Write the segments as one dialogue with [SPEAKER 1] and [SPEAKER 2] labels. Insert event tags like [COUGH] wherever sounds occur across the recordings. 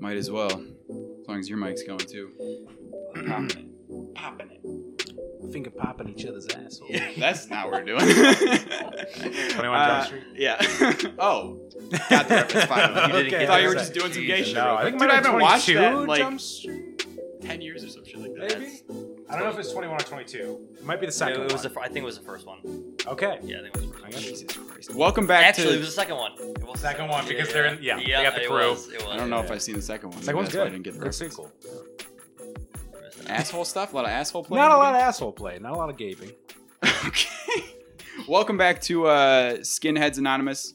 [SPEAKER 1] Might as well. As long as your mic's going [LAUGHS] too.
[SPEAKER 2] Popping it. Popping it. Finger popping each other's asshole.
[SPEAKER 3] [LAUGHS]
[SPEAKER 1] That's not what we're doing.
[SPEAKER 3] 21
[SPEAKER 4] Uh,
[SPEAKER 3] Jump
[SPEAKER 4] [LAUGHS]
[SPEAKER 3] Street.
[SPEAKER 1] Uh, Yeah. [LAUGHS] oh. Got the reference finally.
[SPEAKER 3] [LAUGHS] You didn't
[SPEAKER 1] I
[SPEAKER 3] get
[SPEAKER 1] thought you were
[SPEAKER 3] that.
[SPEAKER 1] just doing some gay shit.
[SPEAKER 3] No, I think it
[SPEAKER 1] Dude,
[SPEAKER 3] might
[SPEAKER 1] I
[SPEAKER 3] have
[SPEAKER 1] haven't
[SPEAKER 3] been
[SPEAKER 1] watched that in
[SPEAKER 3] Jump
[SPEAKER 1] like
[SPEAKER 3] Street,
[SPEAKER 1] 10 years or some shit like that.
[SPEAKER 3] maybe. I don't know if it's 21 or 22. It might be the
[SPEAKER 4] It,
[SPEAKER 3] second
[SPEAKER 4] it was the,
[SPEAKER 3] one.
[SPEAKER 4] fir- I think it was the first one.
[SPEAKER 3] okay.
[SPEAKER 4] Yeah, I think it was the first
[SPEAKER 3] I
[SPEAKER 4] one.
[SPEAKER 3] guess-
[SPEAKER 1] Jesus Christ. Welcome back
[SPEAKER 4] Actually,
[SPEAKER 1] to.
[SPEAKER 4] it was the second one. It was the
[SPEAKER 3] Second one, because they're in- yeah, they got the
[SPEAKER 4] it
[SPEAKER 3] crew.
[SPEAKER 4] was, it was.
[SPEAKER 1] I don't know if I've seen the second one.
[SPEAKER 3] Second one's
[SPEAKER 1] That's why
[SPEAKER 3] good.
[SPEAKER 1] I didn't get the
[SPEAKER 3] good
[SPEAKER 1] reference.
[SPEAKER 3] sequel.
[SPEAKER 1] Asshole stuff. A lot of asshole play.
[SPEAKER 3] Not a lot of asshole play. Not a lot of gaping.
[SPEAKER 1] [LAUGHS] Okay. Welcome back to uh, Skinheads Anonymous.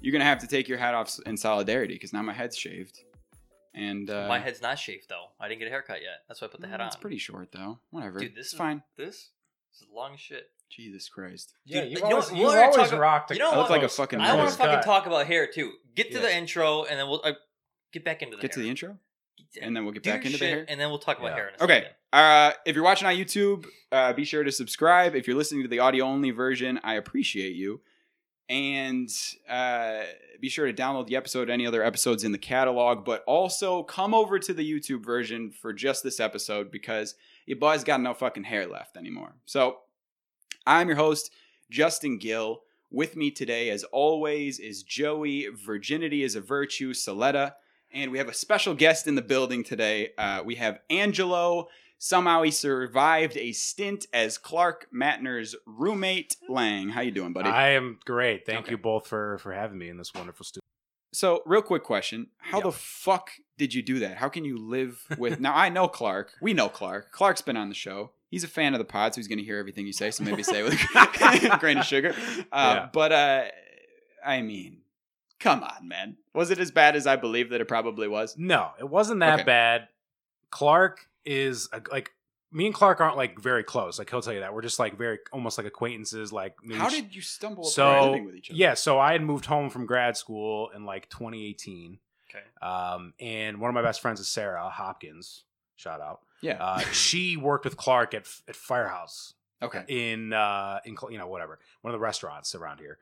[SPEAKER 1] You're gonna have to take your hat off in solidarity because now my head's shaved, and uh,
[SPEAKER 4] [LAUGHS] My head's not shaved though. I didn't get a haircut yet. That's why I put the
[SPEAKER 1] mm,
[SPEAKER 4] head on.
[SPEAKER 1] It's pretty short though. Whatever.
[SPEAKER 4] Dude, this
[SPEAKER 1] it's
[SPEAKER 4] is
[SPEAKER 1] fine.
[SPEAKER 4] This. This is long as shit.
[SPEAKER 1] Jesus Christ.
[SPEAKER 3] Yeah,
[SPEAKER 4] Dude,
[SPEAKER 3] you've
[SPEAKER 4] you know
[SPEAKER 3] always,
[SPEAKER 4] what-
[SPEAKER 3] you've
[SPEAKER 4] we're gonna
[SPEAKER 3] always
[SPEAKER 4] talk-
[SPEAKER 3] rocked.
[SPEAKER 4] you know
[SPEAKER 1] I look
[SPEAKER 4] what?
[SPEAKER 1] like a fucking.
[SPEAKER 4] I want
[SPEAKER 1] nerd.
[SPEAKER 4] to fucking
[SPEAKER 3] Cut.
[SPEAKER 4] talk about hair too. Get to
[SPEAKER 3] Yeah.
[SPEAKER 4] the intro and then we'll uh, get back into the
[SPEAKER 1] Get to
[SPEAKER 4] hair.
[SPEAKER 1] the intro,
[SPEAKER 4] Get-
[SPEAKER 1] and then we'll get
[SPEAKER 4] do
[SPEAKER 1] back
[SPEAKER 4] your
[SPEAKER 1] into the
[SPEAKER 4] shit,
[SPEAKER 1] hair.
[SPEAKER 4] and then we'll talk about
[SPEAKER 3] Yeah.
[SPEAKER 4] hair. In a
[SPEAKER 1] Okay.
[SPEAKER 4] second.
[SPEAKER 1] Uh, if you're watching on YouTube, uh, be sure to subscribe. If you're listening to the audio only version, I appreciate you. And uh, be sure to download the episode, any other episodes in the catalog, but also come over to the YouTube version for just this episode because your boy's got no fucking hair left anymore. So I'm your host, Justin Gill. With me today, as always, is Joey. Virginity is a virtue, Saletta. And we have a special guest in the building today. Uh, we have Angelo. Somehow he survived a stint as Clark Matner's roommate, Lang. How you doing, buddy?
[SPEAKER 3] I am great. Thank
[SPEAKER 1] Okay.
[SPEAKER 3] you both for for having me in this wonderful studio.
[SPEAKER 1] so, real quick question: How
[SPEAKER 3] Yeah.
[SPEAKER 1] the fuck did you do that? How can you
[SPEAKER 3] [LAUGHS]
[SPEAKER 1] live with? now I know Clark. We know Clark. Clark's been on the show. He's a fan of the pod, so he's going to hear everything you say. So maybe say it with a [LAUGHS] grain of sugar. Uh,
[SPEAKER 3] Yeah.
[SPEAKER 1] But uh, I mean, come on, man. Was it as bad as I believe that it probably was?
[SPEAKER 3] No, it wasn't that
[SPEAKER 1] Okay.
[SPEAKER 3] bad. Clark is a, like me and Clark aren't like very close. Like he'll tell you that we're just like very almost like acquaintances. Like knew
[SPEAKER 1] How
[SPEAKER 3] each-
[SPEAKER 1] did you stumble upon
[SPEAKER 3] so
[SPEAKER 1] living with each other?
[SPEAKER 3] yeah. So I had moved home from grad school in like 2018.
[SPEAKER 1] [LAUGHS]
[SPEAKER 4] Okay. [LAUGHS]
[SPEAKER 3] Um, and one of my best friends is Sarah Hopkins. Shout out.
[SPEAKER 1] yeah.
[SPEAKER 3] [LAUGHS] Uh, she worked with Clark at at Firehouse
[SPEAKER 1] okay. [LAUGHS]
[SPEAKER 3] [LAUGHS] in uh in Cl- you know whatever one of the restaurants around here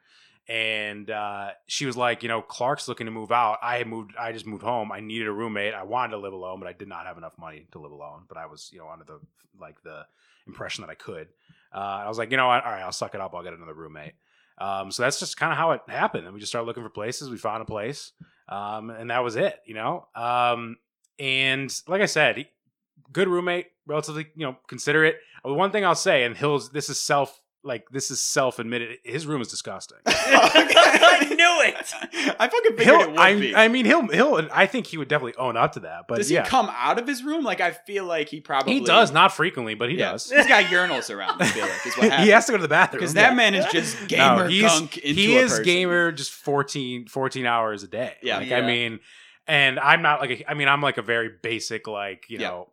[SPEAKER 3] and uh she was like you know clark's looking to move out i had moved i just moved home i needed a roommate i wanted to live alone but i did not have enough money to live alone but i was you know under the like the impression that i could uh i was like you know what all right i'll suck it up i'll get another roommate um so that's just kind of how it happened and we just started looking for places we found a place um and that was it you know um and like i said he- good roommate relatively you know considerate well, one thing I'll say, and Hill's this is self like this is self admitted. His room is
[SPEAKER 1] [LAUGHS]
[SPEAKER 3] disgusting.
[SPEAKER 4] I
[SPEAKER 3] [LAUGHS]
[SPEAKER 4] knew it.
[SPEAKER 1] I fucking figured it
[SPEAKER 3] Hill,
[SPEAKER 1] would
[SPEAKER 3] I,
[SPEAKER 1] be.
[SPEAKER 3] I mean, he'll he'll. I think he would definitely own up to that. But
[SPEAKER 1] does
[SPEAKER 3] yeah,
[SPEAKER 1] he come out of his room? Like I feel like he probably
[SPEAKER 3] he does not frequently, but he
[SPEAKER 1] Yeah. [LAUGHS]
[SPEAKER 3] does.
[SPEAKER 1] He's got urinals around. I feel like is what
[SPEAKER 3] [LAUGHS] he
[SPEAKER 1] happens.
[SPEAKER 3] has to go to the bathroom
[SPEAKER 1] Because that
[SPEAKER 3] Yeah.
[SPEAKER 1] man is just
[SPEAKER 3] No,
[SPEAKER 1] gamer
[SPEAKER 3] he's-
[SPEAKER 1] gunk into
[SPEAKER 3] he
[SPEAKER 1] a
[SPEAKER 3] is
[SPEAKER 1] person.
[SPEAKER 3] gamer just 14, 14 hours a day.
[SPEAKER 1] Yeah.
[SPEAKER 3] like
[SPEAKER 4] Yeah.
[SPEAKER 3] I mean, and I'm not like a, I mean I'm like a very basic like you
[SPEAKER 1] Yeah.
[SPEAKER 3] know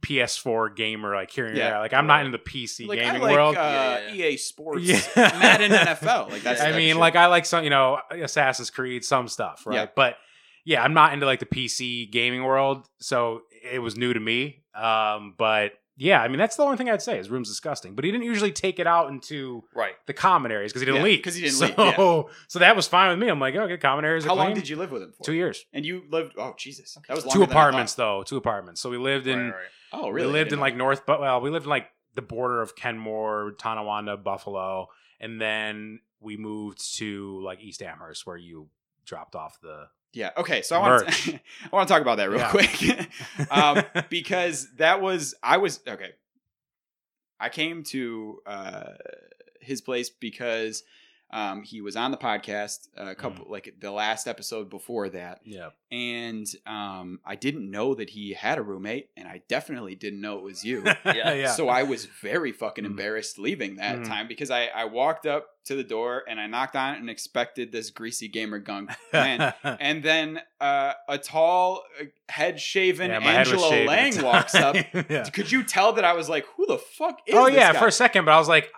[SPEAKER 3] PS4 gamer like here and
[SPEAKER 1] Yeah.
[SPEAKER 3] there. Like I'm
[SPEAKER 4] Right.
[SPEAKER 3] not in the PC
[SPEAKER 1] Like I
[SPEAKER 3] gaming
[SPEAKER 1] like
[SPEAKER 3] world.
[SPEAKER 1] uh,
[SPEAKER 4] Yeah,
[SPEAKER 1] EA Sports,
[SPEAKER 3] Yeah. [LAUGHS]
[SPEAKER 1] Madden, NFL. Like that's. the
[SPEAKER 3] I
[SPEAKER 1] type of
[SPEAKER 3] mean,
[SPEAKER 1] shit.
[SPEAKER 3] like I like some, you know, Assassin's Creed, some stuff, right?
[SPEAKER 1] Yeah.
[SPEAKER 3] But yeah, I'm not into like the PC gaming world, so it was new to me. Um, but yeah, I mean, that's the only thing I'd say. His room's disgusting, but he didn't usually take it out into
[SPEAKER 4] Right.
[SPEAKER 3] the common areas because he didn't
[SPEAKER 1] Yeah,
[SPEAKER 3] leave.
[SPEAKER 1] 'cause he didn't
[SPEAKER 3] [LAUGHS] so,
[SPEAKER 1] leave, yeah.
[SPEAKER 3] So that was fine with me. I'm like, okay, common areas.
[SPEAKER 1] how long did you live with him for?
[SPEAKER 3] Two years,
[SPEAKER 1] And you lived? Oh Jesus, that was
[SPEAKER 3] two
[SPEAKER 1] longer than I thought.
[SPEAKER 3] apartments though, two apartments. So we lived in
[SPEAKER 4] right, right.
[SPEAKER 1] Oh really? I
[SPEAKER 3] we lived in
[SPEAKER 1] didn't
[SPEAKER 3] like North, but well, we lived in like the border of Kenmore, Tonawanda, Buffalo, and then we moved to like East Amherst, where you dropped off the.
[SPEAKER 1] Yeah. Okay. So I want
[SPEAKER 3] Merch.
[SPEAKER 1] to [LAUGHS] I want to talk about that real
[SPEAKER 3] Yeah.
[SPEAKER 1] quick [LAUGHS] [LAUGHS]
[SPEAKER 3] [LAUGHS]
[SPEAKER 1] um, because that was I was okay. I came to uh, his place because um, he was on the podcast a couple like the last episode before that,
[SPEAKER 3] yeah,
[SPEAKER 1] and um, I didn't know that he had a roommate, and I definitely didn't know it was you. [LAUGHS]
[SPEAKER 4] Yeah.
[SPEAKER 1] So I was very fucking
[SPEAKER 3] Mhm.
[SPEAKER 1] embarrassed leaving that
[SPEAKER 3] Mhm.
[SPEAKER 1] time because I, I walked up to the door and I knocked on it and expected this greasy gamer gunk [LAUGHS] man
[SPEAKER 3] [LAUGHS]
[SPEAKER 1] and then uh, a tall, uh, head shaven
[SPEAKER 3] Yeah, my head was
[SPEAKER 1] Angela
[SPEAKER 3] shaved at [LAUGHS] the
[SPEAKER 1] Lang walks up.
[SPEAKER 3] time. Yeah.
[SPEAKER 1] Could you tell that I was like, "Who the fuck is?"
[SPEAKER 3] Oh
[SPEAKER 1] this
[SPEAKER 3] yeah,
[SPEAKER 1] guy?
[SPEAKER 3] for a second, but I was like,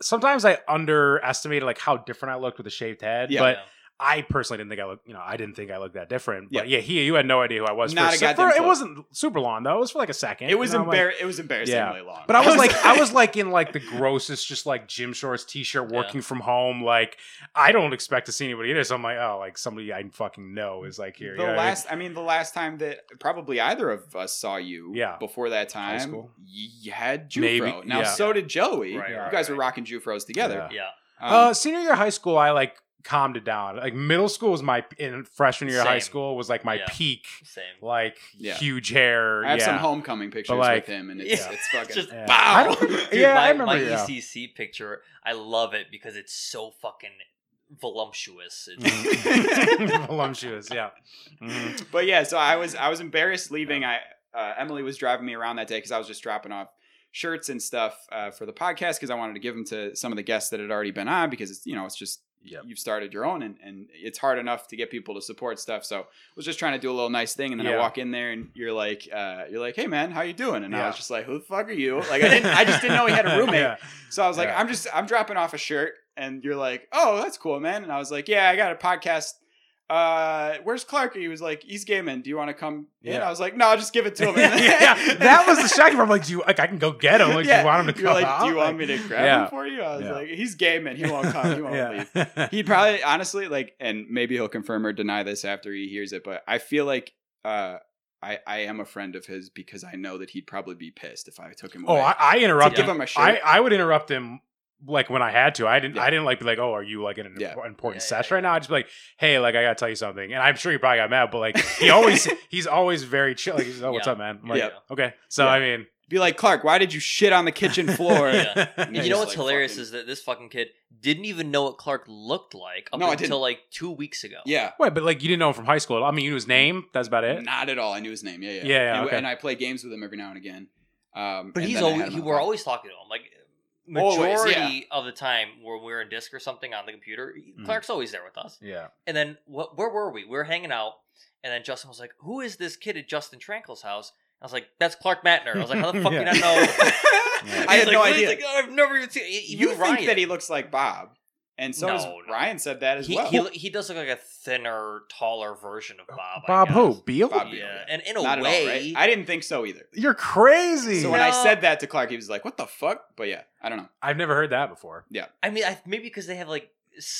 [SPEAKER 3] sometimes I underestimated like how different I looked with a shaved head,
[SPEAKER 1] Yeah.
[SPEAKER 3] but I personally didn't think I looked, you know, I didn't think I looked that different. But yeah,
[SPEAKER 1] Yeah.
[SPEAKER 3] he, you had no idea who I was.
[SPEAKER 1] Not
[SPEAKER 3] for
[SPEAKER 1] a
[SPEAKER 3] se-
[SPEAKER 1] goddamn
[SPEAKER 3] for- It
[SPEAKER 1] clue.
[SPEAKER 3] wasn't super long though. It was for like a second.
[SPEAKER 1] It was
[SPEAKER 3] and I'm like-
[SPEAKER 1] embar- It was embarrassingly long. [LAUGHS]
[SPEAKER 3] But I was like, I was [LAUGHS] like in like the grossest, just like gym shorts, t-shirt,
[SPEAKER 4] Yeah.
[SPEAKER 3] working from home. Like, I don't expect to see anybody either. So I'm like, oh, like somebody I fucking know is like here.
[SPEAKER 1] the
[SPEAKER 3] you know what I mean?
[SPEAKER 1] last. I mean, the last time that probably either of us saw you,
[SPEAKER 3] Yeah.
[SPEAKER 1] before that time,
[SPEAKER 3] school.
[SPEAKER 1] you had Jufro.
[SPEAKER 3] Maybe,
[SPEAKER 1] now,
[SPEAKER 3] yeah.
[SPEAKER 1] so did Joey.
[SPEAKER 4] Right,
[SPEAKER 1] you
[SPEAKER 4] right,
[SPEAKER 1] guys
[SPEAKER 4] right.
[SPEAKER 1] were rocking Jufros together.
[SPEAKER 4] Yeah.
[SPEAKER 1] Um,
[SPEAKER 3] uh, senior year of high school, I like calmed it down. Like middle school was my in freshman year of high
[SPEAKER 4] Same.
[SPEAKER 3] school was like my
[SPEAKER 4] Yeah.
[SPEAKER 3] peak,
[SPEAKER 4] Same.
[SPEAKER 3] like
[SPEAKER 1] Yeah.
[SPEAKER 3] huge hair.
[SPEAKER 1] I have
[SPEAKER 3] yeah.
[SPEAKER 1] some homecoming pictures with
[SPEAKER 3] like,
[SPEAKER 1] him, and it's,
[SPEAKER 4] yeah,
[SPEAKER 1] it's fucking
[SPEAKER 3] [LAUGHS]
[SPEAKER 4] just-
[SPEAKER 3] Yeah.
[SPEAKER 1] Wow. [LAUGHS]
[SPEAKER 3] I don't-
[SPEAKER 4] Dude,
[SPEAKER 3] yeah,
[SPEAKER 4] my,
[SPEAKER 3] I remember.
[SPEAKER 4] my
[SPEAKER 3] yeah.
[SPEAKER 4] ECC picture. I love it because it's so fucking voluptuous. It's
[SPEAKER 1] Mm-hmm. [LAUGHS]
[SPEAKER 3] [LAUGHS] Mhm. Voluptuous, yeah. Mhm.
[SPEAKER 1] but yeah, so I was I was embarrassed leaving. I uh, Emily was driving me around that day because I was just dropping off shirts and stuff uh, for the podcast because I wanted to give them to some of the guests that had already been on because it's you know it's just
[SPEAKER 3] Yep.
[SPEAKER 1] you've started your own and, and it's hard enough to get people to support stuff. So I was just trying to do a little nice thing and then
[SPEAKER 3] Yeah.
[SPEAKER 1] I walk in there and you're like uh, you're like hey man how you doing and
[SPEAKER 3] Yeah.
[SPEAKER 1] I was just like who the fuck are you like I didn't I just didn't know he had a roommate.
[SPEAKER 3] [LAUGHS] Yeah.
[SPEAKER 1] So I was like,
[SPEAKER 3] Yeah.
[SPEAKER 1] I'm just I'm dropping off a shirt, and you're like, oh, that's cool, man. And I was like, yeah, I got a podcast. Uh, where's Clark? He was like, he's gaming. Do you want to come in?
[SPEAKER 3] Yeah.
[SPEAKER 1] I was like, no, just give it
[SPEAKER 3] [LAUGHS]
[SPEAKER 1] to him. [LAUGHS]
[SPEAKER 3] yeah, that was the shocking part. I'm like, do you like I can go get him? Like, do you
[SPEAKER 1] Yeah.
[SPEAKER 3] want him to
[SPEAKER 1] You're
[SPEAKER 3] come
[SPEAKER 1] like,
[SPEAKER 3] out?
[SPEAKER 1] do you want me to grab
[SPEAKER 3] Yeah.
[SPEAKER 1] him for you? I was
[SPEAKER 3] Yeah.
[SPEAKER 1] like, he's gaming. He won't come. He
[SPEAKER 3] [LAUGHS]
[SPEAKER 1] won't leave.
[SPEAKER 3] yeah.
[SPEAKER 1] He'd probably honestly like, and maybe he'll confirm or deny this after he hears it. But I feel like uh, I I am a friend of his because I know that he'd probably be pissed if I took him.
[SPEAKER 3] Oh,
[SPEAKER 1] away.
[SPEAKER 3] I, I
[SPEAKER 1] to
[SPEAKER 3] interrupt
[SPEAKER 1] give
[SPEAKER 3] him.
[SPEAKER 1] him a shirt.
[SPEAKER 3] I, I would interrupt him like when I had to. I didn't
[SPEAKER 1] Yeah.
[SPEAKER 3] I didn't like be like, oh, are you like in an
[SPEAKER 1] Yeah.
[SPEAKER 3] impor- important
[SPEAKER 4] Yeah,
[SPEAKER 3] sesh
[SPEAKER 4] yeah,
[SPEAKER 3] right now? I would just be like, hey, like I gotta tell you something. And I'm sure he probably got mad, but like
[SPEAKER 1] [LAUGHS]
[SPEAKER 3] he always he's always very chill. Like, he's oh, what's
[SPEAKER 4] Yeah.
[SPEAKER 3] up, man? I'm like,
[SPEAKER 1] Yeah.
[SPEAKER 3] okay. So
[SPEAKER 1] Yeah.
[SPEAKER 3] I mean,
[SPEAKER 1] be like, Clark, why did you shit on the
[SPEAKER 4] [LAUGHS]
[SPEAKER 1] kitchen floor?
[SPEAKER 4] Yeah.
[SPEAKER 1] And
[SPEAKER 3] [LAUGHS]
[SPEAKER 4] [LAUGHS] And
[SPEAKER 1] he's
[SPEAKER 4] you know
[SPEAKER 1] like,
[SPEAKER 4] what's hilarious
[SPEAKER 1] fucking-
[SPEAKER 4] is that this fucking kid didn't even know what Clark looked like up
[SPEAKER 1] No, I
[SPEAKER 4] until
[SPEAKER 1] didn't.
[SPEAKER 4] like two weeks ago.
[SPEAKER 1] yeah.
[SPEAKER 3] wait, but like you didn't know him from high school. I mean, you knew his name. That's about it.
[SPEAKER 1] Not at all. I knew his name. Yeah, yeah,
[SPEAKER 3] Eh? Yeah, yeah,
[SPEAKER 1] And,
[SPEAKER 3] okay.
[SPEAKER 1] and I play games with him every now and again. Um,
[SPEAKER 4] But
[SPEAKER 1] and
[SPEAKER 4] he's
[SPEAKER 1] then I had
[SPEAKER 4] always
[SPEAKER 1] him
[SPEAKER 4] he,
[SPEAKER 1] on
[SPEAKER 4] we're
[SPEAKER 1] the- [LAUGHS]
[SPEAKER 4] always talking to him. Like
[SPEAKER 1] Always,
[SPEAKER 4] majority
[SPEAKER 1] yeah.
[SPEAKER 4] of the time when we're in disc or something on the computer,
[SPEAKER 1] Mm.
[SPEAKER 4] Clark's always there with us.
[SPEAKER 3] Yeah.
[SPEAKER 4] And then what? Where were we? We were hanging out, and then Justin was like, "Who is this kid at Justin Tranquil's house?" I was like, "That's Clark Matner." I was like,
[SPEAKER 1] [LAUGHS]
[SPEAKER 4] "How the fuck
[SPEAKER 3] Yeah.
[SPEAKER 4] [LAUGHS] do you not know?"
[SPEAKER 3] Yeah.
[SPEAKER 1] I
[SPEAKER 4] He's
[SPEAKER 1] had
[SPEAKER 4] like,
[SPEAKER 1] no
[SPEAKER 4] "What?" He's
[SPEAKER 1] idea.
[SPEAKER 4] like, "Oh, I've never even seen. Even
[SPEAKER 1] you
[SPEAKER 4] Ryan.
[SPEAKER 1] think that he looks like Bob, and so
[SPEAKER 4] No,
[SPEAKER 1] does-
[SPEAKER 4] no.
[SPEAKER 1] Ryan said that as
[SPEAKER 4] he,
[SPEAKER 1] well.
[SPEAKER 4] he lo- he does look like a thinner, taller version of Bob. I
[SPEAKER 3] Uh, Bob who?
[SPEAKER 4] guess.
[SPEAKER 3] Beal?
[SPEAKER 1] Bob Beal,
[SPEAKER 4] Yeah,
[SPEAKER 1] yeah.
[SPEAKER 4] and in a
[SPEAKER 1] Not
[SPEAKER 4] way,
[SPEAKER 1] at all, right? I didn't think so either.
[SPEAKER 3] You're crazy.
[SPEAKER 1] So when I
[SPEAKER 4] No.
[SPEAKER 1] said that to Clark, he was like, "What the fuck?" But yeah, I don't know.
[SPEAKER 3] I've never heard that before.
[SPEAKER 4] I mean, I, maybe because they have like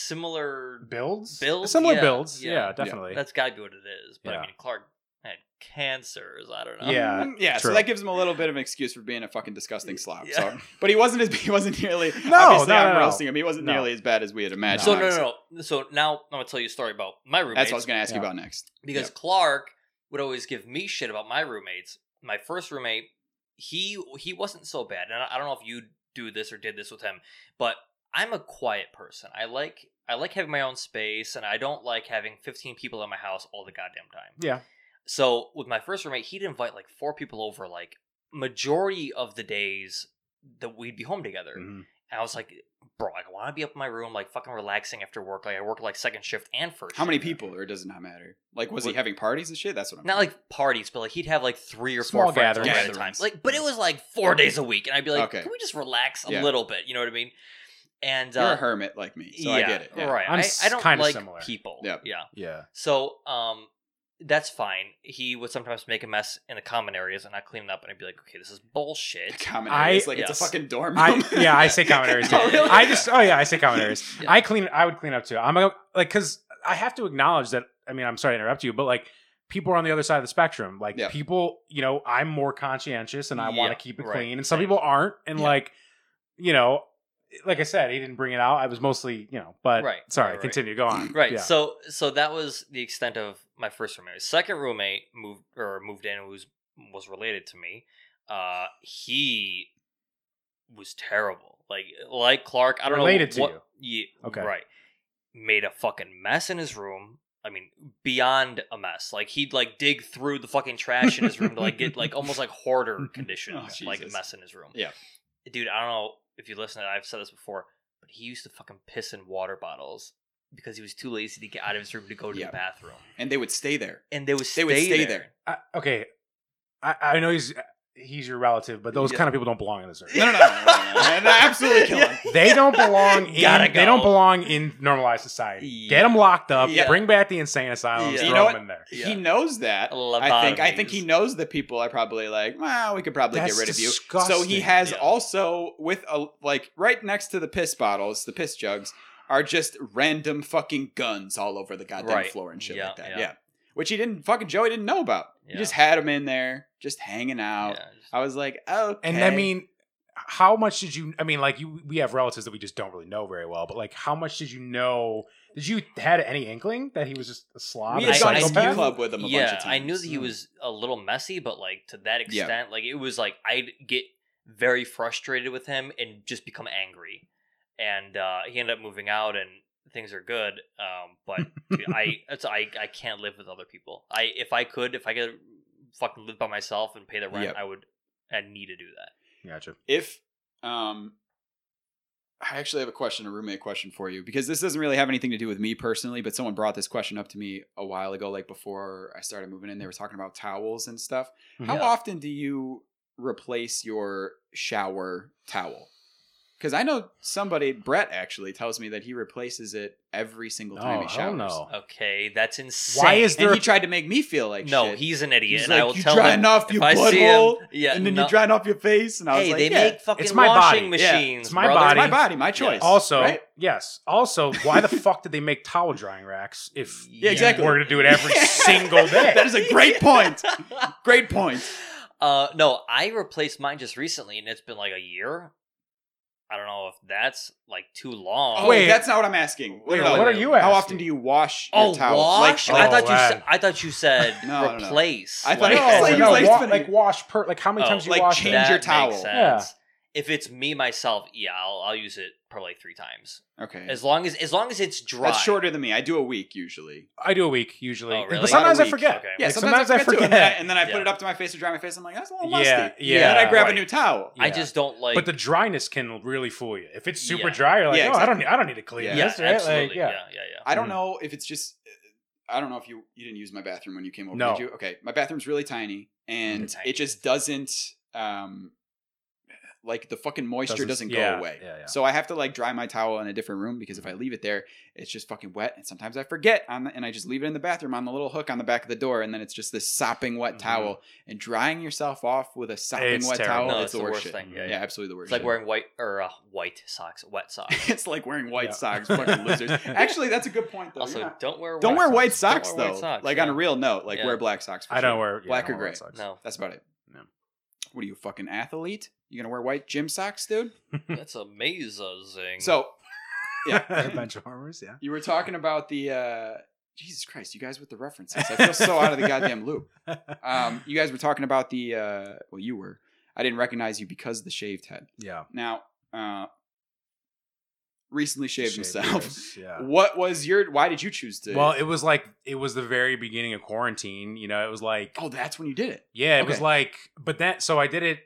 [SPEAKER 4] similar.
[SPEAKER 3] Builds?
[SPEAKER 4] Builds?
[SPEAKER 3] Similar
[SPEAKER 4] Yeah,
[SPEAKER 3] builds.
[SPEAKER 4] yeah.
[SPEAKER 3] Yeah,
[SPEAKER 4] Yeah.
[SPEAKER 3] definitely.
[SPEAKER 4] That's got to be what it is. But
[SPEAKER 3] Yeah.
[SPEAKER 4] I mean, Clark had cancers. I don't know.
[SPEAKER 3] Yeah.
[SPEAKER 1] Mm, yeah.
[SPEAKER 3] Uh, true.
[SPEAKER 1] So that gives him a little bit of an excuse for being a fucking disgusting slob.
[SPEAKER 4] Yeah.
[SPEAKER 1] So, but he wasn't as [LAUGHS] he wasn't nearly.
[SPEAKER 3] No,
[SPEAKER 1] obviously
[SPEAKER 3] no,
[SPEAKER 1] I'm
[SPEAKER 3] no, no.
[SPEAKER 1] roasting him. He wasn't
[SPEAKER 3] No.
[SPEAKER 1] nearly as bad as we had imagined.
[SPEAKER 4] So no,
[SPEAKER 1] obviously.
[SPEAKER 4] no, no. So now I'm gonna tell you a story about my roommates.
[SPEAKER 1] That's what I was going to ask you
[SPEAKER 3] Yeah.
[SPEAKER 1] about next.
[SPEAKER 4] because Clark would always give me shit about my roommates. My first roommate, he he wasn't so bad, and I, I don't know if you do this or did this with him, but I'm a quiet person. I like I like having my own space, and I don't like having 15 people in my house all the goddamn time.
[SPEAKER 3] Yeah.
[SPEAKER 4] So with my first roommate, he'd invite like four people over, like majority of the days that we'd be home together.
[SPEAKER 1] Mm-hmm.
[SPEAKER 3] Mhm.
[SPEAKER 4] And I was like, bro, like, I want to be up in my room, like fucking relaxing after work. Like I work like second shift and first.
[SPEAKER 1] How many
[SPEAKER 4] shift.
[SPEAKER 1] people, or does it not matter? Like, was he
[SPEAKER 3] What-
[SPEAKER 1] having parties and shit? That's what I'm.
[SPEAKER 4] not like parties, but like he'd have like three or
[SPEAKER 3] Small
[SPEAKER 4] four friends over
[SPEAKER 1] gatherings.
[SPEAKER 4] at a time.
[SPEAKER 1] Gatherings.
[SPEAKER 4] Like, but it was like four days a week, and I'd be like,
[SPEAKER 1] Okay.
[SPEAKER 4] "Can we just relax a
[SPEAKER 1] Yeah.
[SPEAKER 4] little bit?" You know what I mean? And
[SPEAKER 1] You're
[SPEAKER 4] uh,
[SPEAKER 1] a hermit like me, so
[SPEAKER 4] yeah,
[SPEAKER 1] I get it. Yeah. [LAUGHS]
[SPEAKER 4] right.
[SPEAKER 3] I'm
[SPEAKER 4] I-
[SPEAKER 3] s-
[SPEAKER 4] I don't
[SPEAKER 3] kinda
[SPEAKER 4] like
[SPEAKER 3] similar.
[SPEAKER 4] people.
[SPEAKER 1] Yeah.
[SPEAKER 4] yeah.
[SPEAKER 3] Yeah.
[SPEAKER 4] So, um, that's fine. He would sometimes make a mess in the common areas, and I clean it up, and I'd be like, "Okay, this is
[SPEAKER 1] The
[SPEAKER 4] bullshit."
[SPEAKER 1] common
[SPEAKER 3] I-
[SPEAKER 1] area, it's like it's a
[SPEAKER 4] yes.
[SPEAKER 1] fucking dorm room.
[SPEAKER 3] I yeah, I say common
[SPEAKER 1] [LAUGHS]
[SPEAKER 3] areas. too.
[SPEAKER 4] Oh, really?
[SPEAKER 3] I just oh yeah, I say common areas.
[SPEAKER 4] Yeah.
[SPEAKER 3] I clean I would clean up too. I'm a, like cuz I have to acknowledge that I mean, I'm sorry to interrupt you, but like people are on the other side of the spectrum. Like
[SPEAKER 1] Yeah.
[SPEAKER 3] people, you know, I'm more conscientious and I want
[SPEAKER 4] Yeah,
[SPEAKER 3] to keep it
[SPEAKER 4] right.
[SPEAKER 3] clean and some
[SPEAKER 4] Same.
[SPEAKER 3] people aren't and
[SPEAKER 1] Yeah.
[SPEAKER 3] like you know, like I said, he didn't bring it out. I was mostly, you know, but
[SPEAKER 4] Right,
[SPEAKER 3] sorry,
[SPEAKER 4] right, right.
[SPEAKER 3] continue, go on.
[SPEAKER 4] Right.
[SPEAKER 3] Yeah.
[SPEAKER 4] So, so that was the extent of my first roommate. Second roommate moved or moved in, who's was related to me. Uh, he was terrible. Like like Clark, I don't
[SPEAKER 3] Related to
[SPEAKER 4] know what, you. Yeah,
[SPEAKER 3] Okay.
[SPEAKER 4] Right. Made a fucking mess in his room. I mean, beyond a mess. Like he'd like dig through the fucking trash in his room to like get like almost like hoarder conditions,
[SPEAKER 1] Oh,
[SPEAKER 4] like a
[SPEAKER 1] Jesus.
[SPEAKER 4] mess in his room.
[SPEAKER 1] Yeah.
[SPEAKER 4] Dude, I don't know if you listen. I've said this before, but he used to fucking piss in water bottles because he was too lazy to get out of his room to go to
[SPEAKER 1] Yeah.
[SPEAKER 4] the bathroom.
[SPEAKER 3] [LAUGHS]
[SPEAKER 1] and they would stay there.
[SPEAKER 4] And they would stay,
[SPEAKER 1] They would stay
[SPEAKER 4] there.
[SPEAKER 1] there.
[SPEAKER 3] I, okay. I, I know he's he's your relative, but those
[SPEAKER 4] Yeah.
[SPEAKER 3] kind of people don't belong in this
[SPEAKER 4] [LAUGHS]
[SPEAKER 3] earth.
[SPEAKER 1] No, no, no, no, no, no, no, no,
[SPEAKER 3] [LAUGHS]
[SPEAKER 1] absolutely [LAUGHS] kill him.
[SPEAKER 3] They don't belong in
[SPEAKER 4] [LAUGHS] Gotta
[SPEAKER 3] they don't
[SPEAKER 4] go.
[SPEAKER 3] belong in normalized society. Get
[SPEAKER 4] Yeah.
[SPEAKER 3] them locked up.
[SPEAKER 4] Yeah.
[SPEAKER 3] Bring back the insane asylums.
[SPEAKER 4] Yeah.
[SPEAKER 3] Throw
[SPEAKER 4] You
[SPEAKER 1] know
[SPEAKER 3] them
[SPEAKER 1] what?
[SPEAKER 3] in there.
[SPEAKER 4] Yeah.
[SPEAKER 1] He knows that. I think I think he
[SPEAKER 4] Lobotomies.
[SPEAKER 1] knows the people are probably like, well, we could probably
[SPEAKER 3] That's
[SPEAKER 1] get rid of you. So he
[SPEAKER 3] disgusting.
[SPEAKER 1] has
[SPEAKER 4] Yeah.
[SPEAKER 1] also with a like right next to the piss bottles, the piss jugs are just random fucking guns all over the goddamn
[SPEAKER 4] Right.
[SPEAKER 1] floor and shit
[SPEAKER 4] Yeah,
[SPEAKER 1] like that.
[SPEAKER 4] yeah.
[SPEAKER 1] Yeah. Which he didn't fucking Joey didn't know about. He
[SPEAKER 4] Yeah.
[SPEAKER 1] just had him in there, just hanging out.
[SPEAKER 4] Yeah, just-
[SPEAKER 1] I was like, okay.
[SPEAKER 3] And I mean, how much did you? I mean, like you, we have relatives that we just don't really know very well. But like, how much did you know? Did you had any inkling that he was just a slob?
[SPEAKER 1] we had
[SPEAKER 3] and a
[SPEAKER 4] I-
[SPEAKER 1] gone
[SPEAKER 4] I
[SPEAKER 1] to
[SPEAKER 3] psychopath?
[SPEAKER 1] ski club with him a
[SPEAKER 4] yeah,
[SPEAKER 1] bunch of times.
[SPEAKER 4] I knew that he
[SPEAKER 1] Mm.
[SPEAKER 4] was a little messy, but like to that
[SPEAKER 1] Yeah.
[SPEAKER 4] extent, like it was like I'd get very frustrated with him and just become angry. And uh, he ended up moving out, and things are good. Um, but dude, I,
[SPEAKER 1] [LAUGHS]
[SPEAKER 4] it's, I, I can't live with other people. I, if I could, if I could fucking live by myself and pay the rent,
[SPEAKER 1] Yep.
[SPEAKER 4] I would. I need to do that.
[SPEAKER 3] Gotcha.
[SPEAKER 1] if um I actually have a question, a roommate question for you, because this doesn't really have anything to do with me personally, but someone brought this question up to me a while ago, like before I started moving in. They were talking about towels and stuff. How
[SPEAKER 4] Mm-hmm. Yeah.
[SPEAKER 1] often do you replace your shower towel? Because I know somebody, Brett actually tells me that he replaces it every single time
[SPEAKER 3] No,
[SPEAKER 4] Oh,
[SPEAKER 1] he
[SPEAKER 3] Oh, hell
[SPEAKER 1] showers.
[SPEAKER 3] no.
[SPEAKER 4] Okay, that's insane.
[SPEAKER 3] Why is there?
[SPEAKER 1] And he tried to make me feel like
[SPEAKER 4] no?
[SPEAKER 1] shit.
[SPEAKER 4] He's an idiot.
[SPEAKER 1] He's
[SPEAKER 4] and I
[SPEAKER 1] like,
[SPEAKER 4] will
[SPEAKER 1] "You
[SPEAKER 4] tell
[SPEAKER 1] drying
[SPEAKER 4] him
[SPEAKER 1] off, you
[SPEAKER 4] if I see him.
[SPEAKER 1] butthole,
[SPEAKER 4] Yeah,
[SPEAKER 1] and then
[SPEAKER 4] no-
[SPEAKER 1] you're drying off your face, and I was
[SPEAKER 4] hey,
[SPEAKER 1] like,
[SPEAKER 4] they
[SPEAKER 1] yeah.
[SPEAKER 4] make fucking
[SPEAKER 3] my
[SPEAKER 4] washing
[SPEAKER 1] body. Yeah,
[SPEAKER 4] machines.
[SPEAKER 3] it's my
[SPEAKER 4] brother.
[SPEAKER 1] It's
[SPEAKER 3] body.
[SPEAKER 1] my body, my choice.
[SPEAKER 3] also,
[SPEAKER 1] right?
[SPEAKER 3] yes. Also,
[SPEAKER 1] [LAUGHS]
[SPEAKER 3] why the fuck did they make towel drying racks if
[SPEAKER 1] Yeah, exactly.
[SPEAKER 3] you were to do
[SPEAKER 1] [LAUGHS]
[SPEAKER 3] it every
[SPEAKER 1] Yeah.
[SPEAKER 3] single day?
[SPEAKER 1] That is a great
[SPEAKER 4] [LAUGHS]
[SPEAKER 1] point. Great point.
[SPEAKER 4] Uh, no, I replaced mine just recently, and it's been like a year. I don't know if that's like too long.
[SPEAKER 1] Oh,
[SPEAKER 3] Wait.
[SPEAKER 1] wait, that's not what I'm asking.
[SPEAKER 3] Wait,
[SPEAKER 1] No, no,
[SPEAKER 3] what
[SPEAKER 1] no.
[SPEAKER 3] are you asking?
[SPEAKER 1] How often do you wash your
[SPEAKER 4] oh,
[SPEAKER 1] towel?
[SPEAKER 4] wash?
[SPEAKER 3] Like-
[SPEAKER 4] I
[SPEAKER 3] Oh,
[SPEAKER 4] thought you.
[SPEAKER 3] wow.
[SPEAKER 4] Said, I thought you said
[SPEAKER 1] [LAUGHS] No, no, no.
[SPEAKER 4] replace.
[SPEAKER 1] I thought
[SPEAKER 3] No,
[SPEAKER 1] it was like
[SPEAKER 3] no,
[SPEAKER 1] you
[SPEAKER 3] wa-
[SPEAKER 1] spinning.
[SPEAKER 3] like wash per like how many
[SPEAKER 4] Oh,
[SPEAKER 3] times you
[SPEAKER 1] like
[SPEAKER 3] wash
[SPEAKER 1] change
[SPEAKER 3] it?
[SPEAKER 4] that
[SPEAKER 1] your towel.
[SPEAKER 4] Makes
[SPEAKER 3] Yeah.
[SPEAKER 4] sense. If it's me myself, yeah, I'll, I'll use it probably three times.
[SPEAKER 1] okay.
[SPEAKER 4] As long as as long as it's dry.
[SPEAKER 1] That's shorter than me. I do a week usually.
[SPEAKER 3] I do a week usually,
[SPEAKER 4] Oh, really?
[SPEAKER 3] but sometimes
[SPEAKER 1] About a week.
[SPEAKER 3] I forget.
[SPEAKER 4] Okay.
[SPEAKER 1] Yeah,
[SPEAKER 3] Like,
[SPEAKER 1] sometimes, I forget. and, then I, and then I put
[SPEAKER 4] Yeah.
[SPEAKER 1] it up to my face to dry my face. I'm like, that's a little musty.
[SPEAKER 3] Yeah, yeah.
[SPEAKER 1] And then I grab
[SPEAKER 4] Right.
[SPEAKER 1] a new towel.
[SPEAKER 4] I
[SPEAKER 3] Yeah.
[SPEAKER 4] just don't like.
[SPEAKER 3] but the dryness can really fool you. If it's super
[SPEAKER 4] Yeah.
[SPEAKER 3] dry, you're like,
[SPEAKER 1] Yeah,
[SPEAKER 3] oh, I don't, need, I don't need to clean
[SPEAKER 4] yeah,
[SPEAKER 1] Yeah,
[SPEAKER 3] this, right? Like,
[SPEAKER 4] absolutely.
[SPEAKER 3] yeah.
[SPEAKER 4] yeah, yeah, yeah.
[SPEAKER 1] I don't
[SPEAKER 3] Mhm.
[SPEAKER 1] know if it's just. I don't know if you you didn't use my bathroom when you came over.
[SPEAKER 3] No.
[SPEAKER 1] Did you? Okay, my bathroom's really tiny, and
[SPEAKER 4] They're tiny.
[SPEAKER 1] it just doesn't. um like the fucking moisture
[SPEAKER 3] Doesn't-
[SPEAKER 1] doesn't,
[SPEAKER 3] yeah,
[SPEAKER 1] go away.
[SPEAKER 3] yeah, yeah.
[SPEAKER 1] So I have to like dry my towel in a different room because if I leave it there, it's just fucking wet. And sometimes I forget on the, and I just leave it in the bathroom on the little hook on the back of the door, and then it's just this sopping wet
[SPEAKER 3] Mhm.
[SPEAKER 1] towel. And drying yourself off with a sopping
[SPEAKER 3] It's
[SPEAKER 1] wet
[SPEAKER 3] terrible.
[SPEAKER 1] towel
[SPEAKER 4] No,
[SPEAKER 1] is
[SPEAKER 4] it's
[SPEAKER 1] Oh, the, worst, shit. Mm-hmm.
[SPEAKER 4] thing. Yeah,
[SPEAKER 1] Yeah,
[SPEAKER 4] yeah.
[SPEAKER 1] absolutely the worst.
[SPEAKER 4] It's like
[SPEAKER 1] shit.
[SPEAKER 4] wearing white or uh, white socks, wet
[SPEAKER 1] [LAUGHS]
[SPEAKER 4] socks.
[SPEAKER 1] it's like wearing white
[SPEAKER 3] Yeah.
[SPEAKER 1] socks, fucking
[SPEAKER 3] [LAUGHS]
[SPEAKER 1] losers. Actually, that's a good point though. You're
[SPEAKER 4] also,
[SPEAKER 1] not-
[SPEAKER 4] don't wear
[SPEAKER 1] don't wear white
[SPEAKER 4] Don't
[SPEAKER 1] socks
[SPEAKER 4] wear
[SPEAKER 1] though.
[SPEAKER 4] white socks,
[SPEAKER 1] like on a
[SPEAKER 4] yeah.
[SPEAKER 1] real note, like
[SPEAKER 4] Yeah.
[SPEAKER 1] wear black socks. For
[SPEAKER 3] I
[SPEAKER 1] sure.
[SPEAKER 3] don't wear yeah,
[SPEAKER 1] Black
[SPEAKER 3] I don't
[SPEAKER 1] or
[SPEAKER 3] wear
[SPEAKER 1] gray? [LAUGHS]
[SPEAKER 3] socks.
[SPEAKER 4] No,
[SPEAKER 1] That's about it.
[SPEAKER 3] No.
[SPEAKER 1] What are you a fucking athlete? You gonna wear white gym socks, dude?
[SPEAKER 4] that's amazing.
[SPEAKER 1] So
[SPEAKER 3] [LAUGHS]
[SPEAKER 1] Yeah. [LAUGHS]
[SPEAKER 3] bench warmers.
[SPEAKER 4] [LAUGHS]
[SPEAKER 3] Yeah,
[SPEAKER 1] you were talking about the uh Jesus Christ, you guys with the references. I feel so out of the goddamn loop. Um, you guys were talking about the uh well you were. I didn't recognize you because of the shaved head.
[SPEAKER 3] yeah,
[SPEAKER 1] Now, uh recently shaved,
[SPEAKER 3] Shaved
[SPEAKER 1] himself.
[SPEAKER 3] ears, Yeah.
[SPEAKER 1] What was your why did you choose to
[SPEAKER 3] Well, it was like it was the very beginning of quarantine. You know, it was like
[SPEAKER 1] Oh, that's when you did it.
[SPEAKER 3] Yeah, it was
[SPEAKER 1] Okay.
[SPEAKER 3] like, but that. So I did it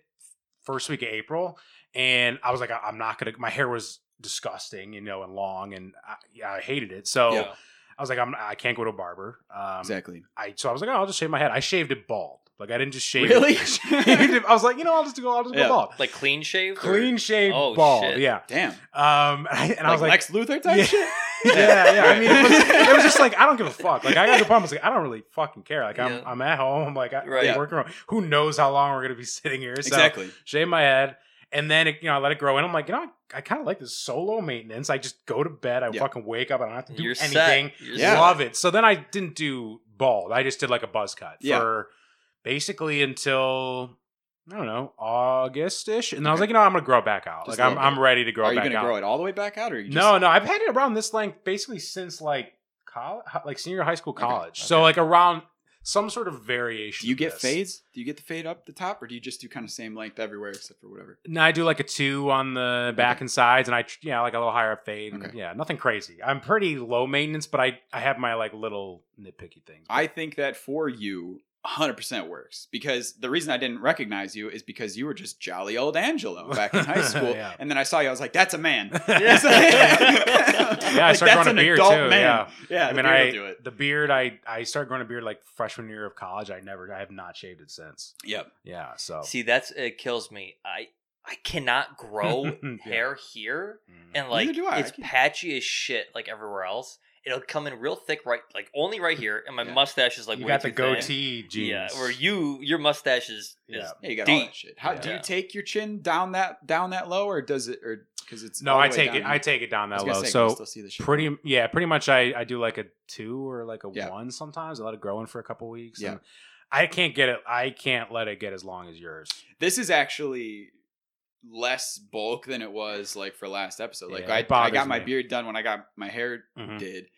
[SPEAKER 3] first week of April, and I was like, I- I'm not gonna. My hair was disgusting, you know, and long, and I, yeah, I hated it. So
[SPEAKER 4] Yeah.
[SPEAKER 3] I was like, I'm. I can't go to a barber. Um,
[SPEAKER 1] Exactly.
[SPEAKER 3] I so I was like, oh, I'll just shave my head. I shaved it bald. Like I didn't just shave.
[SPEAKER 1] Really?
[SPEAKER 3] It. [LAUGHS] Shaved it- I was like, you know, I'll just go. I'll just
[SPEAKER 1] Yeah.
[SPEAKER 3] go bald.
[SPEAKER 4] like clean shaved, or-
[SPEAKER 3] Clean shaved
[SPEAKER 4] Oh,
[SPEAKER 3] bald.
[SPEAKER 4] shit.
[SPEAKER 3] Yeah.
[SPEAKER 1] Damn.
[SPEAKER 3] Um, [LAUGHS] and I, and I was like.
[SPEAKER 1] Lex Luthor type
[SPEAKER 3] Yeah.
[SPEAKER 1] shit?
[SPEAKER 3] yeah, yeah. I mean, it was,
[SPEAKER 1] Right.
[SPEAKER 3] it was just like I don't give a fuck. Like I got to the point, I was like, I don't really fucking care. Like I'm,
[SPEAKER 4] Yeah.
[SPEAKER 3] I'm at home. Like I,
[SPEAKER 4] [LAUGHS] Right.
[SPEAKER 3] am working. Around. Who knows how long we're gonna be [LAUGHS] sitting here? [LAUGHS] So
[SPEAKER 1] Exactly.
[SPEAKER 3] shave my head, and then it, you know I let it grow in. I'm like, you know, I, I kind of like this solo maintenance. I just go to bed, I
[SPEAKER 1] Yeah.
[SPEAKER 3] fucking wake up, I don't have to do
[SPEAKER 4] You're
[SPEAKER 3] anything.
[SPEAKER 4] set. You're
[SPEAKER 1] Yeah.
[SPEAKER 4] set.
[SPEAKER 3] Love it. So then I didn't do bald. I just did like a buzz cut
[SPEAKER 1] Yeah.
[SPEAKER 3] for basically until. I don't know, August ish. And I was
[SPEAKER 1] Okay.
[SPEAKER 3] like, you know, I'm going to grow it back out.
[SPEAKER 1] Just
[SPEAKER 3] like,
[SPEAKER 1] a
[SPEAKER 3] I'm,
[SPEAKER 1] little bit.
[SPEAKER 3] I'm ready to grow
[SPEAKER 1] Are
[SPEAKER 3] it
[SPEAKER 1] you
[SPEAKER 3] back
[SPEAKER 1] going to
[SPEAKER 3] out.
[SPEAKER 1] grow it all the way back out, or are you just,
[SPEAKER 3] No, no, I've had it around this length basically since like college, like senior high school,
[SPEAKER 1] Okay,
[SPEAKER 3] college. So like around some sort of variation.
[SPEAKER 1] Do you
[SPEAKER 3] of
[SPEAKER 1] get
[SPEAKER 3] this.
[SPEAKER 1] fades? Do you get the fade up the top, or do you just do kind of same length everywhere except for whatever?
[SPEAKER 3] No, I do like a two on the back
[SPEAKER 1] Okay.
[SPEAKER 3] and sides, and I tr- yeah, like a little higher up fade. and
[SPEAKER 1] Okay.
[SPEAKER 3] Yeah, nothing crazy. I'm pretty low maintenance, but I I have my like little nitpicky things.
[SPEAKER 1] I think that for you, 100% works because the reason I didn't recognize you is because you were just jolly old
[SPEAKER 3] [LAUGHS]
[SPEAKER 1] Angelo back in high school.
[SPEAKER 3] Yeah.
[SPEAKER 1] And then I saw you, I was like, that's a
[SPEAKER 3] [LAUGHS]
[SPEAKER 1] man. [LAUGHS]
[SPEAKER 3] yeah, I started growing a beard too. Yeah,
[SPEAKER 1] Yeah,
[SPEAKER 3] I
[SPEAKER 1] the
[SPEAKER 3] mean,
[SPEAKER 1] beard
[SPEAKER 3] I
[SPEAKER 1] will do it.
[SPEAKER 3] the beard. I I started growing a beard like freshman year of college. I never, I have not shaved it since.
[SPEAKER 1] Yep.
[SPEAKER 3] Yeah, so
[SPEAKER 4] [LAUGHS] See, that's it kills me. I I
[SPEAKER 1] [LAUGHS]
[SPEAKER 4] cannot grow
[SPEAKER 3] Yeah.
[SPEAKER 4] hair here,
[SPEAKER 3] Mm.
[SPEAKER 4] and like
[SPEAKER 1] do I. I
[SPEAKER 4] it's
[SPEAKER 1] can-
[SPEAKER 4] patchy as shit, like everywhere else. It'll come in real thick, right? Like only right here, and my
[SPEAKER 1] Yeah.
[SPEAKER 4] mustache is like
[SPEAKER 3] you
[SPEAKER 4] way
[SPEAKER 3] got the
[SPEAKER 4] too thin.
[SPEAKER 3] goatee jeans.
[SPEAKER 4] Yeah, where you your mustache is, is
[SPEAKER 3] Yeah.
[SPEAKER 1] Yeah, you got all
[SPEAKER 4] deep.
[SPEAKER 1] that shit. How do you
[SPEAKER 4] Yeah.
[SPEAKER 1] take your chin down that down that low, or does it, or because it's
[SPEAKER 3] no,
[SPEAKER 1] all the
[SPEAKER 3] I
[SPEAKER 1] way
[SPEAKER 3] take
[SPEAKER 1] down
[SPEAKER 3] it. I take it down
[SPEAKER 1] I was
[SPEAKER 3] that
[SPEAKER 1] gonna
[SPEAKER 3] low.
[SPEAKER 1] say, can you
[SPEAKER 3] so
[SPEAKER 1] still see the shit?
[SPEAKER 3] pretty, yeah, pretty much. I I do like a two or like a
[SPEAKER 1] Yeah.
[SPEAKER 3] one sometimes. I let it grow in for a couple weeks.
[SPEAKER 1] Yeah.
[SPEAKER 3] and I can't get it. I can't let it get as long as yours.
[SPEAKER 1] This is actually less bulk than it was like for last episode. Like
[SPEAKER 3] Yeah, it
[SPEAKER 1] I, I
[SPEAKER 3] bothers
[SPEAKER 1] got my
[SPEAKER 3] me.
[SPEAKER 1] beard done when I got my hair
[SPEAKER 3] Mhm.
[SPEAKER 1] did,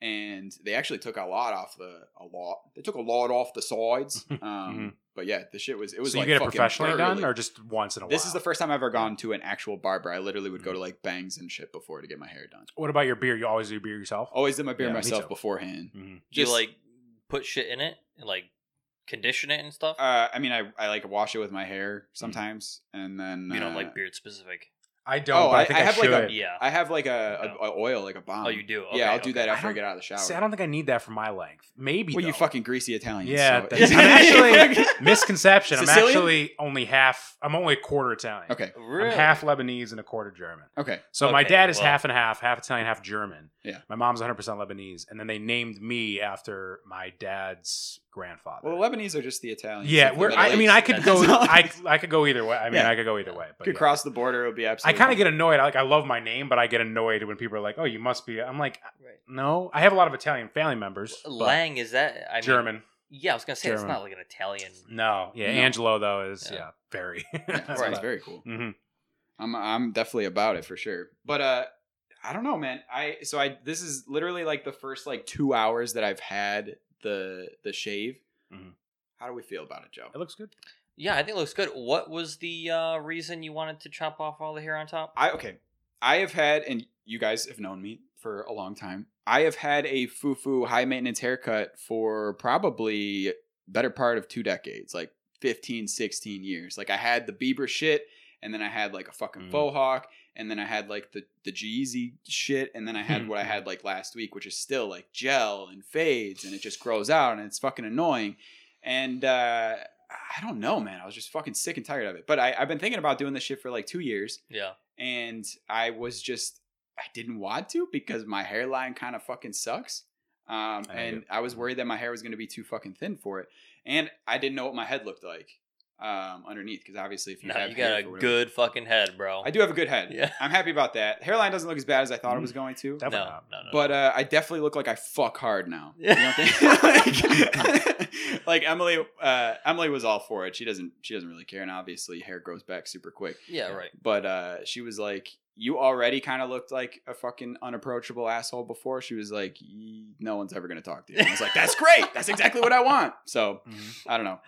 [SPEAKER 1] and they actually took a lot off the a lot. They took a lot off the
[SPEAKER 3] [LAUGHS]
[SPEAKER 1] sides. Um,
[SPEAKER 3] Mhm.
[SPEAKER 1] But yeah, the shit was it was
[SPEAKER 3] so
[SPEAKER 1] like
[SPEAKER 3] you get it
[SPEAKER 1] fucking
[SPEAKER 3] professionally done
[SPEAKER 1] burly.
[SPEAKER 3] or just once in a while. Mm.
[SPEAKER 1] this is the first time I've ever gone to an actual barber. I literally would go to like bangs and shit before to get my hair done.
[SPEAKER 3] What about your beard? You always do beard yourself.
[SPEAKER 1] Always did my beard
[SPEAKER 3] Yeah, me
[SPEAKER 1] myself
[SPEAKER 3] too.
[SPEAKER 1] beforehand.
[SPEAKER 3] Mhm.
[SPEAKER 1] Just
[SPEAKER 4] you like put shit in it and like condition it and stuff.
[SPEAKER 1] uh, I mean, I, I like wash it with my
[SPEAKER 3] Mm.
[SPEAKER 1] hair sometimes, and then
[SPEAKER 4] you don't
[SPEAKER 1] uh,
[SPEAKER 4] like beard specific.
[SPEAKER 3] I don't.
[SPEAKER 1] Oh,
[SPEAKER 3] but I,
[SPEAKER 1] I-
[SPEAKER 3] think
[SPEAKER 1] I
[SPEAKER 3] I,
[SPEAKER 1] have, like,
[SPEAKER 3] should.
[SPEAKER 1] a-
[SPEAKER 4] Yeah.
[SPEAKER 1] I have like a, a, a oil, like a bomb.
[SPEAKER 4] Oh, you do. Okay,
[SPEAKER 1] yeah, I'll
[SPEAKER 4] okay.
[SPEAKER 1] do that after I,
[SPEAKER 3] I
[SPEAKER 1] get out of the shower.
[SPEAKER 3] See, I don't think I need that for my length. Maybe.
[SPEAKER 1] well, you
[SPEAKER 3] though.
[SPEAKER 1] fucking greasy Italians.
[SPEAKER 3] Yeah,
[SPEAKER 1] so-
[SPEAKER 3] that's- I'm actually [LAUGHS] misconception. I'm
[SPEAKER 1] Sicilian?
[SPEAKER 3] actually only half. I'm only a quarter Italian.
[SPEAKER 1] [LAUGHS] okay.
[SPEAKER 4] Really?
[SPEAKER 3] I'm half Lebanese and a quarter German.
[SPEAKER 1] Okay.
[SPEAKER 3] So my
[SPEAKER 4] Okay,
[SPEAKER 3] dad is
[SPEAKER 4] well-
[SPEAKER 3] half and half, half Italian, half German.
[SPEAKER 1] Yeah.
[SPEAKER 3] My mom's 100% Lebanese, and then they named me after my dad's grandfather.
[SPEAKER 1] Well, the Lebanese are just the Italians.
[SPEAKER 3] yeah,
[SPEAKER 1] of the
[SPEAKER 3] we're,
[SPEAKER 1] Middle
[SPEAKER 3] I, I mean,
[SPEAKER 1] [LAUGHS]
[SPEAKER 3] I
[SPEAKER 1] East.
[SPEAKER 3] could
[SPEAKER 4] That's-
[SPEAKER 3] go,
[SPEAKER 1] all.
[SPEAKER 3] I, I could go either way. I mean,
[SPEAKER 1] Yeah.
[SPEAKER 3] I could go either way. But
[SPEAKER 1] could
[SPEAKER 3] yeah.
[SPEAKER 1] cross the border. It would be
[SPEAKER 3] I
[SPEAKER 1] absolutely.
[SPEAKER 3] kind of
[SPEAKER 1] fine.
[SPEAKER 3] get annoyed. I, like, I love my name, but I get annoyed when people are like, "Oh, you must be." I'm like,
[SPEAKER 4] Right.
[SPEAKER 3] "No, I have a lot of Italian family members." but
[SPEAKER 4] Lang is that I mean,
[SPEAKER 3] German.
[SPEAKER 4] Yeah, I was gonna say it's
[SPEAKER 3] German.
[SPEAKER 4] not like an Italian.
[SPEAKER 3] No, yeah,
[SPEAKER 1] No.
[SPEAKER 3] Angelo though is
[SPEAKER 4] Yeah.
[SPEAKER 3] yeah, very [LAUGHS]
[SPEAKER 1] Yeah, that sounds very cool.
[SPEAKER 3] hmm
[SPEAKER 1] I'm I'm definitely about it for sure. But uh I don't know, man. I so I this is literally like the first like 2 hours that I've had the the shave.
[SPEAKER 3] Mhm.
[SPEAKER 1] How do we feel about it, Joe?
[SPEAKER 3] It looks good.
[SPEAKER 4] Yeah, I think it looks good. What was the uh, reason you wanted to chop off all the hair on top?
[SPEAKER 1] I okay. I have had and you guys have known me for a long time. I have had a fufu high maintenance haircut for probably better part of two decades, like 15, 16 years. Like I had the Bieber shit and then I had like a fucking
[SPEAKER 3] Mm.
[SPEAKER 1] faux hawk and then I had like the the Jeezy shit and then I had
[SPEAKER 3] Hmm.
[SPEAKER 1] what I had like last week, which is still like gel and fades and it just grows out and it's fucking annoying. And uh I don't know, man. I was just fucking sick and tired of it. But I, I've been thinking about doing this shit for like two years
[SPEAKER 4] Yeah,
[SPEAKER 1] and I was just I didn't want to because my hairline kind of fucking sucks. Um,
[SPEAKER 3] I
[SPEAKER 1] and
[SPEAKER 3] do.
[SPEAKER 1] I was worried that my hair was going to be too fucking thin for it, and I didn't know what my head looked like um, underneath because obviously if you
[SPEAKER 4] no,
[SPEAKER 1] have
[SPEAKER 4] you got
[SPEAKER 1] hair
[SPEAKER 4] a
[SPEAKER 1] for whatever-
[SPEAKER 4] good fucking head, bro.
[SPEAKER 1] I do have a good head. [LAUGHS]
[SPEAKER 4] Yeah. Mm-hmm.
[SPEAKER 1] I'm happy about that. Hairline doesn't look as bad as I thought it was going to,
[SPEAKER 4] No,
[SPEAKER 3] Definitely
[SPEAKER 4] no,
[SPEAKER 3] not.
[SPEAKER 4] no. no.
[SPEAKER 1] but uh, I definitely look like I fuck hard
[SPEAKER 4] [LAUGHS]
[SPEAKER 1] now. You
[SPEAKER 4] Yeah.
[SPEAKER 1] don't think? [LAUGHS] like, [LAUGHS] like Emily, uh, Emily was all for it. She doesn't, she doesn't really care, and obviously hair grows back super quick
[SPEAKER 4] yeah, right.
[SPEAKER 1] but uh she was like you already kind of looked like a fucking unapproachable asshole before she was like "Y- no one's ever gonna talk to you and i was like that's great that's exactly what i want so
[SPEAKER 3] Mhm.
[SPEAKER 1] i don't know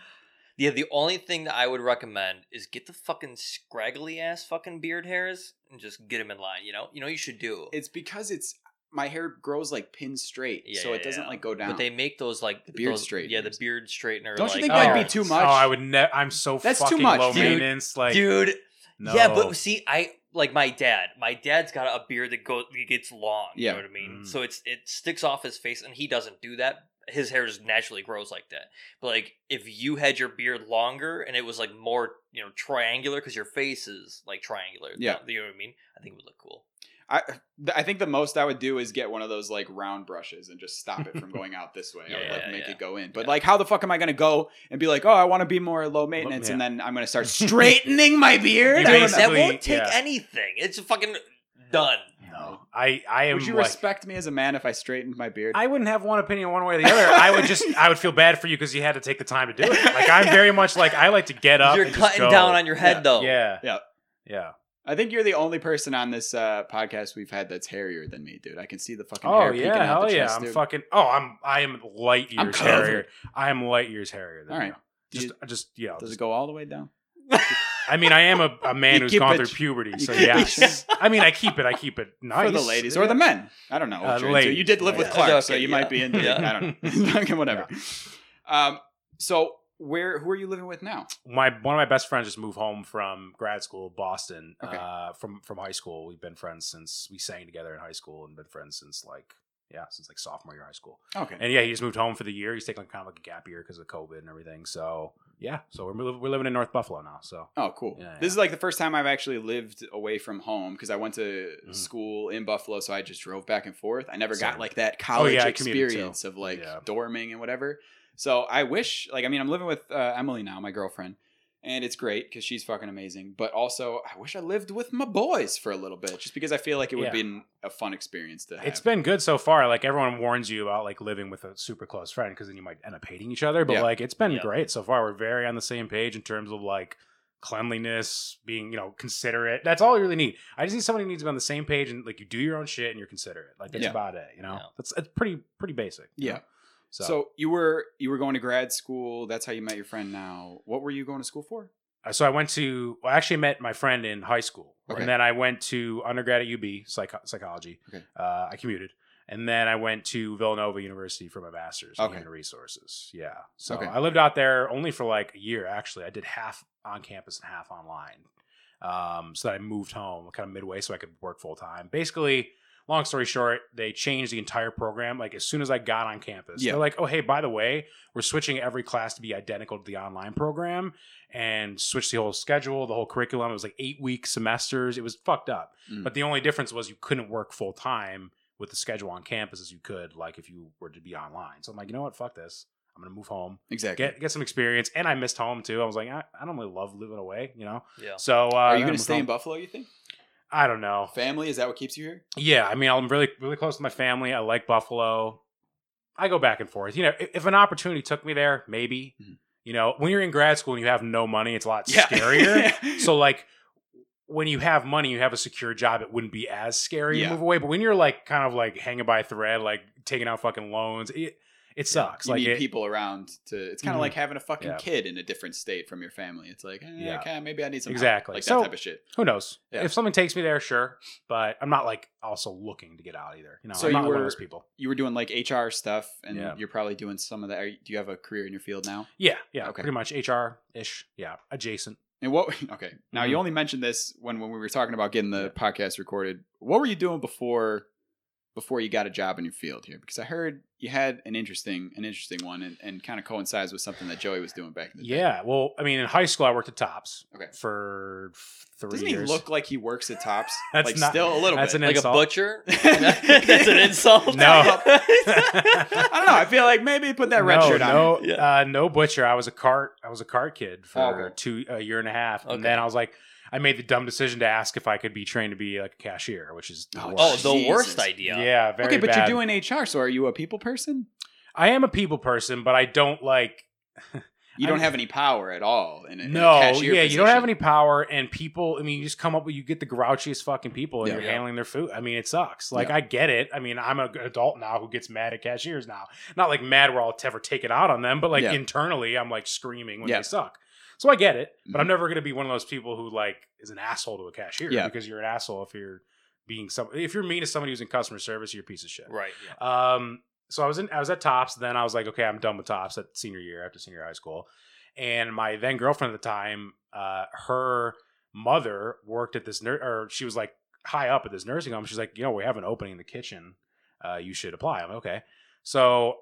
[SPEAKER 4] Yeah, the only thing that I would recommend is get the fucking scraggly ass fucking beard hairs and just get them in line. You know, you know what you should do.
[SPEAKER 1] it's because it's my hair grows like pin straight
[SPEAKER 4] Yeah,
[SPEAKER 1] so it
[SPEAKER 4] yeah,
[SPEAKER 1] doesn't
[SPEAKER 4] yeah.
[SPEAKER 1] like go down
[SPEAKER 4] But they make those like
[SPEAKER 1] The beard
[SPEAKER 4] those- Yeah, the
[SPEAKER 1] straighteners.
[SPEAKER 4] beard straightener.
[SPEAKER 1] Don't you think
[SPEAKER 4] like,
[SPEAKER 1] that'd be
[SPEAKER 4] irons.
[SPEAKER 1] too
[SPEAKER 3] Oh,
[SPEAKER 1] much?
[SPEAKER 3] I would never. I'm so
[SPEAKER 1] That's too
[SPEAKER 3] fucking
[SPEAKER 1] much,
[SPEAKER 3] low
[SPEAKER 1] dude.
[SPEAKER 3] maintenance. Like,
[SPEAKER 4] dude?
[SPEAKER 3] no.
[SPEAKER 4] Yeah, but see, I like my dad. My dad's got a beard that goes it gets long. You
[SPEAKER 1] Yeah.
[SPEAKER 4] know what I mean.
[SPEAKER 3] Mm.
[SPEAKER 4] So it's it sticks off his face, and he doesn't do that. His hair just naturally grows like that. But like, if you had your beard longer and it was like more, you know, triangular because your face is like triangular.
[SPEAKER 1] Yeah.
[SPEAKER 4] you know what I mean. I think it would look cool.
[SPEAKER 1] I, th- I think the most i would do is get one of those like round brushes and just stop
[SPEAKER 4] [LAUGHS]
[SPEAKER 1] it from going out this way i would
[SPEAKER 4] Yeah,
[SPEAKER 1] like make
[SPEAKER 4] yeah.
[SPEAKER 1] it go in but
[SPEAKER 4] Yeah.
[SPEAKER 1] like how the fuck am i gonna go and be like oh i want to be more low maintenance and
[SPEAKER 3] yeah.
[SPEAKER 1] then i'm gonna
[SPEAKER 3] [LAUGHS]
[SPEAKER 1] start straightening my beard
[SPEAKER 3] You
[SPEAKER 1] I don't know.
[SPEAKER 4] that
[SPEAKER 3] basically-
[SPEAKER 4] won't take
[SPEAKER 3] yeah.
[SPEAKER 4] anything. It's fucking done.
[SPEAKER 3] no, I, I am.
[SPEAKER 1] would you
[SPEAKER 3] like,
[SPEAKER 1] respect me as a man if i straightened my beard
[SPEAKER 3] I wouldn't have one opinion one way or the other. I would just, I would feel bad for you because you had to take the time to do it. Like, [LAUGHS] I'm very much like I like to get up.
[SPEAKER 4] You're
[SPEAKER 3] and just
[SPEAKER 4] cutting
[SPEAKER 3] go.
[SPEAKER 4] down on your head
[SPEAKER 1] Yeah.
[SPEAKER 4] though.
[SPEAKER 3] Yeah,
[SPEAKER 1] Yeah.
[SPEAKER 3] yeah.
[SPEAKER 1] I think you're the only person on this uh, podcast we've had that's hairier than me, dude. I can see the fucking
[SPEAKER 3] Oh
[SPEAKER 1] hair peeking
[SPEAKER 3] yeah,
[SPEAKER 1] out
[SPEAKER 3] hell
[SPEAKER 1] the
[SPEAKER 3] yeah.
[SPEAKER 1] chest,
[SPEAKER 3] I'm
[SPEAKER 1] dude.
[SPEAKER 3] fucking. Oh, I'm, I am light
[SPEAKER 1] I'm
[SPEAKER 3] years
[SPEAKER 1] covered.
[SPEAKER 3] hairier. I am light years hairier. Than
[SPEAKER 1] All right.
[SPEAKER 3] you. Just, just yeah.
[SPEAKER 1] Does
[SPEAKER 3] just-
[SPEAKER 1] it go all the way down?
[SPEAKER 3] I mean, I am a, a
[SPEAKER 1] You
[SPEAKER 3] man who's
[SPEAKER 1] keep
[SPEAKER 3] gone
[SPEAKER 1] it-
[SPEAKER 3] through puberty,
[SPEAKER 1] you
[SPEAKER 3] so
[SPEAKER 1] keep it [LAUGHS]
[SPEAKER 3] yeah.
[SPEAKER 1] short.
[SPEAKER 3] I mean, I keep it. I keep it [LAUGHS] nice
[SPEAKER 1] For the ladies or the men. I don't know. What
[SPEAKER 3] Uh,
[SPEAKER 1] you're into.
[SPEAKER 3] ladies.
[SPEAKER 1] You did live with
[SPEAKER 3] Yeah.
[SPEAKER 1] Clark,
[SPEAKER 4] Okay,
[SPEAKER 1] so you
[SPEAKER 4] yeah.
[SPEAKER 1] [LAUGHS] might be into
[SPEAKER 4] Yeah.
[SPEAKER 1] I don't know. Fucking Whatever. Um, So where who are you living with now?
[SPEAKER 3] my one of my best friends just moved home from grad school, Boston,
[SPEAKER 1] Okay.
[SPEAKER 3] uh, from from high school. We've been friends since we sang together in high school, and been friends since like yeah, since like sophomore year of high school.
[SPEAKER 1] Okay.
[SPEAKER 3] And yeah, he just moved home for the year. He's taking like, kind of like a gap year because of COVID and everything. So yeah, so we're li- we're living in North Buffalo now. So
[SPEAKER 1] Oh, cool.
[SPEAKER 3] Yeah, yeah.
[SPEAKER 1] This is like the first time I've actually lived away from home because I went to
[SPEAKER 3] Mhm.
[SPEAKER 1] school in Buffalo, so I just drove back and forth. I never got
[SPEAKER 3] Same. Oh,
[SPEAKER 1] like that college
[SPEAKER 3] yeah, I commuted too.
[SPEAKER 1] experience of like
[SPEAKER 3] Yeah.
[SPEAKER 1] dorming and whatever. So I wish, like, I mean, I'm living with uh, Emily now, my girlfriend, and it's great because she's fucking amazing. But also, I wish I lived with my boys for a little bit, just because I feel like it would
[SPEAKER 3] Yeah.
[SPEAKER 1] be an, a fun experience to have.
[SPEAKER 3] it's been good so far. Like everyone warns you about like living with a super close friend because then you might end up hating each other. But
[SPEAKER 1] Yeah.
[SPEAKER 3] like it's been
[SPEAKER 4] Yeah.
[SPEAKER 3] great so far. We're very on the same page in terms of like cleanliness, being you know considerate. That's all you really need. I just need somebody who needs to be on the same page and like you do your own shit and you're considerate. Like that's
[SPEAKER 1] Yeah.
[SPEAKER 3] about it. You know,
[SPEAKER 4] Yeah.
[SPEAKER 3] that's that's pretty pretty basic. you
[SPEAKER 1] Yeah.
[SPEAKER 3] know?
[SPEAKER 1] so.
[SPEAKER 3] So,
[SPEAKER 1] you were you were going to grad school. That's how you met your friend. Now, what were you going to school for?
[SPEAKER 3] uh, so I went to well, I actually met my friend in high school,
[SPEAKER 1] Okay.
[SPEAKER 3] and then I went to undergrad at UB psych- psychology.
[SPEAKER 1] Okay.
[SPEAKER 3] Uh, I commuted. And then I went to Villanova University for my master's in
[SPEAKER 1] Okay.
[SPEAKER 3] human resources. Yeah. So
[SPEAKER 1] Okay.
[SPEAKER 3] I lived out there only for like a year, actually. I did half on campus and half online. Um, so then I moved home kind of midway so I could work full time. Basically, long story short, they changed the entire program. Like as soon as I got on campus,
[SPEAKER 1] Yeah.
[SPEAKER 3] they're like, oh, hey, by the way, we're switching every class to be identical to the online program and switched the whole schedule, the whole curriculum. It was like eight week semesters. It was fucked up.
[SPEAKER 1] Mm.
[SPEAKER 3] But the only difference was you couldn't work full time with the schedule on campus as you could, like if you were to be online. So I'm like, you know what? Fuck this. I'm gonna move home,
[SPEAKER 1] Exactly.
[SPEAKER 3] get get some experience, and I missed home too. I was like, I, I don't really love living away, you know.
[SPEAKER 1] [LAUGHS]
[SPEAKER 4] Yeah. [LAUGHS]
[SPEAKER 3] So uh,
[SPEAKER 1] Are
[SPEAKER 3] then
[SPEAKER 1] you going
[SPEAKER 3] I
[SPEAKER 1] to
[SPEAKER 3] moved
[SPEAKER 1] stay in
[SPEAKER 3] home.
[SPEAKER 1] Buffalo? You think
[SPEAKER 3] I don't know.
[SPEAKER 1] family is that what keeps you here?
[SPEAKER 3] Yeah, I mean, I'm really really close to my family. I like Buffalo. I go back and forth. You know, if, if an opportunity took me there, maybe.
[SPEAKER 1] Mhm.
[SPEAKER 3] You know, when you're in grad school and you have no money, it's a lot
[SPEAKER 1] [LAUGHS]
[SPEAKER 3] scarier. So like when you have money, you have a secure job, it wouldn't be as scary
[SPEAKER 1] Yeah.
[SPEAKER 3] to move away. But when you're like kind of like hanging by a thread, like taking out fucking loans, it it sucks.
[SPEAKER 1] You
[SPEAKER 3] like
[SPEAKER 1] need
[SPEAKER 3] it,
[SPEAKER 1] people around to. It's kind of
[SPEAKER 3] Mhm.
[SPEAKER 1] like having a fucking
[SPEAKER 3] Yeah.
[SPEAKER 1] kid in a different state from your family. It's like, eh,
[SPEAKER 3] Yeah.
[SPEAKER 1] okay, maybe I need some help.
[SPEAKER 3] Exactly.
[SPEAKER 1] like
[SPEAKER 3] So-
[SPEAKER 1] that type of shit.
[SPEAKER 3] who knows?
[SPEAKER 1] Yeah.
[SPEAKER 3] If something takes me there, sure. But I'm not like also looking to get out either. You know,
[SPEAKER 1] So you
[SPEAKER 3] I'm not one
[SPEAKER 1] were-
[SPEAKER 3] of those people.
[SPEAKER 1] You were doing like HR stuff, and
[SPEAKER 3] Yeah.
[SPEAKER 1] you're probably doing some of that. Are you- Do you have a career in your field now?
[SPEAKER 3] Yeah, yeah.
[SPEAKER 1] Okay.
[SPEAKER 3] Pretty much HR ish. Yeah. Adjacent.
[SPEAKER 1] And what? [LAUGHS] Okay, now
[SPEAKER 3] Mm-hmm.
[SPEAKER 1] you only mentioned this when when we were talking about getting the podcast recorded. What were you doing before? Before you got a job in your field here, because I heard you had an interesting, an interesting one, and, and kind of coincides with something that Joey was doing back in the day.
[SPEAKER 3] Yeah. Well, I mean, in high school I worked at Tops
[SPEAKER 1] Okay.
[SPEAKER 3] for f- 3
[SPEAKER 1] doesn't
[SPEAKER 3] years.
[SPEAKER 1] he
[SPEAKER 3] [LAUGHS]
[SPEAKER 1] look like he works at Tops? [LAUGHS]
[SPEAKER 3] That's
[SPEAKER 1] like
[SPEAKER 3] not-
[SPEAKER 1] still a little
[SPEAKER 3] that's
[SPEAKER 1] bit.
[SPEAKER 3] an
[SPEAKER 4] like
[SPEAKER 3] insult.
[SPEAKER 1] [LAUGHS]
[SPEAKER 4] a
[SPEAKER 3] [LAUGHS]
[SPEAKER 4] butcher. That's an insult.
[SPEAKER 3] No.
[SPEAKER 1] I don't know. I feel like maybe put that red
[SPEAKER 3] no,
[SPEAKER 1] shirt on.
[SPEAKER 3] No,
[SPEAKER 4] Yeah.
[SPEAKER 3] uh, no butcher. I was a cart. I was a cart kid for
[SPEAKER 1] Oh.
[SPEAKER 3] two a year and a half,
[SPEAKER 4] Okay.
[SPEAKER 3] and then I was like, I made the dumb decision to ask if I could be trained to be like a cashier, which is the
[SPEAKER 1] Oh,
[SPEAKER 3] worst.
[SPEAKER 4] [LAUGHS] oh, the
[SPEAKER 1] Jesus.
[SPEAKER 4] worst idea.
[SPEAKER 3] yeah. very
[SPEAKER 1] okay, but
[SPEAKER 3] bad.
[SPEAKER 1] you're doing HR, so are you a people person?
[SPEAKER 3] I am a people person, but I don't like.
[SPEAKER 1] You don't
[SPEAKER 3] I'm-
[SPEAKER 1] have any power at all. In a, in a
[SPEAKER 3] No, yeah,
[SPEAKER 1] cashier
[SPEAKER 3] you don't have any
[SPEAKER 1] position.
[SPEAKER 3] power, and people. I mean, you just come up with you get the grouchiest fucking people, and
[SPEAKER 1] Yeah.
[SPEAKER 3] you're
[SPEAKER 4] Yeah.
[SPEAKER 3] handling their food. I mean, it sucks. Like
[SPEAKER 1] Yeah.
[SPEAKER 3] I get it. I mean, I'm an adult now who gets mad at cashiers now. Not like mad where I'll ever take it out on them, but like
[SPEAKER 1] Yeah.
[SPEAKER 3] internally, I'm like screaming when
[SPEAKER 1] Yeah. Mm-hmm.
[SPEAKER 3] they suck. So I get it, but I'm never gonna be one of those people who like is an asshole to a cashier
[SPEAKER 1] Yeah.
[SPEAKER 3] because you're an asshole if you're being some if you're mean to somebody who's in customer service, you're a piece of shit.
[SPEAKER 4] Right. Yeah.
[SPEAKER 3] Um, so I was in, I was at Tops. Then I was like, okay, I'm done with Tops at senior year after senior high school. And my then girlfriend at the time, uh, her mother worked at this nur- or she was like high up at this nursing home. She's like, you know, we have an opening in the kitchen. Uh, you should apply. I'm like, okay. So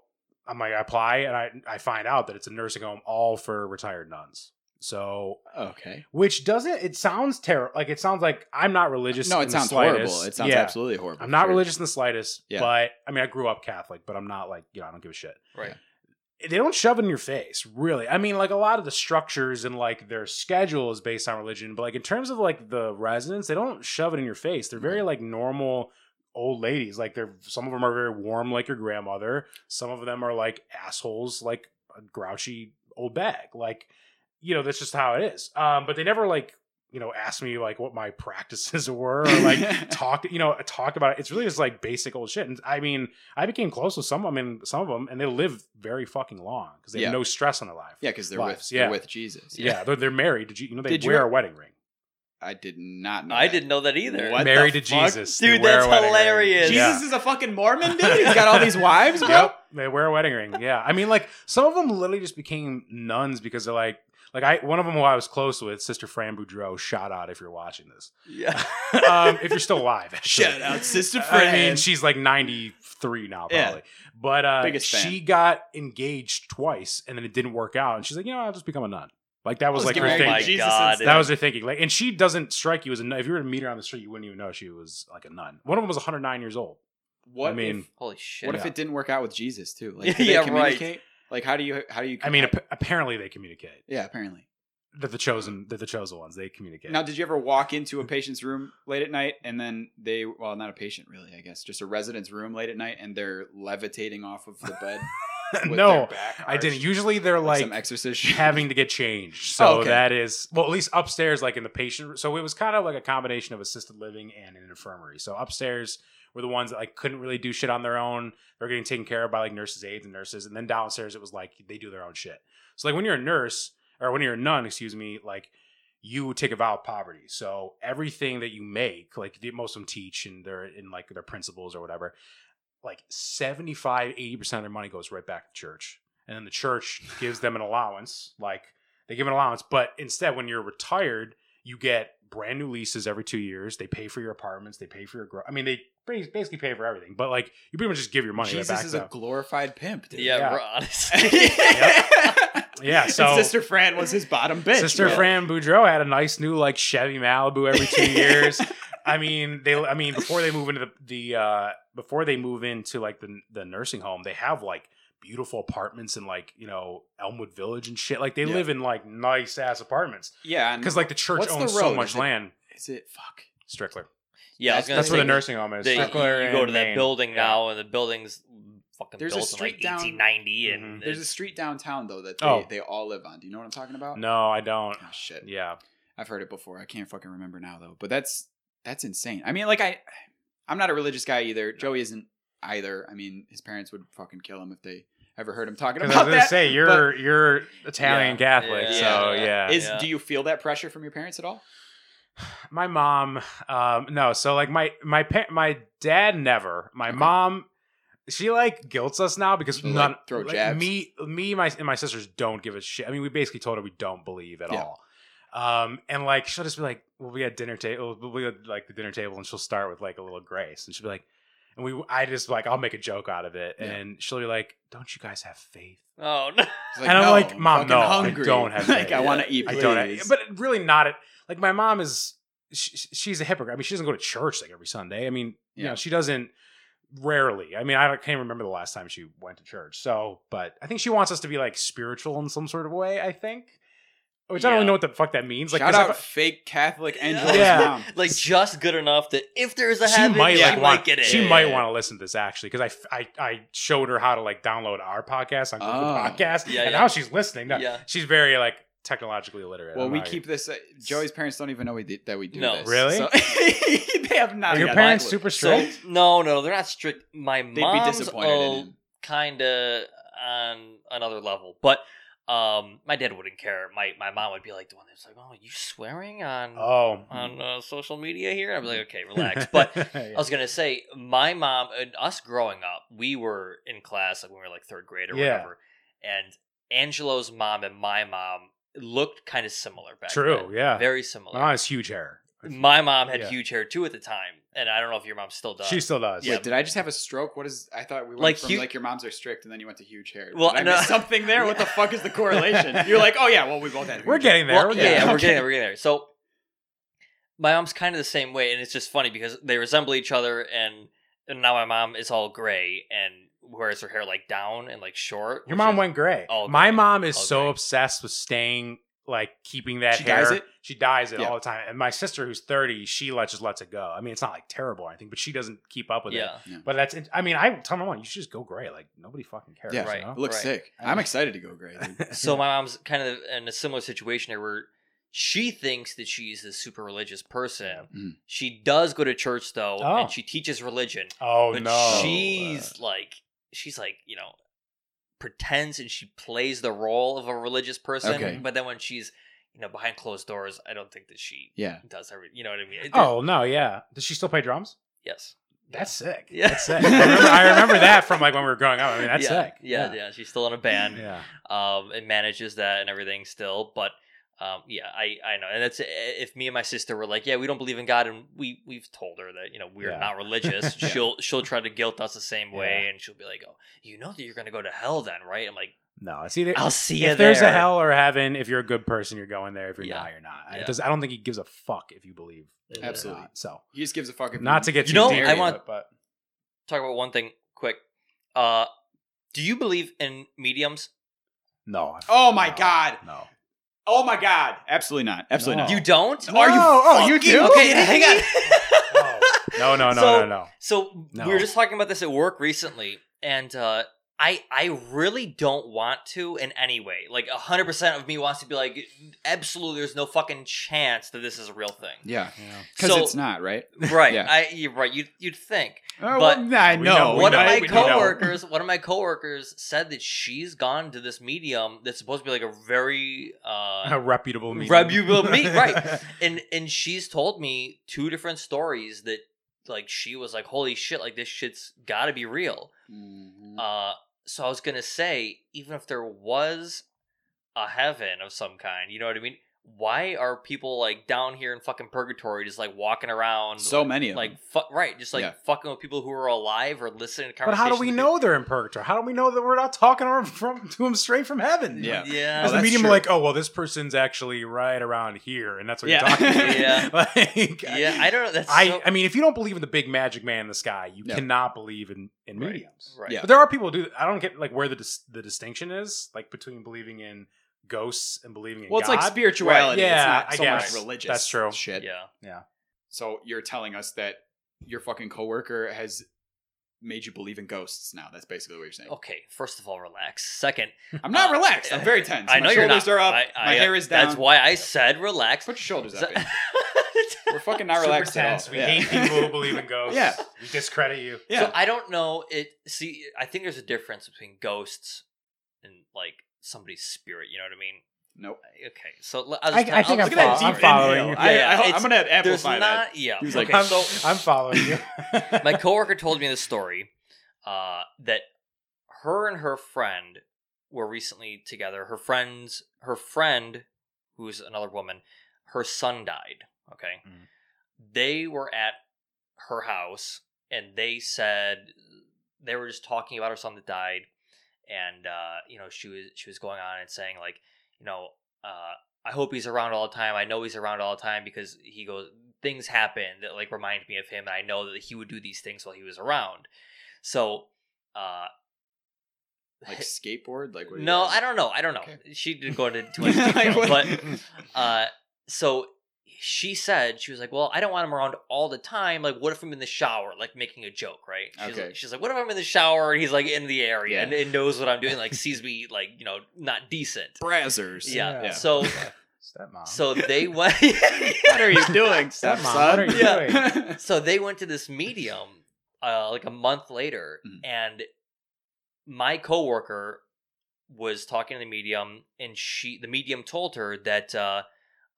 [SPEAKER 3] I'm like, I apply and I I find out that it's a nursing home all for retired nuns. So
[SPEAKER 1] Oh, Okay.
[SPEAKER 3] which doesn't it sounds terrible. Like it sounds like I'm not religious.
[SPEAKER 1] Uh, No,
[SPEAKER 3] in
[SPEAKER 1] it
[SPEAKER 3] the
[SPEAKER 1] sounds
[SPEAKER 3] slightest.
[SPEAKER 1] horrible. It sounds
[SPEAKER 3] Yeah.
[SPEAKER 1] absolutely horrible.
[SPEAKER 3] I'm not
[SPEAKER 1] Sure.
[SPEAKER 3] religious in the slightest,
[SPEAKER 1] Yeah.
[SPEAKER 3] but I mean, I grew up Catholic, but I'm not like, you know, I don't give a shit.
[SPEAKER 4] Right.
[SPEAKER 3] They don't shove it in your face, really. I mean, like a lot of the structures and like their schedule is based on religion, but like in terms of like the residents, they don't shove it in your face. They're very
[SPEAKER 1] Okay.
[SPEAKER 3] like normal old ladies. Like they're some of them are very warm, like your grandmother. Some of them are like assholes, like a grouchy old bag. Like, you know, that's just how it is. Um, but they never like, you know, asked me like what my [LAUGHS] practices were or like
[SPEAKER 1] [LAUGHS]
[SPEAKER 3] talked you know talked about it it's really just like basic old shit and i mean i became close with some i mean some of them and they live very fucking long because they
[SPEAKER 1] Yeah.
[SPEAKER 3] have no stress on their life
[SPEAKER 1] yeah, because they're,
[SPEAKER 3] lives,
[SPEAKER 1] with, they're
[SPEAKER 3] yeah.
[SPEAKER 1] with Jesus.
[SPEAKER 3] yeah, they're, they're married did you you know they
[SPEAKER 1] Did you
[SPEAKER 3] wear
[SPEAKER 1] ever-
[SPEAKER 3] a wedding ring
[SPEAKER 1] I did not know.
[SPEAKER 4] I
[SPEAKER 1] that.
[SPEAKER 4] didn't know that either. [LAUGHS]
[SPEAKER 1] What
[SPEAKER 3] Married
[SPEAKER 1] the
[SPEAKER 3] to
[SPEAKER 1] fuck?
[SPEAKER 3] Jesus, They
[SPEAKER 4] Dude,
[SPEAKER 3] wear
[SPEAKER 4] that's
[SPEAKER 3] a wedding ring.
[SPEAKER 4] hilarious.
[SPEAKER 1] Jesus
[SPEAKER 3] Yeah.
[SPEAKER 1] is a fucking Mormon dude. He's got all
[SPEAKER 3] [LAUGHS]
[SPEAKER 1] these wives, bro.
[SPEAKER 3] Yep, they wear a wedding ring. Yeah, I mean, like some of them literally just became nuns because they're like, like I one of them who I was close with, Sister Fran Boudreau. Shout out if you're watching this,
[SPEAKER 4] Yeah.
[SPEAKER 3] um, if you're still alive. actually.
[SPEAKER 1] Shout out, Sister
[SPEAKER 3] I mean,
[SPEAKER 1] Fran.
[SPEAKER 3] she's like 93 now, probably.
[SPEAKER 1] Yeah.
[SPEAKER 3] But uh,
[SPEAKER 1] Biggest fan.
[SPEAKER 3] she got engaged twice, and then it didn't work out, and she's like, you know, I'll just become a nun. Like that was
[SPEAKER 1] Let's get
[SPEAKER 3] like her
[SPEAKER 1] married to
[SPEAKER 4] oh
[SPEAKER 3] thing.
[SPEAKER 4] my
[SPEAKER 1] Jesus
[SPEAKER 4] god.
[SPEAKER 1] instead.
[SPEAKER 3] That was her thinking. Like, and she doesn't strike you as a nun. If you were to meet her on the street, you wouldn't even know she was like a nun. One of them was 109 years old.
[SPEAKER 1] What
[SPEAKER 3] I mean,
[SPEAKER 4] Holy shit.
[SPEAKER 1] What if
[SPEAKER 3] Yeah.
[SPEAKER 1] it didn't work out with Jesus too?
[SPEAKER 3] [LAUGHS]
[SPEAKER 1] Like, do
[SPEAKER 4] Yeah,
[SPEAKER 1] they
[SPEAKER 4] right.
[SPEAKER 1] communicate? Like, how do you how do you?
[SPEAKER 3] I mean,
[SPEAKER 1] communicate?
[SPEAKER 3] ap- apparently they communicate.
[SPEAKER 1] yeah, apparently.
[SPEAKER 3] They're the chosen. They're the chosen ones. They communicate. [LAUGHS]
[SPEAKER 1] Now, did you ever walk into
[SPEAKER 3] Mm-hmm.
[SPEAKER 1] a patient's room late at night and then they, well, not a patient really, I guess, just a resident's room late at night and they're levitating off of the
[SPEAKER 3] [LAUGHS]
[SPEAKER 1] bed? with their
[SPEAKER 3] no,
[SPEAKER 1] back
[SPEAKER 3] I didn't.
[SPEAKER 1] arched,
[SPEAKER 3] Usually they're
[SPEAKER 1] like,
[SPEAKER 3] like,
[SPEAKER 1] some exorcist shit?
[SPEAKER 3] [LAUGHS] having to get changed. So
[SPEAKER 1] Oh, okay.
[SPEAKER 3] that is well, at least upstairs, like in the patient. So it was kind of like a combination of assisted living and an infirmary. So upstairs were the ones that like couldn't really do shit on their own. They're getting taken care of by like nurses' aides and nurses, and then downstairs it was like they do their own shit. So like when you're a nurse or when you're a nun, excuse me, like you take a vow of poverty. So everything that you make, like the- most of them teach and they're in like their principles or whatever, like 75, 80% of their money goes right back to church. And then
[SPEAKER 1] [LAUGHS]
[SPEAKER 3] the church gives them an allowance, like they give an allowance. But instead, when you're retired, you get brand new leases every two years. They pay for your apartments, they pay for your, gro- I mean, they ba- basically pay for everything, but like you pretty much just give your money right
[SPEAKER 1] Jesus
[SPEAKER 3] back
[SPEAKER 1] is
[SPEAKER 3] to
[SPEAKER 1] a
[SPEAKER 3] them.
[SPEAKER 1] glorified pimp, dude.
[SPEAKER 4] yeah,
[SPEAKER 3] yeah.
[SPEAKER 4] we're-
[SPEAKER 1] [LAUGHS]
[SPEAKER 3] [LAUGHS]
[SPEAKER 4] honestly.
[SPEAKER 3] Yeah,
[SPEAKER 1] And
[SPEAKER 3] so-
[SPEAKER 1] Sister Fran was his bottom bitch.
[SPEAKER 3] Sister
[SPEAKER 1] bro.
[SPEAKER 3] Fran Boudreau had a nice new like Chevy Malibu every two
[SPEAKER 1] [LAUGHS]
[SPEAKER 3] years. I mean, they. I mean, before they move into the the uh, before they move into like the the nursing home, they have like beautiful apartments in like you know Elmwood Village and shit. Like they
[SPEAKER 1] Yeah.
[SPEAKER 3] live in like nice ass apartments
[SPEAKER 1] Yeah, and
[SPEAKER 3] because like the church
[SPEAKER 1] What's the
[SPEAKER 3] owns
[SPEAKER 1] road?
[SPEAKER 3] so much
[SPEAKER 1] Is it-
[SPEAKER 3] land.
[SPEAKER 1] is
[SPEAKER 3] [LAUGHS]
[SPEAKER 1] it fuck?
[SPEAKER 3] Strickler.
[SPEAKER 4] Yeah, I was
[SPEAKER 1] That's-
[SPEAKER 4] gonna
[SPEAKER 3] That's
[SPEAKER 4] say
[SPEAKER 3] where the nursing home is.
[SPEAKER 4] they- you
[SPEAKER 3] Strickler
[SPEAKER 4] go
[SPEAKER 3] and
[SPEAKER 4] to that
[SPEAKER 3] Maine.
[SPEAKER 4] building
[SPEAKER 3] Yeah.
[SPEAKER 4] now, and the building's fucking
[SPEAKER 1] There's a
[SPEAKER 4] built in
[SPEAKER 1] street
[SPEAKER 4] like
[SPEAKER 1] down-
[SPEAKER 4] 1890, and
[SPEAKER 3] Mhm.
[SPEAKER 1] There's a
[SPEAKER 4] it's-
[SPEAKER 1] street downtown though that they,
[SPEAKER 3] Oh.
[SPEAKER 1] they all live on. Do you know what I'm talking about?
[SPEAKER 3] No, I don't.
[SPEAKER 1] Oh, shit.
[SPEAKER 3] Yeah,
[SPEAKER 1] I've heard it before. I can't fucking remember now though. But that's that's insane. I mean, like I I'm not a religious guy either. Joey isn't either. I mean, his parents would fucking kill him if they ever heard him talking
[SPEAKER 3] because I was
[SPEAKER 1] about
[SPEAKER 3] gonna
[SPEAKER 1] that.
[SPEAKER 3] say you're you're Italian
[SPEAKER 1] Yeah.
[SPEAKER 3] Catholic,
[SPEAKER 1] Yeah.
[SPEAKER 3] so
[SPEAKER 1] Yeah.
[SPEAKER 3] yeah.
[SPEAKER 1] Is
[SPEAKER 4] Yeah.
[SPEAKER 1] do you feel that pressure from your parents at all?
[SPEAKER 3] my mom um no so like my my pa- my dad never my
[SPEAKER 1] Okay.
[SPEAKER 3] mom she like guilts us now because
[SPEAKER 1] So, like,
[SPEAKER 3] none
[SPEAKER 1] throw
[SPEAKER 3] like,
[SPEAKER 1] jabs?
[SPEAKER 3] me me my and my sisters don't give a shit i mean we basically told her we don't believe at
[SPEAKER 1] Yeah.
[SPEAKER 3] all um and like she'll just be like we'll be at dinner table we'll be at like the dinner table and she'll start with like a little grace and she'll be like and we i just like i'll make a joke out of it
[SPEAKER 1] Yeah.
[SPEAKER 3] and she'll be like don't you guys have faith
[SPEAKER 4] oh [LAUGHS] no,
[SPEAKER 1] He's
[SPEAKER 3] And I'm like,
[SPEAKER 1] "No,
[SPEAKER 3] "Mom,
[SPEAKER 1] fucking
[SPEAKER 3] no, I don't
[SPEAKER 1] [LAUGHS]
[SPEAKER 3] have
[SPEAKER 1] like
[SPEAKER 3] that."
[SPEAKER 1] I want to eat.
[SPEAKER 3] I don't, I,
[SPEAKER 1] please."
[SPEAKER 3] but really not. At, like my mom is, she, she's a hypocrite. I mean, she doesn't go to church like every Sunday. I mean, you
[SPEAKER 1] Yeah.
[SPEAKER 3] know, she doesn't rarely. I mean, I don't- can't remember the last time she went to church. So, but I think she wants us to be like spiritual in some sort of way. I think, which I don't
[SPEAKER 4] Yeah.
[SPEAKER 3] really know what the fuck that means. Like,
[SPEAKER 1] shout
[SPEAKER 3] 'cause
[SPEAKER 1] out
[SPEAKER 3] if
[SPEAKER 1] fake Catholic
[SPEAKER 4] Yeah.
[SPEAKER 1] Angela's
[SPEAKER 3] Yeah.
[SPEAKER 1] mom.
[SPEAKER 4] [LAUGHS] like just good enough that if there's
[SPEAKER 3] I-
[SPEAKER 4] a
[SPEAKER 3] she
[SPEAKER 4] heaven,
[SPEAKER 3] might
[SPEAKER 4] she
[SPEAKER 3] like
[SPEAKER 4] might
[SPEAKER 3] want,
[SPEAKER 4] get it.
[SPEAKER 3] she might want to listen to this actually because I, I I showed her how to like download our podcast on Google
[SPEAKER 1] Oh.
[SPEAKER 3] Podcast
[SPEAKER 4] Yeah,
[SPEAKER 3] and
[SPEAKER 4] yeah.
[SPEAKER 3] now she's listening. No,
[SPEAKER 4] Yeah.
[SPEAKER 3] she's very like technologically illiterate.
[SPEAKER 1] Well,
[SPEAKER 3] I'm
[SPEAKER 1] we
[SPEAKER 3] not-
[SPEAKER 1] keep this. Uh, Joey's parents don't even know we did, that we do
[SPEAKER 4] No.
[SPEAKER 1] this.
[SPEAKER 3] Really?
[SPEAKER 1] So- [LAUGHS] they have not.
[SPEAKER 3] Are your
[SPEAKER 1] got
[SPEAKER 3] parents
[SPEAKER 1] that.
[SPEAKER 3] super
[SPEAKER 4] So
[SPEAKER 3] strict.
[SPEAKER 4] no, no, they're not strict. My
[SPEAKER 1] They'd be
[SPEAKER 4] mom's
[SPEAKER 1] disappointed in him.
[SPEAKER 4] kind of on another level, but um, my dad wouldn't care. My my mom would be like the one that's like, "Oh, you swearing on
[SPEAKER 3] oh,
[SPEAKER 4] on uh, social media here?" I'd be like,
[SPEAKER 1] [LAUGHS]
[SPEAKER 4] "Okay,
[SPEAKER 3] [LAUGHS]
[SPEAKER 4] relax." But I was gonna say, my mom and us growing up, we were in class like when we were like third grade or
[SPEAKER 3] Yeah.
[SPEAKER 4] whatever, and Angelo's mom and my mom looked kind of similar back.
[SPEAKER 3] true.
[SPEAKER 4] then.
[SPEAKER 3] Yeah,
[SPEAKER 4] very similar.
[SPEAKER 3] my mom has huge hair.
[SPEAKER 4] my mom had
[SPEAKER 3] Yeah.
[SPEAKER 4] huge hair too at the time, and I don't know if your mom still does.
[SPEAKER 3] She still does.
[SPEAKER 1] Wait,
[SPEAKER 4] Yeah.
[SPEAKER 1] did I just have a stroke? What is? I thought we went
[SPEAKER 4] Like
[SPEAKER 1] from
[SPEAKER 4] hu-
[SPEAKER 1] like your moms are strict, and then you went to huge hair.
[SPEAKER 4] Well,
[SPEAKER 1] Did I
[SPEAKER 4] no.
[SPEAKER 1] miss something there.
[SPEAKER 4] [LAUGHS]
[SPEAKER 1] What the fuck is the correlation? You're like, oh yeah, well we both had. huge
[SPEAKER 3] We're
[SPEAKER 1] hair.
[SPEAKER 3] getting there.
[SPEAKER 4] Well,
[SPEAKER 3] we're
[SPEAKER 4] yeah,
[SPEAKER 3] getting
[SPEAKER 4] yeah,
[SPEAKER 3] there.
[SPEAKER 4] [LAUGHS] we're getting there. We're getting there. So my mom's kind of the same way, and it's just funny because they resemble each other, and, and now my mom is all gray and wears her hair like down and like short.
[SPEAKER 3] Your
[SPEAKER 4] which
[SPEAKER 3] mom
[SPEAKER 4] is-
[SPEAKER 3] went gray.
[SPEAKER 4] All
[SPEAKER 3] My
[SPEAKER 4] gray.
[SPEAKER 3] mom is
[SPEAKER 4] All
[SPEAKER 3] so
[SPEAKER 4] gray.
[SPEAKER 3] obsessed with staying like keeping that
[SPEAKER 1] She
[SPEAKER 3] hair.
[SPEAKER 1] dyes it?
[SPEAKER 3] She dyes it
[SPEAKER 1] Yeah.
[SPEAKER 3] all the time. And my sister, who's thirty, she let, just lets it go. I mean, it's not like terrible or anything, but she doesn't keep up with it.
[SPEAKER 4] Yeah,
[SPEAKER 3] But that's. I mean, I tell my mom, you should just go gray. Like nobody fucking cares.
[SPEAKER 1] Yeah,
[SPEAKER 3] you
[SPEAKER 4] Right.
[SPEAKER 3] know?
[SPEAKER 1] It looks
[SPEAKER 4] Right.
[SPEAKER 1] sick. I'm excited to go gray. Dude.
[SPEAKER 3] [LAUGHS]
[SPEAKER 4] so my mom's kind of in a similar situation here where she thinks that she's a super religious person.
[SPEAKER 3] Yeah.
[SPEAKER 1] Mm.
[SPEAKER 4] She does go to church though,
[SPEAKER 3] Oh.
[SPEAKER 4] and she teaches religion.
[SPEAKER 3] Oh
[SPEAKER 4] but
[SPEAKER 3] no.
[SPEAKER 4] she's like she's like, you know, pretends and she plays the role of a religious person.
[SPEAKER 1] Okay.
[SPEAKER 4] But then when she's you know, behind closed doors, I don't think that she
[SPEAKER 1] Yeah.
[SPEAKER 4] does every. You know what I mean? It-
[SPEAKER 3] Oh no, yeah. Does she still play drums?
[SPEAKER 4] yes,
[SPEAKER 3] That's sick.
[SPEAKER 4] Yeah.
[SPEAKER 3] That's sick. I remember, I
[SPEAKER 4] [LAUGHS]
[SPEAKER 3] remember that from like when we were growing up. I mean, that's
[SPEAKER 4] yeah,
[SPEAKER 3] sick.
[SPEAKER 4] Yeah, yeah, She's still in a band.
[SPEAKER 3] Yeah.
[SPEAKER 4] um, and manages that and everything still. But um, yeah, I, I know, and that's eh, if me and my sister were like, yeah, we don't believe in God, and we we've told her that you know we're
[SPEAKER 3] Yeah.
[SPEAKER 4] not religious.
[SPEAKER 3] [LAUGHS] Yeah.
[SPEAKER 4] She'll she'll try to guilt us the same way, and she'll be like, oh, you know that you're gonna go to hell then, right? I'm like,
[SPEAKER 3] No, it's either
[SPEAKER 4] I'll see you
[SPEAKER 3] if there's
[SPEAKER 4] there."
[SPEAKER 3] a hell or heaven, if you're a good person, you're going there. If you're
[SPEAKER 4] Yeah.
[SPEAKER 3] not, you're not. I-
[SPEAKER 4] Yeah.
[SPEAKER 3] It does, I don't think he gives a fuck if you believe. it or
[SPEAKER 1] Absolutely.
[SPEAKER 3] not. So
[SPEAKER 1] He just gives a fuck. if
[SPEAKER 3] not to get
[SPEAKER 4] You
[SPEAKER 3] you
[SPEAKER 4] know,
[SPEAKER 3] deep,
[SPEAKER 4] I want-
[SPEAKER 3] but
[SPEAKER 4] Talk about one thing quick. Uh, do you believe in mediums?
[SPEAKER 3] no.
[SPEAKER 1] [LAUGHS] Oh my
[SPEAKER 3] no,
[SPEAKER 1] god.
[SPEAKER 3] No.
[SPEAKER 1] Oh my god. Absolutely not. Absolutely
[SPEAKER 3] No.
[SPEAKER 1] not.
[SPEAKER 4] You don't?
[SPEAKER 1] [LAUGHS] Are you
[SPEAKER 3] Oh, you
[SPEAKER 1] fucking
[SPEAKER 3] do?
[SPEAKER 4] okay,
[SPEAKER 1] kidding
[SPEAKER 4] hang
[SPEAKER 1] me? [LAUGHS]
[SPEAKER 4] on.
[SPEAKER 3] No, no, no, no,
[SPEAKER 4] So-
[SPEAKER 3] no, no.
[SPEAKER 4] So
[SPEAKER 3] No.
[SPEAKER 4] we were just talking about this at work recently, and uh, I I really don't want to in any way. Like hundred percent of me wants to be like, absolutely, there's no fucking chance that this is a real thing.
[SPEAKER 1] Yeah. Because
[SPEAKER 4] So-
[SPEAKER 1] it's not right.
[SPEAKER 4] Right?
[SPEAKER 1] Yeah.
[SPEAKER 4] I you're right. You you'd think.
[SPEAKER 1] Oh,
[SPEAKER 4] But-
[SPEAKER 1] well, I
[SPEAKER 3] We
[SPEAKER 1] know.
[SPEAKER 3] know,
[SPEAKER 1] we
[SPEAKER 4] one
[SPEAKER 1] know,
[SPEAKER 4] of my
[SPEAKER 1] we know.
[SPEAKER 4] coworkers, one of my coworkers said that she's gone to this medium that's supposed to be like a very uh,
[SPEAKER 3] A reputable meeting.
[SPEAKER 4] reputable
[SPEAKER 3] [LAUGHS]
[SPEAKER 4] meet,
[SPEAKER 1] [LAUGHS]
[SPEAKER 4] right? And and she's told me two different stories that like she was like, holy shit, like this shit's got to be real.
[SPEAKER 1] Mhm.
[SPEAKER 4] Uh, so I was gonna say, even if there was a heaven of some kind, you know what I mean? Why are people like down here in fucking purgatory, just like walking around,
[SPEAKER 1] So many of
[SPEAKER 4] like
[SPEAKER 1] like,
[SPEAKER 4] fu- right, just like
[SPEAKER 1] Yeah.
[SPEAKER 4] fucking with people who are alive or listening to
[SPEAKER 3] But
[SPEAKER 4] conversations?
[SPEAKER 3] how do we
[SPEAKER 4] with
[SPEAKER 3] know they're in purgatory? How do we know that we're not talking to him from to him straight from heaven?
[SPEAKER 4] people?
[SPEAKER 1] [LAUGHS] Yeah.
[SPEAKER 4] yeah,
[SPEAKER 1] Oh,
[SPEAKER 3] As a
[SPEAKER 1] that's
[SPEAKER 3] medium,
[SPEAKER 1] true.
[SPEAKER 3] like, oh well, this person's actually right around here, and that's what
[SPEAKER 1] [LAUGHS] Yeah.
[SPEAKER 3] you're talking. about.
[SPEAKER 4] Yeah.
[SPEAKER 3] [LAUGHS] like,
[SPEAKER 4] yeah. I don't know. That's
[SPEAKER 3] I,
[SPEAKER 4] so-
[SPEAKER 3] I mean, if you don't believe in the big magic man in the sky, you
[SPEAKER 1] No.
[SPEAKER 3] cannot believe in, in
[SPEAKER 4] Right.
[SPEAKER 3] mediums.
[SPEAKER 4] right.
[SPEAKER 1] Yeah.
[SPEAKER 3] But there are people who do. I don't get like where the dis- the distinction is, like between believing in ghosts and believing in
[SPEAKER 1] well, it's like
[SPEAKER 3] God.
[SPEAKER 1] spirituality.
[SPEAKER 3] Right. Yeah,
[SPEAKER 1] it's not
[SPEAKER 3] I
[SPEAKER 1] so
[SPEAKER 3] guess.
[SPEAKER 1] much religious.
[SPEAKER 3] That's true.
[SPEAKER 1] Shit.
[SPEAKER 4] Yeah.
[SPEAKER 1] So you're telling us that your fucking coworker has made you believe in ghosts now. That's basically what you're saying.
[SPEAKER 4] Okay. First of all, relax. Second,
[SPEAKER 1] I'm not
[SPEAKER 4] Oh, Uh,
[SPEAKER 1] relaxed. I'm very tense.
[SPEAKER 4] I know
[SPEAKER 1] My
[SPEAKER 4] you're
[SPEAKER 1] shoulders
[SPEAKER 4] not.
[SPEAKER 1] are up.
[SPEAKER 4] I-
[SPEAKER 1] my
[SPEAKER 4] I-
[SPEAKER 1] hair is down.
[SPEAKER 4] That's why I said relax. [LAUGHS]
[SPEAKER 1] Put your shoulders
[SPEAKER 4] So-
[SPEAKER 1] up. baby. We're fucking not
[SPEAKER 3] Super
[SPEAKER 1] relaxed at
[SPEAKER 3] tense.
[SPEAKER 1] all.
[SPEAKER 3] We
[SPEAKER 1] Yeah.
[SPEAKER 3] hate people who believe in ghosts.
[SPEAKER 1] Yeah.
[SPEAKER 3] we discredit you.
[SPEAKER 1] [LAUGHS] yeah.
[SPEAKER 4] So I don't know. It see, I think there's a difference between ghosts and like somebody's spirit. You know what I mean?
[SPEAKER 1] nope.
[SPEAKER 4] Okay, so l- I'll
[SPEAKER 3] I-
[SPEAKER 4] just,
[SPEAKER 3] I think
[SPEAKER 4] will
[SPEAKER 3] I'm
[SPEAKER 1] Look at that
[SPEAKER 3] fo- I'm
[SPEAKER 1] deep
[SPEAKER 3] following
[SPEAKER 1] inhale.
[SPEAKER 3] you.
[SPEAKER 1] I,
[SPEAKER 4] Yeah,
[SPEAKER 1] I,
[SPEAKER 4] it's-
[SPEAKER 1] am gonna have
[SPEAKER 4] There's
[SPEAKER 1] amplify
[SPEAKER 4] not.
[SPEAKER 1] that.
[SPEAKER 4] Yeah.
[SPEAKER 1] He was
[SPEAKER 4] okay,
[SPEAKER 1] like,
[SPEAKER 3] I'm,
[SPEAKER 4] so
[SPEAKER 3] I'm
[SPEAKER 1] [LAUGHS]
[SPEAKER 3] following you.
[SPEAKER 4] [LAUGHS] my coworker told me the story uh, that her and her friend were recently together. Her friends, her friend, who's another woman, her son died. Okay,
[SPEAKER 3] Mhm.
[SPEAKER 4] they were at her house and they said they were just talking about her son that died, and uh, you know she was she was going on and saying like you know uh, I hope he's around all the time. I know he's around all the time because he goes things happen that like remind me of him, and I know that he would do these things while he was around. So, uh,
[SPEAKER 1] [LAUGHS] like skateboard. Like what do you
[SPEAKER 4] no,
[SPEAKER 1] guys- [LAUGHS]
[SPEAKER 4] I don't know. I don't know.
[SPEAKER 1] Okay.
[SPEAKER 4] She didn't go into
[SPEAKER 1] [LAUGHS]
[SPEAKER 4] too much
[SPEAKER 1] Like,
[SPEAKER 4] detail,
[SPEAKER 1] what-
[SPEAKER 4] but uh, so she said she was like, "Well, I don't want him around all the time. Like, what if I'm in the shower, like making a joke, right?" She's,
[SPEAKER 1] Okay.
[SPEAKER 4] like, she's like, "What if I'm in the shower and he's like in the area
[SPEAKER 1] Yeah.
[SPEAKER 4] and, and knows what I'm doing, like sees me, like you know, not
[SPEAKER 1] [LAUGHS]
[SPEAKER 4] decent."
[SPEAKER 1] Brazzers.
[SPEAKER 4] Yeah.
[SPEAKER 3] Yeah.
[SPEAKER 4] So,
[SPEAKER 3] Stepmom.
[SPEAKER 4] so they went.
[SPEAKER 1] [LAUGHS]
[SPEAKER 4] [LAUGHS]
[SPEAKER 1] What are you doing,
[SPEAKER 3] [LAUGHS] Stepmom,
[SPEAKER 1] stepson?
[SPEAKER 3] what are you
[SPEAKER 1] Yeah. [LAUGHS]
[SPEAKER 4] so they went to this medium uh, like a month later
[SPEAKER 1] Mhm.
[SPEAKER 4] and my coworker was talking to the medium and she the medium told her that uh,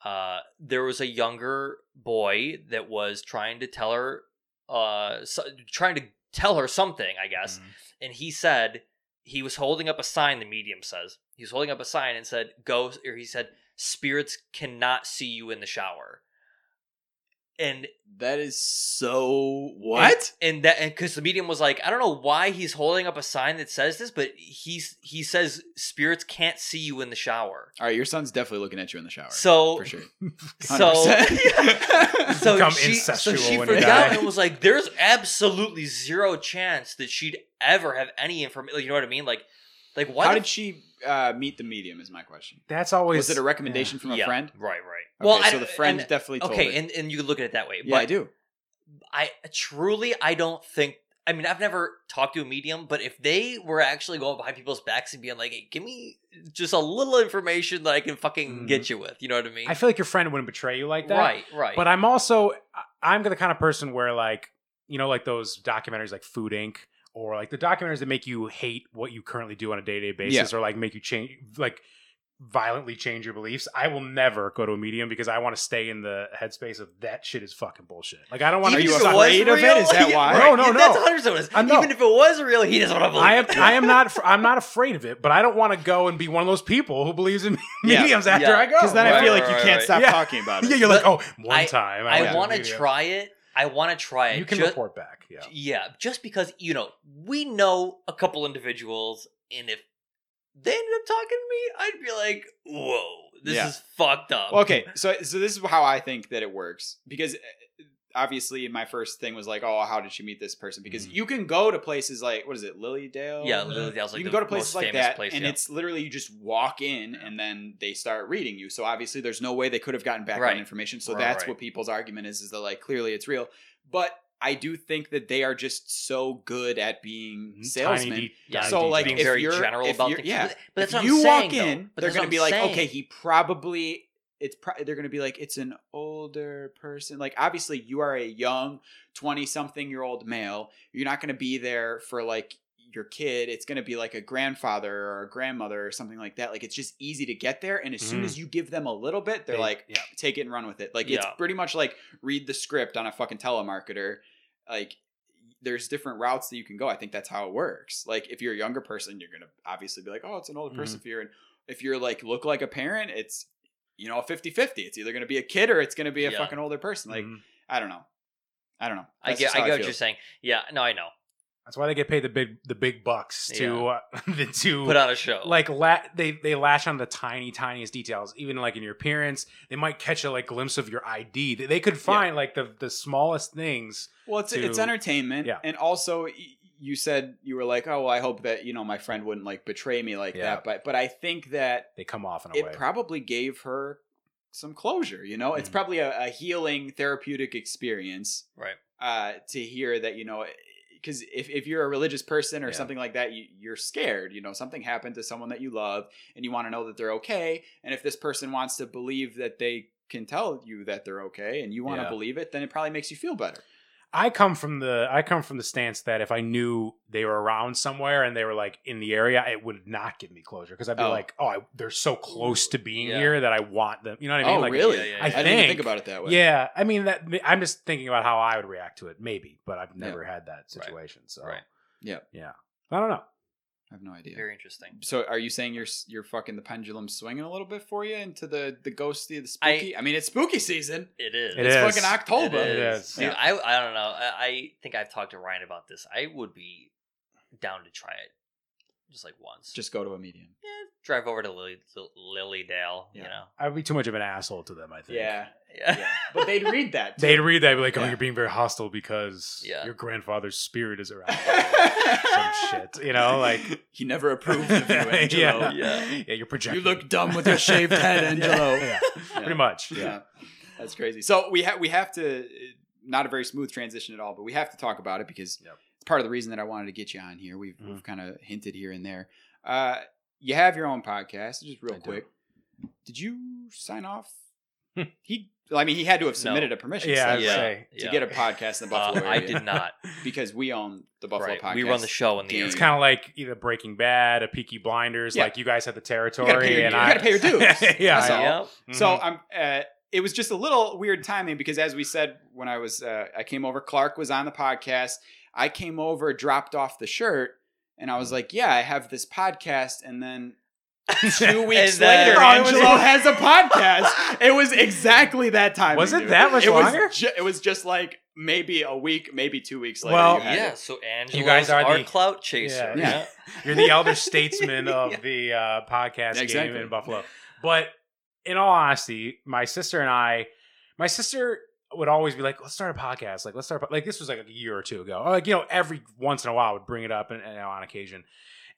[SPEAKER 4] uh, there was a younger boy that was trying to tell her uh, so, trying to tell her something i guess
[SPEAKER 3] Mhm.
[SPEAKER 4] and he said he was holding up a sign the medium says he was holding up a sign and said ghost or he said spirits cannot see you in the shower and
[SPEAKER 1] That is so what?
[SPEAKER 4] and that and because the medium was like i don't know why he's holding up a sign that says this but he's he says spirits can't see you in the shower
[SPEAKER 1] All right, your son's definitely looking at you in the shower.
[SPEAKER 4] so
[SPEAKER 1] for sure.
[SPEAKER 4] so
[SPEAKER 1] [LAUGHS] 100%.
[SPEAKER 4] so [LAUGHS]
[SPEAKER 3] Become
[SPEAKER 4] she, so
[SPEAKER 3] incestual
[SPEAKER 4] she
[SPEAKER 3] when
[SPEAKER 4] freaked
[SPEAKER 3] you
[SPEAKER 4] out
[SPEAKER 3] die.
[SPEAKER 4] and was like there's absolutely zero chance that she'd ever have any information you know what i mean like like why
[SPEAKER 1] How
[SPEAKER 4] the
[SPEAKER 1] did she uh, meet the medium? Is my question.
[SPEAKER 3] That's always
[SPEAKER 1] Was it a recommendation from a
[SPEAKER 4] Yeah,
[SPEAKER 1] friend?
[SPEAKER 4] right right
[SPEAKER 1] Okay,
[SPEAKER 4] well I
[SPEAKER 1] so
[SPEAKER 4] don't-
[SPEAKER 1] the friend
[SPEAKER 4] and-
[SPEAKER 1] definitely told
[SPEAKER 4] okay
[SPEAKER 1] her.
[SPEAKER 4] and, and you can look at it that way
[SPEAKER 1] yeah,
[SPEAKER 4] but
[SPEAKER 1] I do.
[SPEAKER 4] I truly I don't think I mean I've never talked to a medium, but if they were actually going behind people's backs and being like, hey, give me just a little information that I can fucking
[SPEAKER 3] Mhm.
[SPEAKER 4] get you with, you know what I mean?
[SPEAKER 3] I feel like your friend wouldn't betray you like that.
[SPEAKER 4] right, right.
[SPEAKER 3] But I'm also I- I'm the kind of person where like you know like those documentaries like Food Inc. or like the documentaries that make you hate what you currently do on a day to day basis or like make you change like violently change your beliefs. I will never go to a medium because I want to stay in the headspace of that shit is fucking bullshit. Like I don't want to
[SPEAKER 1] Are
[SPEAKER 4] Even
[SPEAKER 1] you
[SPEAKER 4] if
[SPEAKER 3] be
[SPEAKER 4] it
[SPEAKER 3] so-
[SPEAKER 4] was
[SPEAKER 1] afraid of it?
[SPEAKER 4] real-
[SPEAKER 1] Is
[SPEAKER 4] [LAUGHS]
[SPEAKER 1] that why?
[SPEAKER 3] No, no,
[SPEAKER 4] That's
[SPEAKER 3] no.
[SPEAKER 4] 100 what it is.
[SPEAKER 3] I know.
[SPEAKER 4] Even if it was real, he doesn't want to believe
[SPEAKER 3] I am
[SPEAKER 4] it.
[SPEAKER 3] I am
[SPEAKER 4] [LAUGHS]
[SPEAKER 3] not I'm not afraid of it, but I don't want to go and be one of those people who believes in [LAUGHS]
[SPEAKER 1] Yeah.
[SPEAKER 3] mediums after
[SPEAKER 4] Yeah.
[SPEAKER 3] I go.
[SPEAKER 1] Because then I
[SPEAKER 4] Right,
[SPEAKER 1] feel like
[SPEAKER 4] right,
[SPEAKER 1] you
[SPEAKER 4] right,
[SPEAKER 1] can't
[SPEAKER 4] right.
[SPEAKER 1] stop
[SPEAKER 3] Yeah.
[SPEAKER 1] talking about it.
[SPEAKER 3] [LAUGHS] yeah, you're like, oh, one
[SPEAKER 4] I-
[SPEAKER 3] time
[SPEAKER 4] I
[SPEAKER 3] went
[SPEAKER 4] want to
[SPEAKER 3] medium."
[SPEAKER 4] try it. I want to try it.
[SPEAKER 3] You can
[SPEAKER 4] Ju-
[SPEAKER 3] report back. Yeah.
[SPEAKER 4] Yeah, just because you know we know a couple individuals, and if they ended up talking to me, I'd be like, "Whoa, this
[SPEAKER 1] Yeah.
[SPEAKER 4] is fucked up."
[SPEAKER 1] Well, okay, so so this is how I think that it works because uh, obviously my first thing was like, oh, how did she meet this person? Because
[SPEAKER 3] Mhm.
[SPEAKER 1] you can go to places like what is it, Lilydale?
[SPEAKER 4] Mm-hmm. Yeah, Lilydale's, like,
[SPEAKER 1] you can
[SPEAKER 4] the
[SPEAKER 1] go to places
[SPEAKER 4] most
[SPEAKER 1] like
[SPEAKER 4] famous
[SPEAKER 1] that,
[SPEAKER 4] place,
[SPEAKER 1] and
[SPEAKER 4] yeah.
[SPEAKER 1] it's literally you just walk in and then they start reading you. So obviously, there's no way they could have gotten background
[SPEAKER 4] Right.
[SPEAKER 1] information. So
[SPEAKER 4] Right,
[SPEAKER 1] that's
[SPEAKER 4] right.
[SPEAKER 1] what people's argument is: is that like clearly it's real, but. I do think that they are just so good at
[SPEAKER 4] Mm-hmm.
[SPEAKER 1] being Mm-hmm. salesmen.
[SPEAKER 3] Tiny, de-
[SPEAKER 4] Yeah.
[SPEAKER 3] tiny
[SPEAKER 1] So,
[SPEAKER 3] details.
[SPEAKER 1] like,
[SPEAKER 4] being
[SPEAKER 1] if
[SPEAKER 4] very
[SPEAKER 1] you're-
[SPEAKER 4] general
[SPEAKER 1] if
[SPEAKER 4] about
[SPEAKER 1] you're-
[SPEAKER 4] things.
[SPEAKER 1] yeah.
[SPEAKER 4] but, but that's
[SPEAKER 1] if
[SPEAKER 4] what
[SPEAKER 1] you
[SPEAKER 4] I'm
[SPEAKER 1] walk
[SPEAKER 4] saying, though.
[SPEAKER 1] in,
[SPEAKER 4] But
[SPEAKER 1] they're
[SPEAKER 4] that's
[SPEAKER 1] going
[SPEAKER 4] what
[SPEAKER 1] to be
[SPEAKER 4] I'm
[SPEAKER 1] like,
[SPEAKER 4] saying.
[SPEAKER 1] okay, he probably it's pro- they're going to be like it's an older person. Like obviously you are a young 20 something year old male. You're not going to be there for like your kid. It's going to be like a grandfather or a grandmother or something like that. Like it's just easy to get there and as soon
[SPEAKER 4] Mm.
[SPEAKER 3] Mhm.
[SPEAKER 1] as you give them a little bit, they're
[SPEAKER 3] They-
[SPEAKER 1] like
[SPEAKER 3] yeah.
[SPEAKER 1] take it and run with it. Like it's
[SPEAKER 4] Yeah.
[SPEAKER 1] pretty much like read the script on a fucking telemarketer. Like there's different routes that you can go. I think that's how it works. Like if you're a younger person, you're gonna obviously be like, oh, it's an
[SPEAKER 4] Mm-hmm.
[SPEAKER 1] older person for you. And if you're like look like a parent, it's you know, 50 50. It's either gonna be a kid or it's gonna be a
[SPEAKER 4] Yeah. Mm-hmm.
[SPEAKER 1] fucking older person. [SNIFFS] Like,
[SPEAKER 3] Mhm.
[SPEAKER 1] I don't know. I don't know.
[SPEAKER 4] I
[SPEAKER 1] That's
[SPEAKER 4] get,
[SPEAKER 1] just
[SPEAKER 4] I
[SPEAKER 1] how
[SPEAKER 4] get what
[SPEAKER 1] feel.
[SPEAKER 4] you're saying. Yeah, no, I know.
[SPEAKER 3] that's why they get paid the big the big bucks to uh, [LAUGHS] to
[SPEAKER 4] Put on a show.
[SPEAKER 3] like la- they they lash on the tiny tiniest details even like in your appearance they might catch a like glimpse of your id they, they could find like the the smallest things
[SPEAKER 1] Well, it's it's
[SPEAKER 3] to-
[SPEAKER 1] entertainment,
[SPEAKER 3] Yeah.
[SPEAKER 1] and also y- you said you were like, oh, well, I hope that you know my friend wouldn't like betray me like
[SPEAKER 3] Yeah.
[SPEAKER 1] that. But but I think that
[SPEAKER 3] they come off in a
[SPEAKER 1] it
[SPEAKER 3] way
[SPEAKER 1] probably gave her some closure. You know, it's
[SPEAKER 3] Mhm.
[SPEAKER 1] probably a, a healing, therapeutic experience,
[SPEAKER 4] Right.
[SPEAKER 1] Uh, to hear that you know, because if, if you're a religious person or
[SPEAKER 3] Yeah.
[SPEAKER 1] something like that, you, you're scared. You know, something happened to someone that you love, and you want to know that they're okay. And if this person wants to believe that they can tell you that they're okay, and you want to
[SPEAKER 3] Yeah.
[SPEAKER 1] believe it, then it probably makes you feel better.
[SPEAKER 3] i come from the i come from the stance that if i knew they were around somewhere and they were like in the area it would not give me closure because i'd be
[SPEAKER 1] Oh.
[SPEAKER 3] like oh I, they're so close to being
[SPEAKER 4] Yeah.
[SPEAKER 3] here that i want them you know what i mean
[SPEAKER 1] oh,
[SPEAKER 3] like
[SPEAKER 1] really?
[SPEAKER 4] yeah, yeah,
[SPEAKER 1] I,
[SPEAKER 4] yeah.
[SPEAKER 1] didn't even
[SPEAKER 3] think-
[SPEAKER 1] think about it that way.
[SPEAKER 3] yeah i mean that i'm just thinking about how i would react to it maybe but i've never had that situation so
[SPEAKER 4] Right.
[SPEAKER 1] Yeah.
[SPEAKER 3] yeah i don't know
[SPEAKER 1] I have no idea.
[SPEAKER 4] very interesting.
[SPEAKER 1] so are you saying you're s- you're fucking the pendulum swinging a little bit for you into the the ghosty the spooky? I, mean, it's spooky season.
[SPEAKER 4] It is.
[SPEAKER 3] It
[SPEAKER 1] it's
[SPEAKER 3] is.
[SPEAKER 1] fucking October.
[SPEAKER 4] It is.
[SPEAKER 3] is.
[SPEAKER 4] Dude,
[SPEAKER 1] Yeah.
[SPEAKER 4] I, I don't know. I, I think I've talked to Ryan about this. I would be down to try it, just like once.
[SPEAKER 1] Just go to a medium.
[SPEAKER 4] yeah, drive over to Lily Lil- Lilydale. You
[SPEAKER 1] Yeah.
[SPEAKER 4] know.
[SPEAKER 3] I'd be too much of an asshole to them. I think.
[SPEAKER 1] Yeah,
[SPEAKER 4] Yeah.
[SPEAKER 1] yeah. But they'd read that. [LAUGHS]
[SPEAKER 3] They'd read that and be like, "Oh,
[SPEAKER 1] Yeah.
[SPEAKER 3] you're being very hostile because
[SPEAKER 4] Yeah.
[SPEAKER 3] your grandfather's spirit is around."
[SPEAKER 1] [LAUGHS]
[SPEAKER 3] you." Some
[SPEAKER 1] some
[SPEAKER 3] shit, you know, like
[SPEAKER 1] [LAUGHS] he never approved of you, Angelo.
[SPEAKER 3] [LAUGHS] yeah.
[SPEAKER 4] Yeah.
[SPEAKER 3] yeah, you're projecting.
[SPEAKER 1] You look dumb with your
[SPEAKER 3] [LAUGHS]
[SPEAKER 1] shaved head,
[SPEAKER 3] Yeah.
[SPEAKER 1] Angelo.
[SPEAKER 3] Yeah.
[SPEAKER 1] Yeah.
[SPEAKER 3] pretty much.
[SPEAKER 1] Yeah.
[SPEAKER 3] Yeah.
[SPEAKER 1] [LAUGHS] that's crazy. So we have we have to uh, not a very smooth transition at all, but we have to talk about it because
[SPEAKER 3] Yep.
[SPEAKER 1] it's part of the reason that I wanted to get you on here. We've,
[SPEAKER 3] Mhm.
[SPEAKER 4] Mm-hmm.
[SPEAKER 1] we've kind of hinted here and there. Uh, you have your own podcast, just real
[SPEAKER 3] I do.
[SPEAKER 1] quick. Did you sign off?
[SPEAKER 3] Hmm.
[SPEAKER 1] he, well, I mean, he had to have submitted a
[SPEAKER 3] Yeah,
[SPEAKER 1] permission
[SPEAKER 3] I'd
[SPEAKER 1] slip
[SPEAKER 4] Yeah.
[SPEAKER 3] say
[SPEAKER 1] to
[SPEAKER 4] [LAUGHS] Yeah.
[SPEAKER 1] get a podcast in the
[SPEAKER 4] Uh,
[SPEAKER 1] Buffalo
[SPEAKER 4] I
[SPEAKER 1] area
[SPEAKER 4] did not.
[SPEAKER 1] because we own the [LAUGHS] Buffalo
[SPEAKER 4] right.
[SPEAKER 1] podcast.
[SPEAKER 4] We run the show in the
[SPEAKER 1] Damn.
[SPEAKER 4] area.
[SPEAKER 3] it's kind of like either Breaking Bad, a Peaky Blinders.
[SPEAKER 1] Yeah.
[SPEAKER 3] Like you guys had the
[SPEAKER 1] You gotta
[SPEAKER 3] territory,
[SPEAKER 1] pay your,
[SPEAKER 3] and
[SPEAKER 1] you
[SPEAKER 3] I
[SPEAKER 1] gotta pay your dues.
[SPEAKER 3] [LAUGHS] yeah,
[SPEAKER 1] That's
[SPEAKER 3] I-
[SPEAKER 1] all.
[SPEAKER 3] mhm.
[SPEAKER 4] Yep.
[SPEAKER 1] So I'm. Uh, it was just a little weird timing because, as we said, when I was uh, I came over, Clark was on the podcast. I came over, dropped off the shirt, and I was
[SPEAKER 3] Mm-hmm.
[SPEAKER 1] like, "Yeah, I have this podcast." And
[SPEAKER 3] [LAUGHS]
[SPEAKER 1] then two weeks
[SPEAKER 4] And then-
[SPEAKER 1] later,
[SPEAKER 3] Oh, it was-
[SPEAKER 1] Angelo has a podcast. It was exactly that time.
[SPEAKER 3] Was it that much
[SPEAKER 1] it
[SPEAKER 3] longer?
[SPEAKER 1] Was ju- it was just like maybe a week, maybe two weeks later.
[SPEAKER 3] Well-
[SPEAKER 1] you had
[SPEAKER 4] Yeah.
[SPEAKER 1] it.
[SPEAKER 4] So Angela's
[SPEAKER 3] You guys are
[SPEAKER 4] our
[SPEAKER 3] the-
[SPEAKER 4] clout chaser.
[SPEAKER 3] Yeah.
[SPEAKER 4] Yeah.
[SPEAKER 1] [LAUGHS] Yeah.
[SPEAKER 3] You're the
[SPEAKER 1] [LAUGHS]
[SPEAKER 3] elder statesman of the uh, podcast
[SPEAKER 1] Exactly.
[SPEAKER 3] game in Buffalo. But in all honesty, my sister and I, my sister would always be like, "Let's start a podcast." Like, let's start. A po-. Like, this was like a year or two ago. Or, Like, you know, every once in a while, I would bring it up and, and on occasion.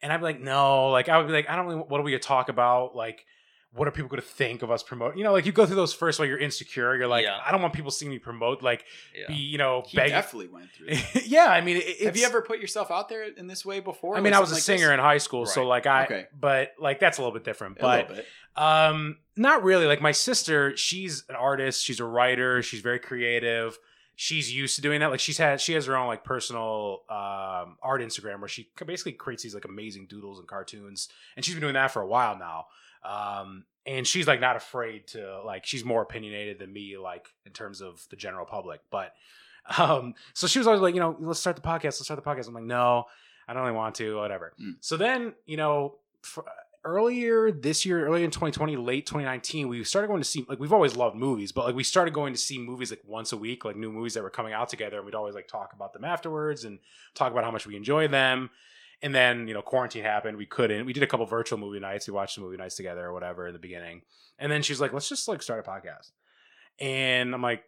[SPEAKER 3] And I'd be like, "No." Like, I would be like, "I don't really. What are we gonna talk about?" Like. What are people going to think of us promoting? You know, like you go through those first while you're insecure. You're like,
[SPEAKER 4] Yeah.
[SPEAKER 3] I don't want people seeing me promote, like,
[SPEAKER 4] Yeah.
[SPEAKER 3] be, you know,
[SPEAKER 1] he
[SPEAKER 3] begging.
[SPEAKER 1] definitely went through. That.
[SPEAKER 3] [LAUGHS] yeah, I mean, it,
[SPEAKER 1] Have
[SPEAKER 3] it's-
[SPEAKER 1] you ever put yourself out there in this way before?
[SPEAKER 3] I mean,
[SPEAKER 1] with
[SPEAKER 3] I was a
[SPEAKER 1] something like
[SPEAKER 3] singer in high school, so
[SPEAKER 4] Right.
[SPEAKER 3] like I,
[SPEAKER 1] Okay.
[SPEAKER 3] but like that's a little bit different.
[SPEAKER 1] this? a
[SPEAKER 3] But
[SPEAKER 1] little bit.
[SPEAKER 3] um, not really. Like my sister, she's an artist. She's a writer. She's very creative. She's used to doing that. Like she's had, she has her own like personal um art Instagram where she basically creates these like amazing doodles and cartoons, and she's been doing that for a while now. Um, and she's like not afraid to like she's more opinionated than me like in terms of the general public. But [LAUGHS] um, so she was always like, you know, let's start the podcast. Let's start the podcast. I'm like, no, I don't really want to. Whatever.
[SPEAKER 1] Mm.
[SPEAKER 3] So then you know. fr- Earlier this year, earlier in 2020, late 2019, we started going to see like we've always loved movies, but like we started going to see movies like once a week, like new movies that were coming out together, and we'd always like talk about them afterwards and talk about how much we enjoy them. And then, you know, quarantine happened. We couldn't. We did a couple virtual movie nights. We watched the movie nights together or whatever in the beginning. And then she's like, let's just like start a podcast. And I'm like,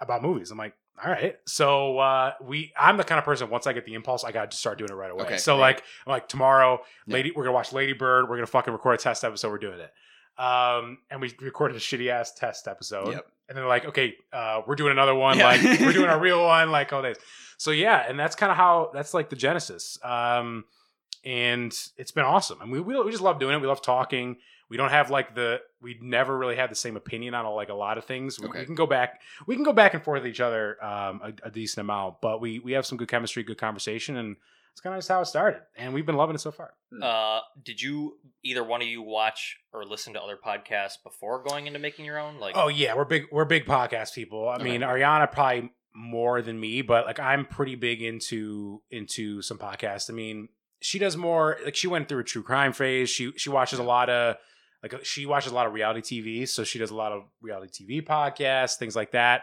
[SPEAKER 3] about movies. I'm like, all right. So uh we I'm the kind of person once I get the impulse, I gotta just start doing it right away.
[SPEAKER 1] Okay,
[SPEAKER 3] so
[SPEAKER 1] right.
[SPEAKER 3] like I'm like tomorrow,
[SPEAKER 1] Yeah.
[SPEAKER 3] Lady we're gonna watch Lady Bird, we're gonna fucking record a test episode, we're doing it. Um and we recorded a shitty ass test episode.
[SPEAKER 1] Yep.
[SPEAKER 3] And then like, okay, uh, we're doing another one,
[SPEAKER 1] Yeah.
[SPEAKER 3] like
[SPEAKER 1] [LAUGHS]
[SPEAKER 3] we're doing a real one, like all this. So yeah, and that's kind of how that's like the genesis. Um, and it's been awesome. And we, we we just love doing it. We love talking. We don't have like the we never really had the same opinion on like a lot of things. We, we
[SPEAKER 1] Okay.
[SPEAKER 3] can go back we can go back and forth with each other um, a, a decent amount, but we we have some good chemistry, good conversation, and it's kind of just how it started. And we've been loving it so far.
[SPEAKER 4] Uh, did you either one of you watch or listen to other podcasts before going into making your own? Like,
[SPEAKER 3] Oh yeah, we're big we're big podcast people. I mean, Ariana probably more than me, but like I'm pretty big into into some podcasts. I mean, she does more like she went through a true crime phase. She she watches a lot of like she watches a lot of reality TV, so she does a lot of reality TV podcasts, things like that.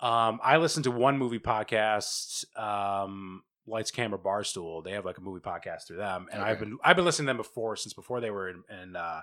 [SPEAKER 3] Um, I listen to one movie podcast, um, Lights Camera Barstool. They have like a movie podcast through them, and I've
[SPEAKER 1] Okay.
[SPEAKER 3] been I've been listening to them before since before they were in, in uh,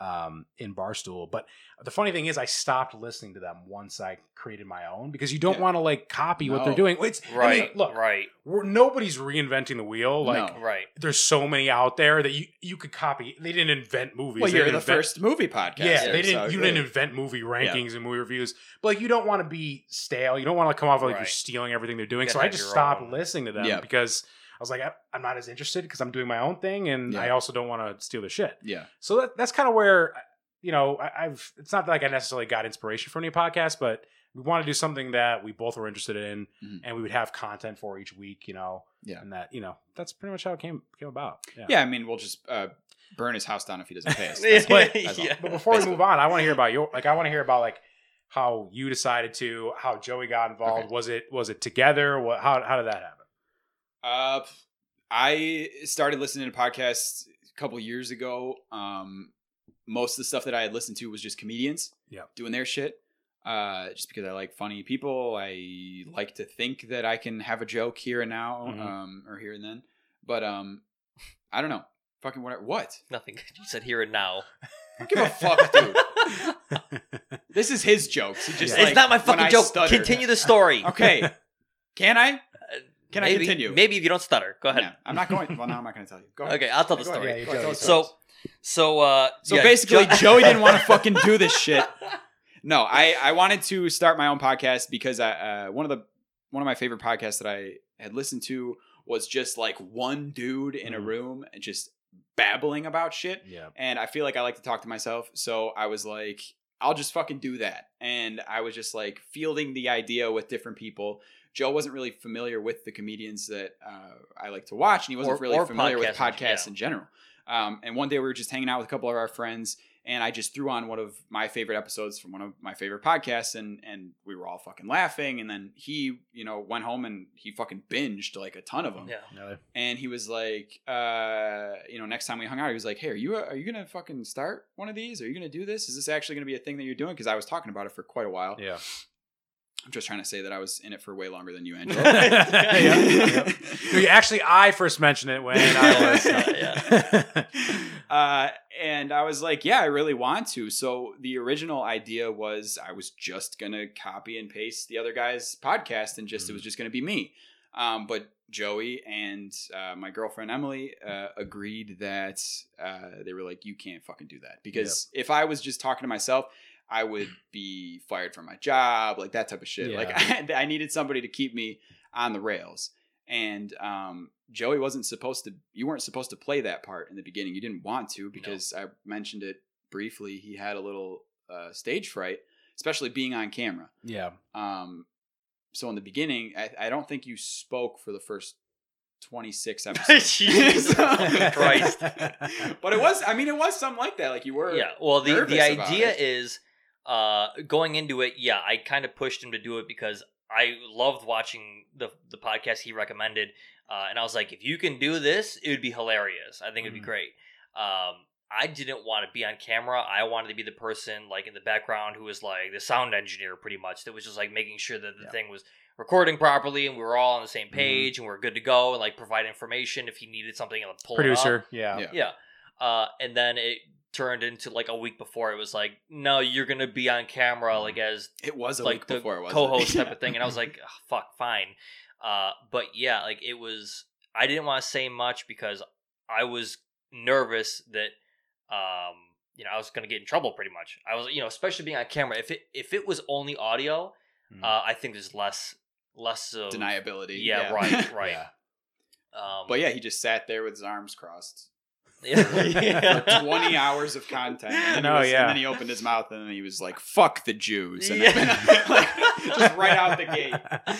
[SPEAKER 3] um, in Barstool. But the funny thing is, I stopped listening to them once I created my own because you don't
[SPEAKER 1] Yeah.
[SPEAKER 3] want to like copy what they're
[SPEAKER 1] No.
[SPEAKER 3] doing. It's I mean,
[SPEAKER 4] right,
[SPEAKER 3] look,
[SPEAKER 4] right,
[SPEAKER 3] we're, nobody's reinventing the wheel. Like
[SPEAKER 1] No.
[SPEAKER 4] right.
[SPEAKER 3] there's so many out there that you you could copy. They didn't invent movies.
[SPEAKER 1] Well,
[SPEAKER 3] They
[SPEAKER 1] you're the
[SPEAKER 3] didn't invent-
[SPEAKER 1] first movie podcast.
[SPEAKER 3] yeah, they didn't. you didn't invent movie rankings and movie reviews, but like you don't want to be stale. You don't want to come off like you're
[SPEAKER 4] Right.
[SPEAKER 3] stealing everything they're doing.
[SPEAKER 4] gotta
[SPEAKER 3] So I
[SPEAKER 4] have
[SPEAKER 3] just
[SPEAKER 4] your
[SPEAKER 3] stopped
[SPEAKER 4] own.
[SPEAKER 3] listening to them
[SPEAKER 1] Yeah.
[SPEAKER 3] because I was like, I, I'm not as interested because I'm doing my own thing, and
[SPEAKER 1] Yeah.
[SPEAKER 3] I also don't want to steal the shit.
[SPEAKER 1] Yeah.
[SPEAKER 3] So that, that's kind of where uh, you know I, I've. It's not like I necessarily got inspiration from any podcast, but we want to do something that we both were interested in,
[SPEAKER 1] Mhm.
[SPEAKER 3] and we would have content for each week. You know,
[SPEAKER 1] Yeah.
[SPEAKER 3] and that you know that's pretty much how it came came about.
[SPEAKER 1] Yeah, I mean, we'll just uh, burn his house down if he doesn't
[SPEAKER 3] [LAUGHS]
[SPEAKER 1] pay us.
[SPEAKER 4] Yeah.
[SPEAKER 1] That's- that's all.
[SPEAKER 4] Yeah.
[SPEAKER 3] but before we
[SPEAKER 1] [LAUGHS] Basically.
[SPEAKER 3] move on, I want to hear about your like I want to hear about like how you decided to, how Joey got involved.
[SPEAKER 1] Okay.
[SPEAKER 3] Was it was it together? What how how did that happen?
[SPEAKER 1] Uh, I started listening to podcasts a couple years ago. Um, most of the stuff that I had listened to was just comedians,
[SPEAKER 3] Yeah.
[SPEAKER 1] doing their shit. Uh, just because I like funny people, I like to think that I can have a joke here and now,
[SPEAKER 3] Mhm.
[SPEAKER 1] um, or here and then. But um, I don't know, fucking what? What?
[SPEAKER 4] Nothing. You said here
[SPEAKER 1] [LAUGHS]
[SPEAKER 4] and now.
[SPEAKER 1] I don't give a
[SPEAKER 3] [LAUGHS]
[SPEAKER 1] fuck, dude. This is his jokes. He just
[SPEAKER 3] It's
[SPEAKER 4] It's,
[SPEAKER 1] like,
[SPEAKER 4] not my
[SPEAKER 1] when
[SPEAKER 4] fucking
[SPEAKER 1] I
[SPEAKER 4] joke.
[SPEAKER 1] stutter-
[SPEAKER 4] Continue the story.
[SPEAKER 1] [LAUGHS]
[SPEAKER 4] [LAUGHS]
[SPEAKER 1] Okay, can I? Can I
[SPEAKER 4] Maybe-
[SPEAKER 1] continue?
[SPEAKER 4] Maybe if you don't stutter. Go ahead.
[SPEAKER 1] No, I'm not going. Well, now I'm not going to tell you. Go ahead.
[SPEAKER 4] Okay, I'll tell the
[SPEAKER 3] Go ahead,
[SPEAKER 4] story.
[SPEAKER 3] yeah,
[SPEAKER 1] Go
[SPEAKER 3] Joey,
[SPEAKER 1] ahead, tell the
[SPEAKER 3] tell
[SPEAKER 4] so,
[SPEAKER 3] us.
[SPEAKER 4] so, uh,
[SPEAKER 1] So
[SPEAKER 4] yeah,
[SPEAKER 1] basically,
[SPEAKER 4] Jo-
[SPEAKER 1] Joey didn't
[SPEAKER 4] [LAUGHS]
[SPEAKER 1] want to fucking do this shit. No, I, I wanted to start my own podcast because I uh, one of the one of my favorite podcasts that I had listened to was just like one dude in a
[SPEAKER 4] Mm-hmm.
[SPEAKER 3] Mhm.
[SPEAKER 1] room and just babbling about shit.
[SPEAKER 3] yeah.
[SPEAKER 1] And I feel like I like to talk to myself, so I was like, I'll just fucking do that. And I was just like fielding the idea with different people. Joe wasn't really familiar with the comedians that uh, I like to watch, and he wasn't
[SPEAKER 4] Or-
[SPEAKER 1] really
[SPEAKER 4] or
[SPEAKER 1] familiar with
[SPEAKER 4] podcasts in-
[SPEAKER 1] podcasts
[SPEAKER 4] yeah.
[SPEAKER 1] in general. Um, and one day we were just hanging out with a couple of our friends, and I just threw on one of my favorite episodes from one of my favorite podcasts, and and we were all fucking laughing. And then he, you know, went home and he fucking binged like a ton of them
[SPEAKER 4] Yeah.
[SPEAKER 1] and he was like, uh, you know, next time we hung out, he was like, "Hey, are you are you gonna fucking start one of these? Are you gonna do this? Is this actually gonna be a thing that you're doing?" Because I was talking about it for quite a while.
[SPEAKER 3] Yeah.
[SPEAKER 1] I'm just trying to say that I was in it for way longer than you, Angela.
[SPEAKER 3] [LAUGHS]
[SPEAKER 1] [LAUGHS]
[SPEAKER 3] yeah.
[SPEAKER 1] Yeah.
[SPEAKER 3] [LAUGHS] No, you- actually, I first mentioned it when
[SPEAKER 1] [LAUGHS]
[SPEAKER 3] I was.
[SPEAKER 1] uh, and I was like, "Yeah, I really want to." So the original idea was I was just gonna copy and paste the other guy's podcast, and just it was just gonna be me. Um, but Joey and uh, my girlfriend Emily uh, agreed that uh, they were like, "You can't fucking do that," because if I was just talking to myself. I would be fired from my job, like that type of shit.
[SPEAKER 3] Yeah.
[SPEAKER 1] Like I, [LAUGHS] I needed somebody to keep me on the rails. And um, Joey wasn't supposed to. You weren't supposed to play that part in the beginning. You didn't want to because I mentioned it briefly. He had a little uh, stage fright, especially being on camera.
[SPEAKER 3] yeah.
[SPEAKER 1] Um, so in the beginning, I, I don't think you spoke for the first
[SPEAKER 4] [LAUGHS]
[SPEAKER 1] 26 episodes. [LAUGHS]
[SPEAKER 4] Jesus Christ.
[SPEAKER 1] but it was, I mean, it was something like that. Like you were.
[SPEAKER 4] yeah well the,
[SPEAKER 1] nervous
[SPEAKER 4] the
[SPEAKER 1] about
[SPEAKER 4] idea
[SPEAKER 1] it.
[SPEAKER 4] is uh going into it yeah i kind of pushed him to do it because i loved watching the the podcast he recommended uh, and i was like if you can do this it would be hilarious i think it'd be
[SPEAKER 1] Mm-hmm.
[SPEAKER 3] Mhm.
[SPEAKER 4] great um I didn't want to be on camera. I wanted to be the person like in the background who was like the sound engineer pretty much that was just like making sure that the
[SPEAKER 3] Yeah.
[SPEAKER 4] thing was recording properly and we were all on the same
[SPEAKER 1] Mm-hmm.
[SPEAKER 3] Mhm.
[SPEAKER 4] page and we are good to go and like provide information if he needed something and like, pull it up.
[SPEAKER 3] Producer, yeah.
[SPEAKER 1] Yeah.
[SPEAKER 4] Yeah. Uh, and then it turned into like a week before it was like, no, you're gonna be on camera like as
[SPEAKER 1] It was Mm-hmm. a
[SPEAKER 4] like
[SPEAKER 1] week
[SPEAKER 4] the
[SPEAKER 1] before it was. [LAUGHS]
[SPEAKER 4] co-host type of thing, and I was like, "Ugh, fuck, fine. Uh, but yeah, like it was. I didn't want to say much because I was nervous that, um, you know, I was gonna get in trouble pretty much. I was, you know, especially being on camera. If it if it was only audio,
[SPEAKER 3] Mhm.
[SPEAKER 4] uh, I think there's less less of
[SPEAKER 1] Mm-hmm. Deniability. [LAUGHS]
[SPEAKER 4] Yeah, right, right.
[SPEAKER 3] Yeah.
[SPEAKER 4] Um,
[SPEAKER 1] but yeah, he just sat there with his arms crossed.
[SPEAKER 4] [LAUGHS]
[SPEAKER 1] [LAUGHS]
[SPEAKER 4] yeah.
[SPEAKER 1] for 20 hours of content. And then, he
[SPEAKER 3] No,
[SPEAKER 1] was-
[SPEAKER 3] yeah.
[SPEAKER 1] and then he opened his mouth and then he was like, fuck the Jews. And
[SPEAKER 4] Yeah.
[SPEAKER 1] then, [LAUGHS] like, just right out the gate.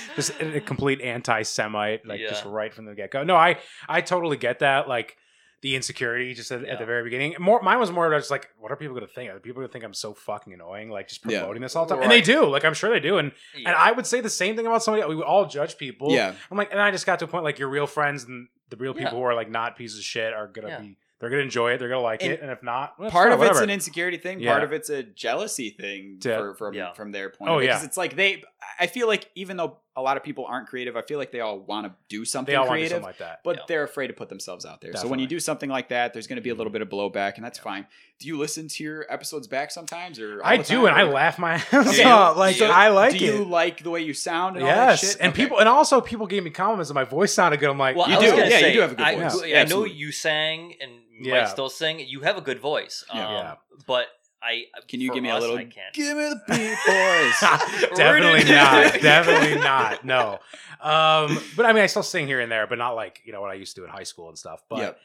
[SPEAKER 3] [LAUGHS] just a a complete anti-Semite, like just
[SPEAKER 4] Yeah.
[SPEAKER 3] right from the get-go. No, I I totally get that. Like the insecurity just at, at
[SPEAKER 4] Yeah.
[SPEAKER 3] the very beginning. More mine was more about just like, what are people gonna think? Are people gonna think I'm so fucking annoying? Like just
[SPEAKER 1] Yeah.
[SPEAKER 3] promoting this all the time. And they
[SPEAKER 4] Right.
[SPEAKER 3] do. Like I'm sure they do. And
[SPEAKER 4] Yeah.
[SPEAKER 3] and I would say the same thing about somebody. We would all judge people.
[SPEAKER 1] Yeah.
[SPEAKER 3] I'm like, and I just got to a point like your real friends and the real
[SPEAKER 4] Yeah.
[SPEAKER 3] people who are like not pieces of shit are gonna
[SPEAKER 4] Yeah.
[SPEAKER 3] be they're gonna enjoy it. They're gonna like
[SPEAKER 4] And
[SPEAKER 3] it. And if not, well,
[SPEAKER 1] Part
[SPEAKER 3] sure,
[SPEAKER 1] of it's
[SPEAKER 3] whatever.
[SPEAKER 1] an insecurity thing.
[SPEAKER 3] Yeah.
[SPEAKER 1] Part of it's a jealousy thing
[SPEAKER 3] Yeah.
[SPEAKER 1] for, from
[SPEAKER 4] Yeah.
[SPEAKER 1] from their point.
[SPEAKER 3] Oh,
[SPEAKER 1] of view.
[SPEAKER 3] yeah.
[SPEAKER 1] because it's like they. I feel like even though a lot of people aren't creative, I feel like they all want to do something
[SPEAKER 3] they all want to do
[SPEAKER 1] creative,
[SPEAKER 3] something like that.
[SPEAKER 1] but
[SPEAKER 4] Yeah.
[SPEAKER 1] they're afraid to put themselves out there. So when you
[SPEAKER 3] Definitely. Mm-hmm.
[SPEAKER 1] do something like that, there's going to be a little bit of blowback, and that's
[SPEAKER 3] Yeah.
[SPEAKER 1] fine. Do you listen to your episodes back sometimes, or all
[SPEAKER 3] I
[SPEAKER 1] the
[SPEAKER 3] do, and
[SPEAKER 1] time?
[SPEAKER 3] I
[SPEAKER 1] Or-
[SPEAKER 3] laugh my [LAUGHS]
[SPEAKER 1] Do
[SPEAKER 3] ass
[SPEAKER 1] you?
[SPEAKER 3] off. Like
[SPEAKER 1] Do you-
[SPEAKER 3] I
[SPEAKER 1] do
[SPEAKER 3] like it.
[SPEAKER 1] you like the way you sound? And all that
[SPEAKER 3] yes,
[SPEAKER 1] shit?
[SPEAKER 3] and
[SPEAKER 1] Okay.
[SPEAKER 3] people, and also people gave me compliments that my voice sounded good. I'm like,
[SPEAKER 4] Well,
[SPEAKER 1] You
[SPEAKER 4] I
[SPEAKER 1] do.
[SPEAKER 4] was gonna
[SPEAKER 1] Yeah, you
[SPEAKER 4] say,
[SPEAKER 1] do have a good
[SPEAKER 4] I,
[SPEAKER 1] voice.
[SPEAKER 4] I, know
[SPEAKER 1] Absolutely.
[SPEAKER 4] you sang and
[SPEAKER 3] Yeah.
[SPEAKER 4] might still sing. You have a good voice. Um,
[SPEAKER 1] Yeah.
[SPEAKER 3] Yeah.
[SPEAKER 4] But I
[SPEAKER 1] Can you
[SPEAKER 4] for
[SPEAKER 1] give me a
[SPEAKER 4] us,
[SPEAKER 1] little?
[SPEAKER 4] I can't.
[SPEAKER 1] Give me
[SPEAKER 4] [LAUGHS]
[SPEAKER 1] the beat, boys.
[SPEAKER 3] definitely
[SPEAKER 1] Ruined it. [LAUGHS]
[SPEAKER 3] not, definitely not, no. Um, but I mean, I still sing here and there, but not like you know what I used to in high school and stuff. But
[SPEAKER 1] Yep.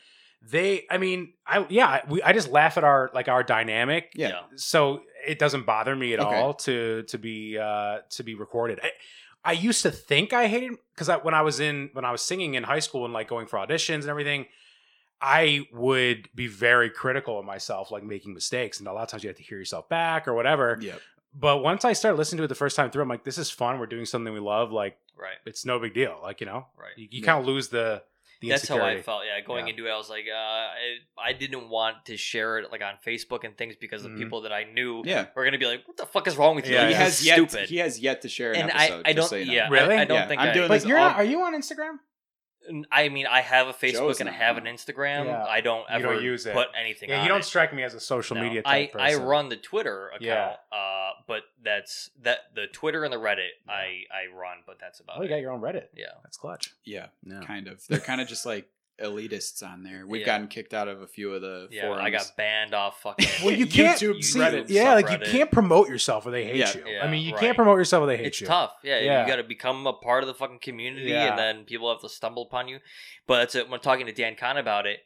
[SPEAKER 3] they, I mean, I yeah, I- we, I just laugh at our like our dynamic.
[SPEAKER 1] Yeah.
[SPEAKER 3] so it doesn't bother me at
[SPEAKER 1] Okay.
[SPEAKER 3] all to to be uh to be recorded. I, I used to think I hated because I, when I was in when I was singing in high school and like going for auditions and everything, I would be very critical of myself, like making mistakes, and a lot of times you have to hear yourself back or whatever.
[SPEAKER 1] Yep.
[SPEAKER 3] But once I started listening to it the first time through, I'm like, this is fun. We're doing something we love. Like
[SPEAKER 4] Right.
[SPEAKER 3] it's no big deal. Like you know,
[SPEAKER 4] Right.
[SPEAKER 3] you, you
[SPEAKER 1] Yeah.
[SPEAKER 3] kind of lose the the
[SPEAKER 4] That's how
[SPEAKER 3] insecurity.
[SPEAKER 4] I felt. Yeah. Going
[SPEAKER 3] Yeah.
[SPEAKER 4] into it, I was like, uh, I, I didn't want to share it like on Facebook and things because the
[SPEAKER 3] Mhm.
[SPEAKER 4] people that I knew
[SPEAKER 1] Yeah.
[SPEAKER 4] were gonna be like, "What the fuck is wrong with you?
[SPEAKER 3] Yeah,
[SPEAKER 4] Like,
[SPEAKER 1] he
[SPEAKER 3] yeah.
[SPEAKER 4] this is
[SPEAKER 1] has yet.
[SPEAKER 4] stupid."
[SPEAKER 1] He has yet to share an
[SPEAKER 4] and I,
[SPEAKER 1] episode.
[SPEAKER 4] I
[SPEAKER 1] just
[SPEAKER 4] don't.
[SPEAKER 1] so you know.
[SPEAKER 4] yeah.
[SPEAKER 3] Really?
[SPEAKER 4] I, I don't
[SPEAKER 1] Yeah,
[SPEAKER 4] think
[SPEAKER 1] I'm
[SPEAKER 4] I,
[SPEAKER 1] doing
[SPEAKER 3] But you're
[SPEAKER 1] all-
[SPEAKER 3] not. Are you on Instagram?
[SPEAKER 4] I mean, I have a Facebook
[SPEAKER 1] Joe's
[SPEAKER 4] and I
[SPEAKER 1] not,
[SPEAKER 4] have
[SPEAKER 1] no.
[SPEAKER 4] an Instagram.
[SPEAKER 3] Yeah.
[SPEAKER 4] I don't
[SPEAKER 3] You
[SPEAKER 4] ever
[SPEAKER 3] don't use it.
[SPEAKER 4] put anything.
[SPEAKER 3] Yeah,
[SPEAKER 4] on
[SPEAKER 3] you don't
[SPEAKER 4] it.
[SPEAKER 3] strike me as a social
[SPEAKER 4] No,
[SPEAKER 3] media
[SPEAKER 4] I,
[SPEAKER 3] type
[SPEAKER 4] I
[SPEAKER 3] person.
[SPEAKER 4] run the Twitter account,
[SPEAKER 3] Yeah.
[SPEAKER 4] uh, but that's that the Twitter and the Reddit I I run, but that's about
[SPEAKER 3] Oh, you
[SPEAKER 4] it.
[SPEAKER 3] got your own Reddit.
[SPEAKER 4] yeah,
[SPEAKER 3] That's clutch.
[SPEAKER 1] Yeah,
[SPEAKER 3] No.
[SPEAKER 1] kind of. They're kind of just like elitists on there. We've
[SPEAKER 4] Yeah.
[SPEAKER 1] gotten kicked out of a few of the
[SPEAKER 4] yeah.
[SPEAKER 1] forums.
[SPEAKER 4] I got banned off fucking.
[SPEAKER 3] Well,
[SPEAKER 4] [LAUGHS]
[SPEAKER 3] you can't
[SPEAKER 1] YouTube,
[SPEAKER 3] see,
[SPEAKER 1] Reddit,
[SPEAKER 3] yeah, like you
[SPEAKER 4] subreddit.
[SPEAKER 3] can't promote yourself or they hate
[SPEAKER 1] Yeah.
[SPEAKER 3] you.
[SPEAKER 4] Yeah,
[SPEAKER 3] I mean, you
[SPEAKER 4] right.
[SPEAKER 3] can't promote yourself or they hate
[SPEAKER 4] It's
[SPEAKER 3] you.
[SPEAKER 4] tough. Yeah,
[SPEAKER 3] Yeah.
[SPEAKER 4] you got to become a part of the fucking community,
[SPEAKER 3] Yeah.
[SPEAKER 4] and then people have to stumble upon you. But that's it. When talking to Dan Kahn about it,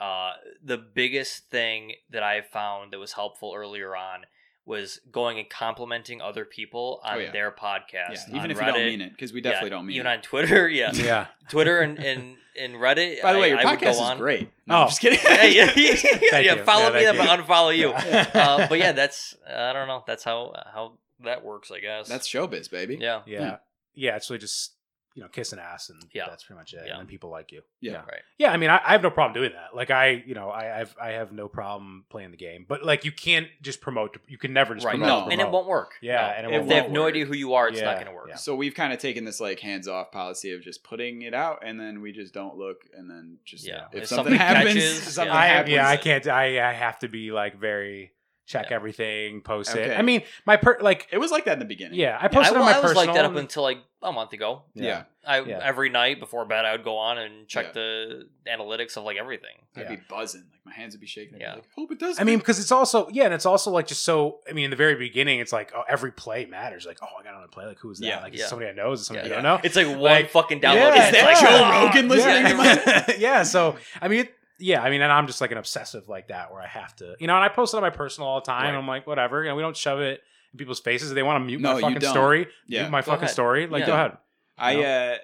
[SPEAKER 4] uh, the biggest thing that I found that was helpful earlier on was going and complimenting other people on
[SPEAKER 1] Oh, yeah.
[SPEAKER 4] their podcast,
[SPEAKER 1] yeah,
[SPEAKER 4] on
[SPEAKER 1] even if
[SPEAKER 4] Reddit,
[SPEAKER 1] you don't mean it, because we
[SPEAKER 4] yeah,
[SPEAKER 1] definitely don't mean
[SPEAKER 4] even
[SPEAKER 1] it.
[SPEAKER 4] on Twitter. [LAUGHS] Yeah,
[SPEAKER 3] [LAUGHS] Yeah,
[SPEAKER 4] Twitter and and, and Reddit.
[SPEAKER 1] By the way, your
[SPEAKER 4] I, I would go
[SPEAKER 1] podcast
[SPEAKER 4] on.
[SPEAKER 1] is great. No, I'm
[SPEAKER 3] Oh.
[SPEAKER 1] just kidding.
[SPEAKER 4] [LAUGHS]
[SPEAKER 1] [LAUGHS]
[SPEAKER 4] yeah, yeah, yeah,
[SPEAKER 3] Thank
[SPEAKER 4] yeah,
[SPEAKER 3] you.
[SPEAKER 4] follow
[SPEAKER 3] Yeah, thank
[SPEAKER 4] me, then I'll
[SPEAKER 3] [LAUGHS]
[SPEAKER 4] unfollow you. Uh,
[SPEAKER 1] [LAUGHS]
[SPEAKER 4] but yeah,
[SPEAKER 3] that,
[SPEAKER 4] that's I don't know. That's how how that works, I guess.
[SPEAKER 1] That's showbiz, baby.
[SPEAKER 4] yeah,
[SPEAKER 3] yeah, yeah. It's really just you know kissing ass and
[SPEAKER 4] Yeah.
[SPEAKER 3] that's pretty much it.
[SPEAKER 4] Yeah.
[SPEAKER 3] And then people like you.
[SPEAKER 1] Yeah.
[SPEAKER 4] Right.
[SPEAKER 3] Yeah, I mean, I, I have no problem doing that. Like I, you know, I, I've I have no problem playing the game, but like you can't just promote. You can never just
[SPEAKER 4] right.
[SPEAKER 3] promote.
[SPEAKER 1] no.
[SPEAKER 3] to
[SPEAKER 4] and it
[SPEAKER 3] promote.
[SPEAKER 4] won't work.
[SPEAKER 3] Yeah,
[SPEAKER 4] No.
[SPEAKER 3] and
[SPEAKER 1] it
[SPEAKER 4] if they
[SPEAKER 1] won't
[SPEAKER 4] have no
[SPEAKER 1] work.
[SPEAKER 4] idea who you are, it's not
[SPEAKER 3] Yeah,
[SPEAKER 4] going to work.
[SPEAKER 3] yeah.
[SPEAKER 1] So we've kind of taken this like hands-off policy of just putting it out, and then we just don't look, and then just
[SPEAKER 4] Yeah.
[SPEAKER 1] if,
[SPEAKER 4] If
[SPEAKER 1] something,
[SPEAKER 4] something
[SPEAKER 1] happens,
[SPEAKER 4] catches,
[SPEAKER 1] if something
[SPEAKER 4] yeah.
[SPEAKER 3] I am,
[SPEAKER 1] happens.
[SPEAKER 3] yeah, I can't. I, I have to be like very check
[SPEAKER 4] Yeah.
[SPEAKER 3] everything, post
[SPEAKER 1] Okay.
[SPEAKER 3] it. I mean, my per like
[SPEAKER 1] It was like that in the beginning.
[SPEAKER 3] yeah, I
[SPEAKER 4] I,
[SPEAKER 3] posted
[SPEAKER 4] well,
[SPEAKER 3] on my
[SPEAKER 4] I was
[SPEAKER 3] personal.
[SPEAKER 4] like that up until like a month ago.
[SPEAKER 1] yeah.
[SPEAKER 3] Yeah.
[SPEAKER 4] I
[SPEAKER 3] Yeah.
[SPEAKER 4] every night before bed, I would go on and check
[SPEAKER 1] Yeah.
[SPEAKER 4] the analytics of like everything.
[SPEAKER 1] [LAUGHS] I'd
[SPEAKER 3] Yeah.
[SPEAKER 1] be buzzing, like my hands would be shaking. I'd be
[SPEAKER 4] Yeah.
[SPEAKER 1] like, hope it doesn't.
[SPEAKER 3] I mean, because it's also yeah, and it's also like just so. I mean, in the very beginning, it's like oh, every play matters. Like, oh, I got on a play. Like, who's that?
[SPEAKER 1] Yeah,
[SPEAKER 3] like,
[SPEAKER 4] yeah.
[SPEAKER 3] is it somebody I know? Is it somebody
[SPEAKER 4] Yeah,
[SPEAKER 3] I don't
[SPEAKER 1] [LAUGHS]
[SPEAKER 3] know?
[SPEAKER 4] It's like one
[SPEAKER 3] Like,
[SPEAKER 4] fucking download.
[SPEAKER 3] yeah,
[SPEAKER 4] It's
[SPEAKER 1] Is
[SPEAKER 4] like, [LAUGHS]
[SPEAKER 1] that Joe
[SPEAKER 4] ah!
[SPEAKER 1] Rogan
[SPEAKER 3] [LAUGHS]
[SPEAKER 1] listening
[SPEAKER 4] Yeah,
[SPEAKER 1] to
[SPEAKER 4] right.
[SPEAKER 1] my-
[SPEAKER 3] yeah. [LAUGHS] So I mean, it, yeah. I mean, and I'm just like an obsessive like that where I have to, you know. And I post it on my personal all the time.
[SPEAKER 4] Right.
[SPEAKER 3] I'm like, whatever. You know, we don't shove it in people's faces. If they want to mute
[SPEAKER 1] No,
[SPEAKER 3] my
[SPEAKER 1] you
[SPEAKER 3] fucking
[SPEAKER 1] don't.
[SPEAKER 3] story.
[SPEAKER 1] Yeah.
[SPEAKER 3] Mute my
[SPEAKER 4] Go
[SPEAKER 3] fucking
[SPEAKER 4] ahead.
[SPEAKER 3] story. Like,
[SPEAKER 4] Yeah.
[SPEAKER 3] go ahead.
[SPEAKER 1] I
[SPEAKER 3] No.
[SPEAKER 1] uh,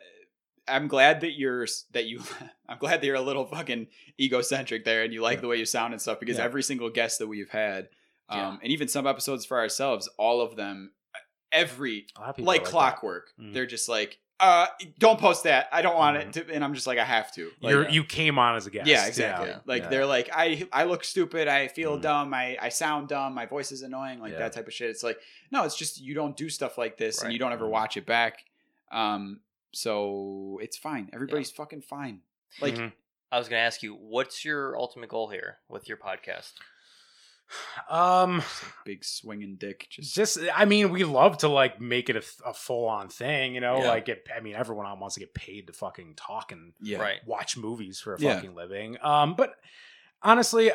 [SPEAKER 1] I'm glad that you're that you [LAUGHS] I'm glad that you're a little fucking egocentric there and you like
[SPEAKER 3] Yeah.
[SPEAKER 1] the way you sound and stuff because
[SPEAKER 3] Yeah.
[SPEAKER 1] every single guest that we've had um
[SPEAKER 4] Yeah.
[SPEAKER 1] and even some episodes for ourselves all of them uh, every
[SPEAKER 3] A lot of people
[SPEAKER 1] like
[SPEAKER 3] are that.
[SPEAKER 1] clockwork
[SPEAKER 3] Mhm.
[SPEAKER 1] they're just like uh don't post that I don't want
[SPEAKER 3] Mhm.
[SPEAKER 1] it to, and I'm just like I have to like,
[SPEAKER 3] You're, You came on as a guest.
[SPEAKER 1] yeah exactly
[SPEAKER 3] Yeah.
[SPEAKER 1] like
[SPEAKER 3] Yeah.
[SPEAKER 1] they're like I I look stupid I feel
[SPEAKER 3] Mhm.
[SPEAKER 1] dumb I I sound dumb my voice is annoying like
[SPEAKER 3] Yeah.
[SPEAKER 1] that type of shit it's like no it's just you don't do stuff like this
[SPEAKER 4] Right.
[SPEAKER 1] and you don't ever
[SPEAKER 3] Mhm.
[SPEAKER 1] watch it back um so it's fine everybody's fucking fine like
[SPEAKER 3] Mhm.
[SPEAKER 4] [LAUGHS] I was going to ask you, what's your ultimate goal here with your podcast?
[SPEAKER 3] um,
[SPEAKER 1] big swinging dick just
[SPEAKER 3] just I mean, we love to like make it a, full on thing, you know.
[SPEAKER 4] Yeah.
[SPEAKER 3] Like, it, I mean, everyone wants to get paid to fucking talk and
[SPEAKER 1] yeah
[SPEAKER 4] Right.
[SPEAKER 3] watch movies for a
[SPEAKER 1] Yeah.
[SPEAKER 3] fucking living. Um, but honestly,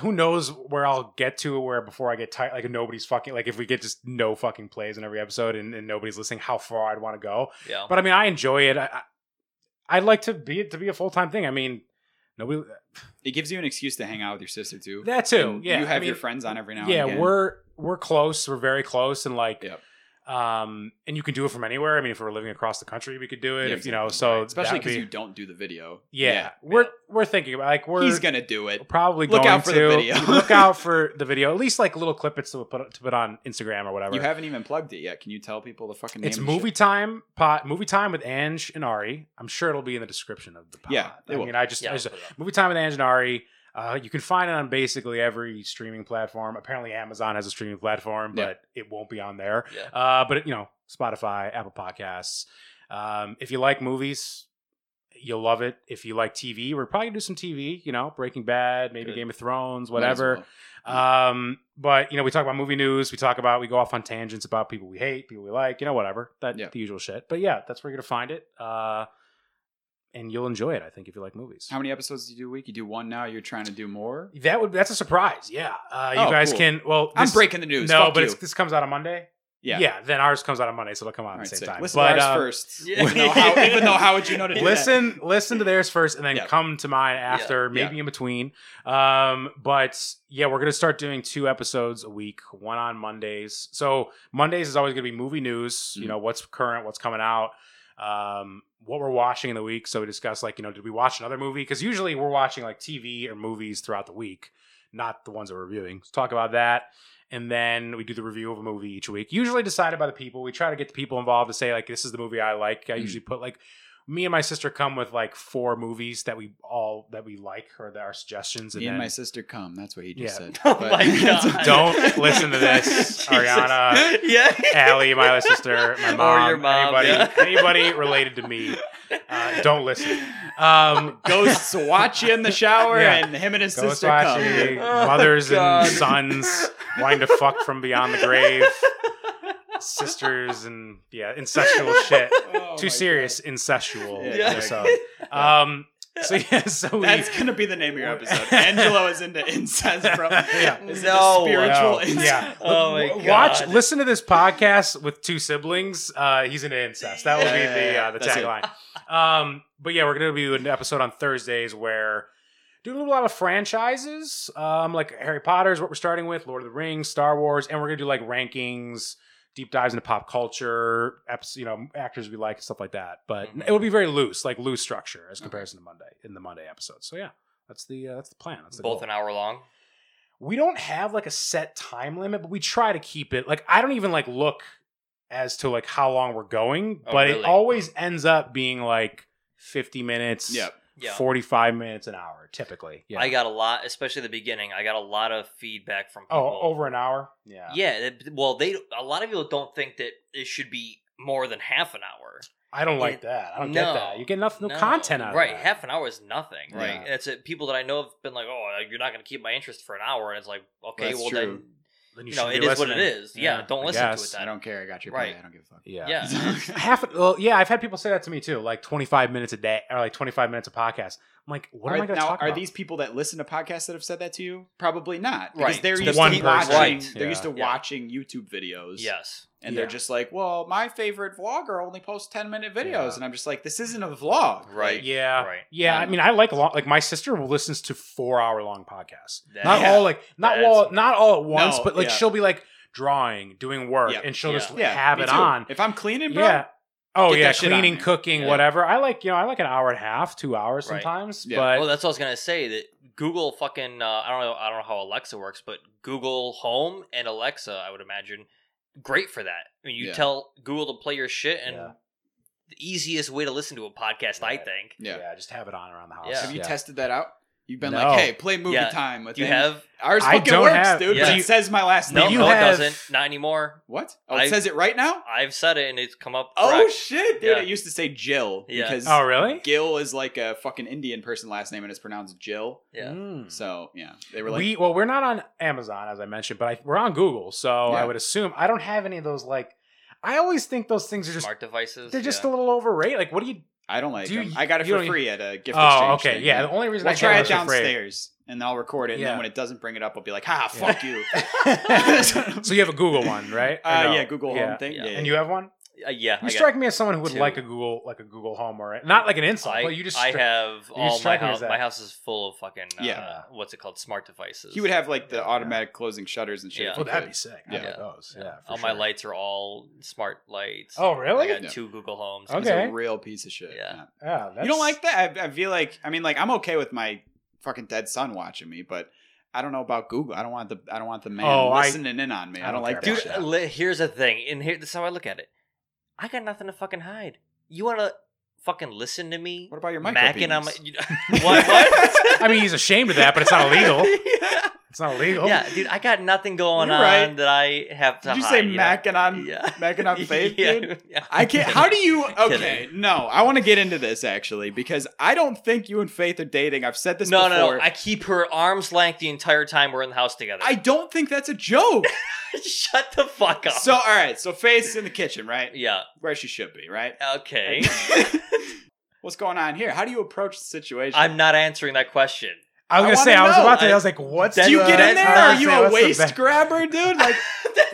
[SPEAKER 3] who knows where I'll get to where before I get tired, like nobody's fucking like if we get just no fucking plays in every episode and, and nobody's listening, how far I'd want to go.
[SPEAKER 4] Yeah.
[SPEAKER 3] But I mean, I enjoy it. I, I I'd like to be it to be a full time thing. I mean, nobody
[SPEAKER 1] it gives you an excuse to hang out with your sister too
[SPEAKER 3] that too.
[SPEAKER 1] And
[SPEAKER 3] yeah,
[SPEAKER 1] you
[SPEAKER 3] I
[SPEAKER 1] have your
[SPEAKER 3] mean,
[SPEAKER 1] friends on every now
[SPEAKER 3] yeah,
[SPEAKER 1] and again
[SPEAKER 3] we're we're close. We're very close, and like,
[SPEAKER 1] Yep.
[SPEAKER 3] um, and you can do it from anywhere. I mean, if we we're living across the country, we could do it.
[SPEAKER 1] Yeah,
[SPEAKER 3] if, you know,
[SPEAKER 1] exactly.
[SPEAKER 3] so
[SPEAKER 1] especially
[SPEAKER 3] that'd
[SPEAKER 1] because
[SPEAKER 3] be-
[SPEAKER 1] you don't do the video
[SPEAKER 3] yeah, we're
[SPEAKER 1] yeah.
[SPEAKER 3] we're thinking about like we're
[SPEAKER 1] he's gonna do it
[SPEAKER 3] probably
[SPEAKER 1] Look
[SPEAKER 3] going
[SPEAKER 1] out for the
[SPEAKER 3] to
[SPEAKER 1] video.
[SPEAKER 3] [LAUGHS] look out for the video. At least like little clippets to put to put on Instagram or whatever.
[SPEAKER 1] you haven't even plugged it yet can you tell people the fucking name
[SPEAKER 3] it's
[SPEAKER 1] of the shit?
[SPEAKER 3] movie time pot movie time with Ange and Ari. I'm sure it'll be in the description of the pod.
[SPEAKER 1] Yeah, it
[SPEAKER 3] I
[SPEAKER 1] will.
[SPEAKER 3] mean, I just,
[SPEAKER 4] Yeah,
[SPEAKER 3] I just
[SPEAKER 4] I'll put it up.
[SPEAKER 3] movie time with Ange and Ari. Uh, you can find it on basically every streaming platform. Apparently, Amazon has a streaming platform,
[SPEAKER 1] Yeah.
[SPEAKER 3] but it won't be on there.
[SPEAKER 4] Yeah.
[SPEAKER 3] Uh, but you know, Spotify, Apple Podcasts. Um, if you like movies, you'll love it. If you like TV, we're probably gonna do some TV. You know, Breaking Bad, maybe
[SPEAKER 4] Good.
[SPEAKER 3] Game of Thrones,
[SPEAKER 1] Might as
[SPEAKER 3] whatever.
[SPEAKER 1] well. Hmm.
[SPEAKER 3] Um, but you know, we talk about movie news. We talk about we go off on tangents about people we hate, people we like, you know, whatever that
[SPEAKER 1] Yeah.
[SPEAKER 3] the usual shit. But yeah, that's where you're gonna find it, uh, and you'll enjoy it. I think if you like movies,
[SPEAKER 1] How many episodes do you do a week? You do one now. You're trying to do more.
[SPEAKER 3] that would that's a surprise. Yeah, uh, you
[SPEAKER 1] Oh,
[SPEAKER 3] guys
[SPEAKER 1] cool.
[SPEAKER 3] can. Well,
[SPEAKER 1] I'm
[SPEAKER 3] this-
[SPEAKER 1] breaking the news.
[SPEAKER 3] No,
[SPEAKER 1] Fuck
[SPEAKER 3] but
[SPEAKER 1] you.
[SPEAKER 3] it's, this comes out on Monday.
[SPEAKER 1] yeah.
[SPEAKER 3] yeah. Then ours comes out on Monday, so it'll come out
[SPEAKER 1] All
[SPEAKER 3] at
[SPEAKER 1] right,
[SPEAKER 3] the same
[SPEAKER 1] sick.
[SPEAKER 3] time.
[SPEAKER 1] Listen
[SPEAKER 3] but
[SPEAKER 1] to ours
[SPEAKER 3] um,
[SPEAKER 1] first. [LAUGHS]
[SPEAKER 4] Yeah.
[SPEAKER 1] Even, though how, even though how would you know
[SPEAKER 4] [LAUGHS]
[SPEAKER 1] to do that?
[SPEAKER 3] listen listen to theirs first and then
[SPEAKER 1] Yeah.
[SPEAKER 3] come to mine after maybe in between um but yeah we're gonna start doing two episodes a week one on mondays so mondays is always gonna be movie news you
[SPEAKER 1] Mhm.
[SPEAKER 3] know what's current what's coming out um what we're watching in the week so we discuss like you know did we watch another movie because usually we're watching like tv or movies throughout the week not the ones that we're reviewing so talk about that and then we do the review of a movie each week usually decided by the people we try to get the people involved to say like this is the movie i like i
[SPEAKER 4] Hmm.
[SPEAKER 1] Mhm.
[SPEAKER 3] usually put like me and my sister come with like four movies that we all that we like or that are suggestions and
[SPEAKER 1] Me and
[SPEAKER 3] then
[SPEAKER 1] my sister come. That's what he just
[SPEAKER 3] Yeah. [LAUGHS]
[SPEAKER 1] said. [LAUGHS]
[SPEAKER 4] Oh my God.
[SPEAKER 3] don't listen to
[SPEAKER 4] [LAUGHS]
[SPEAKER 3] this ariana
[SPEAKER 4] yeah.
[SPEAKER 3] [LAUGHS] Allie, my sister,
[SPEAKER 4] [LAUGHS]
[SPEAKER 3] my mom,
[SPEAKER 4] Or your mom.
[SPEAKER 3] anybody,
[SPEAKER 4] yeah.
[SPEAKER 3] [LAUGHS] anybody related to me, uh, don't listen.
[SPEAKER 4] [LAUGHS]
[SPEAKER 3] Um,
[SPEAKER 1] Ghosts watch you in the shower,
[SPEAKER 3] Yeah.
[SPEAKER 1] and him and his
[SPEAKER 3] Ghost
[SPEAKER 1] sister come.
[SPEAKER 3] watching,
[SPEAKER 4] Oh,
[SPEAKER 3] mothers
[SPEAKER 4] God.
[SPEAKER 3] and
[SPEAKER 4] [LAUGHS]
[SPEAKER 3] sons wanting to fuck from beyond the grave, sisters and yeah, incestual shit.
[SPEAKER 1] Oh
[SPEAKER 3] Too
[SPEAKER 1] my
[SPEAKER 3] serious, incestual
[SPEAKER 1] Yeah.
[SPEAKER 3] episode. Um, so yeah, so
[SPEAKER 1] God.
[SPEAKER 3] we,
[SPEAKER 1] That's gonna be the name of your episode. Angelo is into incest, bro.
[SPEAKER 3] [LAUGHS] Yeah.
[SPEAKER 1] This is
[SPEAKER 4] No.
[SPEAKER 1] a spiritual
[SPEAKER 3] No.
[SPEAKER 1] incest.
[SPEAKER 3] Yeah.
[SPEAKER 4] Oh my
[SPEAKER 3] W-
[SPEAKER 4] god.
[SPEAKER 3] Watch, listen to this podcast with two siblings. Uh, he's into incest. That will be the
[SPEAKER 1] Yeah,
[SPEAKER 3] uh, the
[SPEAKER 1] that's it.
[SPEAKER 3] tagline. Um, but yeah, we're gonna do an episode on Thursdays where doing a lot of franchises, um, like Harry Potter's, what we're starting with, Lord of the Rings, Star Wars, and we're gonna do like rankings, deep dives into pop culture, eps, you know, actors we like and stuff like that. But
[SPEAKER 4] Mhm.
[SPEAKER 3] it will be very loose, like loose structure as comparison to Monday in the Monday episode. So yeah, that's the uh, that's the plan. That's the goal
[SPEAKER 4] Both an hour long.
[SPEAKER 3] we don't have like a set time limit, but we try to keep it. Like I don't even like look as to like how long we're going,
[SPEAKER 4] Oh,
[SPEAKER 3] but
[SPEAKER 4] really?
[SPEAKER 3] it always ends up being like 50 minutes,
[SPEAKER 1] Yeah.
[SPEAKER 4] Yeah.
[SPEAKER 3] 45 minutes an hour typically. Yeah.
[SPEAKER 4] I got a lot, especially the beginning. I got a lot of feedback from people.
[SPEAKER 3] oh, over an hour. Yeah.
[SPEAKER 4] Yeah, it- well, they a lot of people don't think that it should be more than half an hour.
[SPEAKER 3] I don't like
[SPEAKER 4] It-
[SPEAKER 3] that. I don't
[SPEAKER 4] no.
[SPEAKER 3] get that. You get nothing, no, content out
[SPEAKER 4] right?
[SPEAKER 3] of that.
[SPEAKER 4] Half an hour is nothing, right?
[SPEAKER 3] Yeah.
[SPEAKER 4] And It's uh, people that I know have been like, "Oh, you're not going to keep my interest for an hour," and it's like, okay,
[SPEAKER 1] That's
[SPEAKER 4] well
[SPEAKER 1] true.
[SPEAKER 3] Then
[SPEAKER 4] then, you know,
[SPEAKER 3] shouldn't
[SPEAKER 4] it
[SPEAKER 3] be
[SPEAKER 4] is what it
[SPEAKER 3] listening.
[SPEAKER 4] is. Yeah, don't
[SPEAKER 3] I
[SPEAKER 4] listen to
[SPEAKER 3] guess.
[SPEAKER 4] it. Then.
[SPEAKER 1] I don't care. I got your pay.
[SPEAKER 4] Right.
[SPEAKER 1] I don't give a fuck.
[SPEAKER 3] Yeah.
[SPEAKER 4] Yeah.
[SPEAKER 1] [LAUGHS]
[SPEAKER 3] Half well, yeah, I've had people say that to me too. Like 25 minutes a day or like 25 minutes a podcast. I'm like, what
[SPEAKER 1] are,
[SPEAKER 3] am I going to
[SPEAKER 1] now,
[SPEAKER 3] talk
[SPEAKER 1] are
[SPEAKER 3] about?
[SPEAKER 1] these people that listen to podcasts that have said that to you? Probably not, because
[SPEAKER 4] Right.
[SPEAKER 1] they're
[SPEAKER 4] It's
[SPEAKER 1] used
[SPEAKER 3] one
[SPEAKER 1] to
[SPEAKER 3] person.
[SPEAKER 1] watching.
[SPEAKER 4] Right.
[SPEAKER 1] They're used to
[SPEAKER 4] Yeah.
[SPEAKER 1] watching YouTube videos.
[SPEAKER 4] Yes.
[SPEAKER 1] and they're
[SPEAKER 3] Yeah.
[SPEAKER 1] just like, "Well, my favorite vlogger only posts ten minute videos,"
[SPEAKER 3] Yeah.
[SPEAKER 1] and I'm just like, "This isn't a vlog,
[SPEAKER 4] Right.
[SPEAKER 1] Like,
[SPEAKER 3] Yeah.
[SPEAKER 4] Right.
[SPEAKER 3] Yeah,
[SPEAKER 1] I
[SPEAKER 3] I
[SPEAKER 1] don't
[SPEAKER 3] mean, I like a lot. Like my sister listens to four hour long podcasts.
[SPEAKER 4] That-
[SPEAKER 3] not
[SPEAKER 1] Yeah.
[SPEAKER 3] all like not
[SPEAKER 4] That's-
[SPEAKER 3] all not all at once,
[SPEAKER 1] No,
[SPEAKER 3] but like
[SPEAKER 1] yeah.
[SPEAKER 3] she'll be like drawing, doing work,
[SPEAKER 1] Yeah.
[SPEAKER 3] and she'll
[SPEAKER 4] Yeah.
[SPEAKER 3] just
[SPEAKER 1] yeah,
[SPEAKER 3] have
[SPEAKER 1] me
[SPEAKER 3] it
[SPEAKER 1] too.
[SPEAKER 3] on.
[SPEAKER 1] If I'm cleaning, bro,
[SPEAKER 3] Yeah, Oh
[SPEAKER 4] Get
[SPEAKER 3] yeah,
[SPEAKER 4] that shit on
[SPEAKER 3] cleaning,
[SPEAKER 1] there.
[SPEAKER 3] cooking,
[SPEAKER 4] Yeah.
[SPEAKER 3] whatever. I like you know I like an hour and a half, two hours
[SPEAKER 4] Right.
[SPEAKER 3] sometimes.
[SPEAKER 1] Yeah.
[SPEAKER 3] But
[SPEAKER 4] Oh, that's what I was gonna say. That Google fucking uh, I don't know I don't know how Alexa works, but Google Home and Alexa, I would imagine, great for that. I mean, you
[SPEAKER 1] Yeah.
[SPEAKER 4] tell Google to play your shit, and
[SPEAKER 3] Yeah.
[SPEAKER 4] the easiest way to listen to a podcast, I
[SPEAKER 3] Right.
[SPEAKER 4] think.
[SPEAKER 1] Yeah.
[SPEAKER 3] yeah. just have it on around the house.
[SPEAKER 4] Yeah.
[SPEAKER 1] Have you
[SPEAKER 3] Yeah.
[SPEAKER 1] tested that out? You've been
[SPEAKER 3] No.
[SPEAKER 1] like, hey, play movie
[SPEAKER 4] Yeah.
[SPEAKER 1] time. With
[SPEAKER 4] You have
[SPEAKER 1] ours
[SPEAKER 3] I
[SPEAKER 1] fucking
[SPEAKER 3] don't
[SPEAKER 1] works,
[SPEAKER 3] have-
[SPEAKER 1] dude.
[SPEAKER 4] Yeah.
[SPEAKER 1] But it says my last
[SPEAKER 4] no,
[SPEAKER 1] name.
[SPEAKER 3] you
[SPEAKER 4] no,
[SPEAKER 3] have-
[SPEAKER 4] it doesn't. Not anymore.
[SPEAKER 1] What? Oh, it
[SPEAKER 4] I-
[SPEAKER 1] says it right now.
[SPEAKER 4] I've said it, and it's come up.
[SPEAKER 1] Oh
[SPEAKER 4] correct.
[SPEAKER 1] shit, dude!
[SPEAKER 4] Yeah.
[SPEAKER 1] It used to say Jill
[SPEAKER 4] Yeah.
[SPEAKER 1] because
[SPEAKER 3] Oh really?
[SPEAKER 1] Gil is like a fucking Indian person last name, and it's pronounced Jill.
[SPEAKER 4] yeah.
[SPEAKER 3] Mm.
[SPEAKER 1] So yeah, they were like,
[SPEAKER 3] we well, we're not on Amazon as I mentioned, but I, we're on Google, so
[SPEAKER 1] Yeah.
[SPEAKER 3] I would assume I don't have any of those. Like, I always think those things are just
[SPEAKER 4] Smart devices.
[SPEAKER 3] they're just a
[SPEAKER 4] yeah.
[SPEAKER 3] little overrated. Like, what do you?
[SPEAKER 1] I don't like
[SPEAKER 3] Do
[SPEAKER 1] them.
[SPEAKER 3] you-
[SPEAKER 1] I got it
[SPEAKER 3] you
[SPEAKER 1] for
[SPEAKER 3] don't- e-
[SPEAKER 1] free at a gift
[SPEAKER 3] oh,
[SPEAKER 1] exchange.
[SPEAKER 3] okay,
[SPEAKER 1] thing.
[SPEAKER 3] yeah. The only reason
[SPEAKER 1] We'll
[SPEAKER 3] I
[SPEAKER 1] try
[SPEAKER 3] got
[SPEAKER 1] it
[SPEAKER 3] was for free.
[SPEAKER 1] downstairs, and I'll record it. And
[SPEAKER 3] Yeah.
[SPEAKER 1] then when it doesn't bring it up, I'll be like, "Ha,
[SPEAKER 3] Yeah.
[SPEAKER 1] fuck you."
[SPEAKER 3] [LAUGHS]
[SPEAKER 1] [LAUGHS]
[SPEAKER 3] So you have a Google one, right? Or
[SPEAKER 1] uh,
[SPEAKER 3] no?
[SPEAKER 1] yeah, Google
[SPEAKER 3] Yeah.
[SPEAKER 1] Home thing.
[SPEAKER 4] Yeah.
[SPEAKER 1] Yeah,
[SPEAKER 3] And you have one.
[SPEAKER 4] Uh, yeah.
[SPEAKER 3] You
[SPEAKER 4] I got-
[SPEAKER 3] strike me as someone who would
[SPEAKER 4] two.
[SPEAKER 3] like a Google, like a Google Home, or not like an insult.
[SPEAKER 4] I,
[SPEAKER 3] but you just
[SPEAKER 4] I
[SPEAKER 3] stri-
[SPEAKER 4] have all my
[SPEAKER 3] strike me as
[SPEAKER 4] house.
[SPEAKER 3] that.
[SPEAKER 4] My house is full of fucking uh,
[SPEAKER 1] Yeah.
[SPEAKER 4] What's it called? Smart devices.
[SPEAKER 1] he would have like the automatic closing shutters and shit.
[SPEAKER 4] Yeah.
[SPEAKER 1] if
[SPEAKER 3] Oh,
[SPEAKER 1] you
[SPEAKER 3] that'd
[SPEAKER 1] could.
[SPEAKER 3] be sick.
[SPEAKER 1] Yeah.
[SPEAKER 3] Yeah, yeah. those. Yeah, for
[SPEAKER 4] all my
[SPEAKER 3] sure.
[SPEAKER 4] lights are all smart lights.
[SPEAKER 3] Oh, really?
[SPEAKER 4] I got
[SPEAKER 1] Yeah.
[SPEAKER 4] two Google Homes.
[SPEAKER 3] Okay.
[SPEAKER 1] He's a real piece of shit.
[SPEAKER 4] Yeah.
[SPEAKER 3] Yeah, that's,
[SPEAKER 1] you don't like that? I, I feel like I mean, like I'm okay with my fucking dead son watching me, but I don't know about Google. I don't want the I don't want the man
[SPEAKER 3] Oh, I-
[SPEAKER 1] listening in on me. I
[SPEAKER 3] I
[SPEAKER 1] don't,
[SPEAKER 3] don't
[SPEAKER 1] like
[SPEAKER 3] care
[SPEAKER 1] that
[SPEAKER 4] Dude,
[SPEAKER 3] about
[SPEAKER 1] shit.
[SPEAKER 3] Yeah.
[SPEAKER 4] li- here's the thing, and here this is how I look at it. I got nothing to fucking hide. You want to fucking listen to me?
[SPEAKER 1] What about your micro
[SPEAKER 4] Macking on my
[SPEAKER 1] penis?
[SPEAKER 4] you,
[SPEAKER 1] [LAUGHS]
[SPEAKER 4] what? what?
[SPEAKER 3] I mean, he's ashamed of that, but it's not illegal.
[SPEAKER 4] [LAUGHS] yeah.
[SPEAKER 3] It's not illegal.
[SPEAKER 4] Yeah, dude, I got nothing going
[SPEAKER 1] You're
[SPEAKER 4] on
[SPEAKER 1] right.
[SPEAKER 4] that I have to
[SPEAKER 1] Did you
[SPEAKER 4] hide,
[SPEAKER 1] say
[SPEAKER 4] know?
[SPEAKER 1] macking on
[SPEAKER 4] Yeah.
[SPEAKER 1] macking
[SPEAKER 4] [LAUGHS]
[SPEAKER 1] on faith,
[SPEAKER 4] yeah,
[SPEAKER 1] dude?
[SPEAKER 4] yeah.
[SPEAKER 1] I can't. How do
[SPEAKER 4] [LAUGHS]
[SPEAKER 1] you? Okay,
[SPEAKER 4] Kidding.
[SPEAKER 1] no. I want to get into this actually because I don't think you and Faith are dating. I've said this
[SPEAKER 4] no,
[SPEAKER 1] before.
[SPEAKER 4] no, no. I keep her at arm's length the entire time we're in the house together.
[SPEAKER 1] I don't think that's a joke.
[SPEAKER 4] [LAUGHS] Shut the fuck up.
[SPEAKER 1] so all right, so Faith's in the kitchen, right?
[SPEAKER 4] yeah.
[SPEAKER 1] Where she should be, right?
[SPEAKER 4] Okay.
[SPEAKER 1] What's going on here? How do you approach the situation?
[SPEAKER 4] I'm not answering that question.
[SPEAKER 3] I was
[SPEAKER 1] I
[SPEAKER 3] gonna say,
[SPEAKER 1] wanna
[SPEAKER 3] I was
[SPEAKER 1] know.
[SPEAKER 3] about to.
[SPEAKER 4] I-
[SPEAKER 3] I, was like, what's
[SPEAKER 4] Do
[SPEAKER 1] do you
[SPEAKER 3] the-
[SPEAKER 1] get
[SPEAKER 4] [LAUGHS]
[SPEAKER 1] in there? Are
[SPEAKER 3] what's
[SPEAKER 1] you
[SPEAKER 3] the-
[SPEAKER 1] a
[SPEAKER 3] what's the
[SPEAKER 1] waste
[SPEAKER 3] back-
[SPEAKER 1] grabber, dude? Like,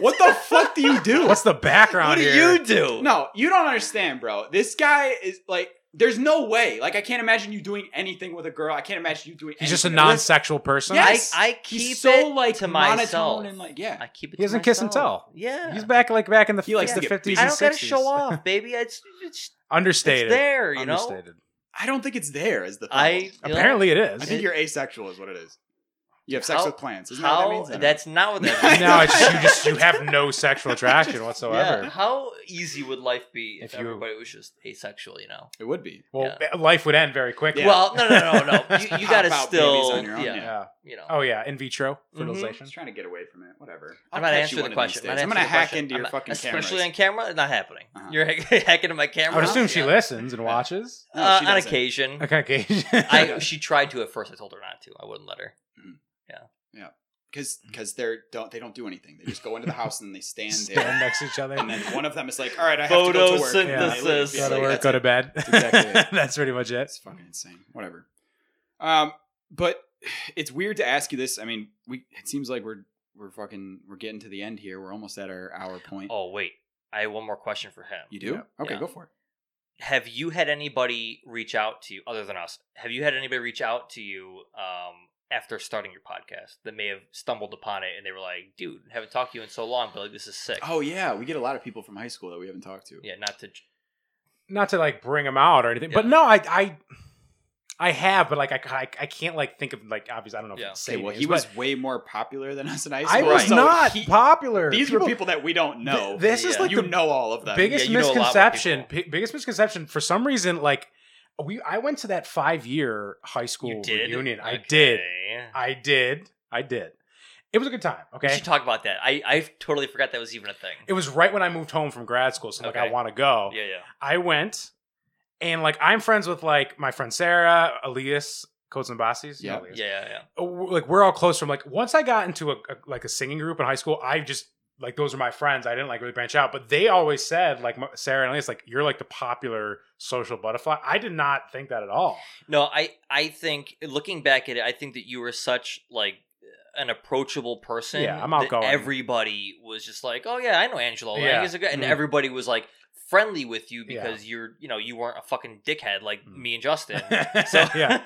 [SPEAKER 1] what the fuck do
[SPEAKER 4] [LAUGHS]
[SPEAKER 1] you do?
[SPEAKER 3] What's the background
[SPEAKER 4] What do
[SPEAKER 3] here?
[SPEAKER 4] you do?
[SPEAKER 1] no, you don't understand, bro. This guy is like, there's no way. Like, I can't imagine you doing anything with a girl. I can't imagine you doing.
[SPEAKER 3] He's just a
[SPEAKER 1] anything.
[SPEAKER 3] non-sexual person.
[SPEAKER 1] Yeah.
[SPEAKER 4] I,
[SPEAKER 1] Yes.
[SPEAKER 4] I keep
[SPEAKER 1] He's so
[SPEAKER 4] it
[SPEAKER 1] like
[SPEAKER 4] to
[SPEAKER 1] monotone
[SPEAKER 4] myself.
[SPEAKER 1] and like, yeah.
[SPEAKER 4] I keep it.
[SPEAKER 3] He
[SPEAKER 4] to
[SPEAKER 3] doesn't kiss and
[SPEAKER 4] myself.
[SPEAKER 3] tell.
[SPEAKER 4] Yeah,
[SPEAKER 3] He's back like back in the
[SPEAKER 1] He likes to
[SPEAKER 3] the
[SPEAKER 1] get
[SPEAKER 3] fifties.
[SPEAKER 4] I
[SPEAKER 3] and
[SPEAKER 4] don't
[SPEAKER 3] 60s.
[SPEAKER 4] gotta show off, baby. It's it's,
[SPEAKER 3] Understated.
[SPEAKER 4] it's there, you know.
[SPEAKER 3] Understated.
[SPEAKER 1] I don't think it's there. Is the problem.
[SPEAKER 4] I you know,
[SPEAKER 3] Apparently, it
[SPEAKER 1] I [LAUGHS]
[SPEAKER 3] is.
[SPEAKER 1] think you're asexual, is what it is. You have sex
[SPEAKER 4] How-
[SPEAKER 1] with plants. Isn't that what that
[SPEAKER 4] how
[SPEAKER 1] means? I don't
[SPEAKER 4] that's not
[SPEAKER 1] [LAUGHS]
[SPEAKER 4] what that
[SPEAKER 1] I
[SPEAKER 3] [LAUGHS]
[SPEAKER 4] means.
[SPEAKER 1] know.
[SPEAKER 3] no, it's just, you just you have no sexual attraction whatsoever.
[SPEAKER 4] yeah. How easy would life be if,
[SPEAKER 3] If you-
[SPEAKER 4] everybody was just asexual? You know.
[SPEAKER 1] know. it would be.
[SPEAKER 3] Well, life would end very quickly.
[SPEAKER 1] Yeah.
[SPEAKER 4] Well, no, no, no,
[SPEAKER 1] [LAUGHS]
[SPEAKER 4] no. You, you
[SPEAKER 1] Pop
[SPEAKER 4] gotta
[SPEAKER 1] out babies
[SPEAKER 4] still,
[SPEAKER 1] on your own,
[SPEAKER 4] yeah,
[SPEAKER 1] yeah.
[SPEAKER 3] Yeah.
[SPEAKER 4] you know.
[SPEAKER 3] Oh yeah, in vitro
[SPEAKER 4] Mhm.
[SPEAKER 1] I'm
[SPEAKER 3] fertilization.
[SPEAKER 1] just trying to get away from it. Whatever.
[SPEAKER 4] I'm
[SPEAKER 1] I'll
[SPEAKER 4] not
[SPEAKER 1] catch you
[SPEAKER 4] answering
[SPEAKER 1] one
[SPEAKER 4] the
[SPEAKER 1] of
[SPEAKER 4] question.
[SPEAKER 1] these
[SPEAKER 4] I'm,
[SPEAKER 1] days.
[SPEAKER 4] not
[SPEAKER 1] I'm gonna
[SPEAKER 4] answering the
[SPEAKER 1] hack
[SPEAKER 4] question.
[SPEAKER 1] into your
[SPEAKER 4] I'm not-
[SPEAKER 1] fucking cameras.
[SPEAKER 4] especially on camera. Not happening.
[SPEAKER 1] Uh-huh.
[SPEAKER 4] You're [LAUGHS] hack- hacking into my camera.
[SPEAKER 3] I would assume she
[SPEAKER 4] Yeah.
[SPEAKER 3] listens and watches.
[SPEAKER 1] No,
[SPEAKER 4] Uh,
[SPEAKER 1] she
[SPEAKER 4] on
[SPEAKER 1] doesn't.
[SPEAKER 4] occasion.
[SPEAKER 3] [LAUGHS]
[SPEAKER 1] Mm-hmm.
[SPEAKER 3] Okay, okay.
[SPEAKER 4] I she tried to at first. I told her not to. I wouldn't let her.
[SPEAKER 1] because because they're don't they don't do anything. They just go into the house and they
[SPEAKER 3] [LAUGHS]
[SPEAKER 1] stand
[SPEAKER 3] stand
[SPEAKER 1] there.
[SPEAKER 3] next to each other.
[SPEAKER 1] and then one of them is like, "All right, I have to go to work." and then they leave.
[SPEAKER 4] Photosynthesis.
[SPEAKER 1] Yeah,
[SPEAKER 3] [LAUGHS] go to
[SPEAKER 1] like,
[SPEAKER 3] work,
[SPEAKER 1] that's
[SPEAKER 3] go
[SPEAKER 1] it.
[SPEAKER 3] to bed.
[SPEAKER 1] exactly it.
[SPEAKER 3] [LAUGHS] That's pretty much it.
[SPEAKER 1] It's fucking insane. Whatever. Um, but it's weird to ask you this. I mean, we it seems like we're we're fucking we're getting to the end here. We're almost at our hour point.
[SPEAKER 4] Oh wait, I have one more question for him.
[SPEAKER 1] you do? Okay,
[SPEAKER 4] Yeah.
[SPEAKER 1] go for it.
[SPEAKER 4] Have you had anybody reach out to you other than us? Have you had anybody reach out to you um, after starting your podcast that may have stumbled upon it and they were like, "Dude, haven't talked to you in so long, but like this is sick."
[SPEAKER 1] Oh yeah, we get a lot of people from high school that we haven't talked to.
[SPEAKER 4] yeah, not to.
[SPEAKER 3] Not to like bring them out or anything, but
[SPEAKER 4] Yeah.
[SPEAKER 3] no, I, I, I have, but like I, I, I can't like think of like obviously I don't know.
[SPEAKER 4] Yeah.
[SPEAKER 3] If it's
[SPEAKER 1] Say, well, he was way more popular than us in high school.
[SPEAKER 3] I was
[SPEAKER 1] so
[SPEAKER 3] not
[SPEAKER 1] he-
[SPEAKER 3] popular.
[SPEAKER 1] these were people that we don't
[SPEAKER 3] th-
[SPEAKER 1] know. uh,
[SPEAKER 3] this is
[SPEAKER 4] Yeah.
[SPEAKER 3] like
[SPEAKER 1] you
[SPEAKER 3] the
[SPEAKER 1] know all of them.
[SPEAKER 3] biggest
[SPEAKER 4] Yeah, you know a lot more
[SPEAKER 3] misconception.
[SPEAKER 4] people.
[SPEAKER 3] P- biggest misconception. For some reason, like we, I went to that five year high
[SPEAKER 4] You
[SPEAKER 3] school
[SPEAKER 4] did.
[SPEAKER 3] reunion. I did.
[SPEAKER 4] Okay.
[SPEAKER 3] I did. I did. It was a good time.
[SPEAKER 4] We
[SPEAKER 3] Okay.
[SPEAKER 4] should talk about that. I, I totally forgot that was even a thing.
[SPEAKER 3] It was right when I moved home from grad school, so I'm like
[SPEAKER 4] Okay.
[SPEAKER 3] I want to go.
[SPEAKER 4] yeah, yeah.
[SPEAKER 3] I went, and like I'm friends with like my friend Sarah, Elias, Coates and Bosses.
[SPEAKER 1] Yeah.
[SPEAKER 4] Yeah, yeah, yeah.
[SPEAKER 3] Like we're all close from like once I got into a, a like a singing group in high school, I just like those are my friends. I didn't like really branch out, but they always said like my, Sarah and Elias, like you're like the popular social butterfly. I did not think that at all.
[SPEAKER 4] No, I I think looking back at it, I think that you were such like an approachable person.
[SPEAKER 3] Yeah, I'm
[SPEAKER 4] that
[SPEAKER 3] outgoing.
[SPEAKER 4] Everybody was just like, "Oh yeah, I know Angela Lang
[SPEAKER 3] Yeah.
[SPEAKER 4] is a good," and
[SPEAKER 3] Mhm.
[SPEAKER 4] everybody was like friendly with you
[SPEAKER 3] Yeah.
[SPEAKER 4] because you're you know you weren't a fucking dickhead like
[SPEAKER 3] Mm.
[SPEAKER 4] me
[SPEAKER 3] [LAUGHS]
[SPEAKER 4] and Justin. So
[SPEAKER 3] so yeah,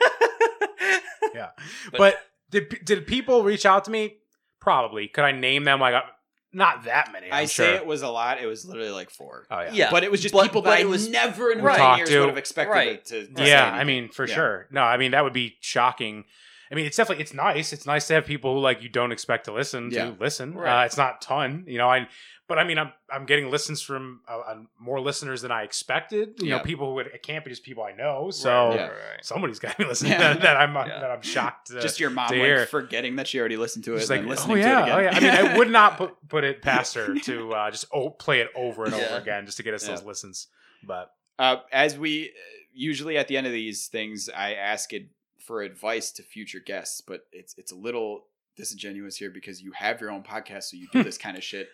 [SPEAKER 4] [LAUGHS] But-
[SPEAKER 3] But, did did people reach out to me? Probably. Could I name them? Like, I- Not that many. i
[SPEAKER 1] I say it was a lot. It was literally like four.
[SPEAKER 3] Oh yeah.
[SPEAKER 4] Yeah,
[SPEAKER 1] But it was just
[SPEAKER 4] But-
[SPEAKER 1] people
[SPEAKER 4] but
[SPEAKER 1] that
[SPEAKER 4] it
[SPEAKER 1] I
[SPEAKER 4] was-
[SPEAKER 1] never in a
[SPEAKER 4] Right.
[SPEAKER 1] million
[SPEAKER 3] Talked
[SPEAKER 1] years
[SPEAKER 3] to.
[SPEAKER 1] would have expected
[SPEAKER 4] Right.
[SPEAKER 1] it to. to say
[SPEAKER 3] Yeah, I
[SPEAKER 1] anything.
[SPEAKER 3] mean, for
[SPEAKER 1] Yeah.
[SPEAKER 3] sure. No, I mean that would be shocking. I mean, it's definitely it's nice. It's nice to have people who like you don't expect to listen
[SPEAKER 1] Yeah.
[SPEAKER 3] to listen.
[SPEAKER 4] Right.
[SPEAKER 3] Uh, it's not ton, you know. I but I mean, I'm I'm getting listens from uh, uh, more listeners than I expected. You
[SPEAKER 1] Yeah.
[SPEAKER 3] know, people who would, it can't be just people I know. So
[SPEAKER 4] Right,
[SPEAKER 1] Yeah.
[SPEAKER 4] right, right.
[SPEAKER 3] somebody's got to
[SPEAKER 1] [LAUGHS]
[SPEAKER 3] be listening
[SPEAKER 1] Yeah.
[SPEAKER 3] that, that I'm uh,
[SPEAKER 4] Yeah.
[SPEAKER 3] that I'm shocked. To,
[SPEAKER 1] just your mom
[SPEAKER 3] to
[SPEAKER 1] like
[SPEAKER 3] hear.
[SPEAKER 1] forgetting that she already listened to it.
[SPEAKER 3] She's
[SPEAKER 1] and then
[SPEAKER 3] like, oh
[SPEAKER 1] listening
[SPEAKER 3] yeah,
[SPEAKER 1] to it
[SPEAKER 3] oh
[SPEAKER 1] again.
[SPEAKER 3] yeah. I mean, I would not put, put it past her to uh, just o- play it over and
[SPEAKER 4] Yeah.
[SPEAKER 3] over again just to get us those
[SPEAKER 1] Yeah.
[SPEAKER 3] listens. But
[SPEAKER 1] [LAUGHS] Uh, as we uh, usually at the end of these things, I ask it for advice to future guests, but it's it's a little disingenuous here because you have your own podcast, so you
[SPEAKER 3] [LAUGHS]
[SPEAKER 1] do this kind of shit.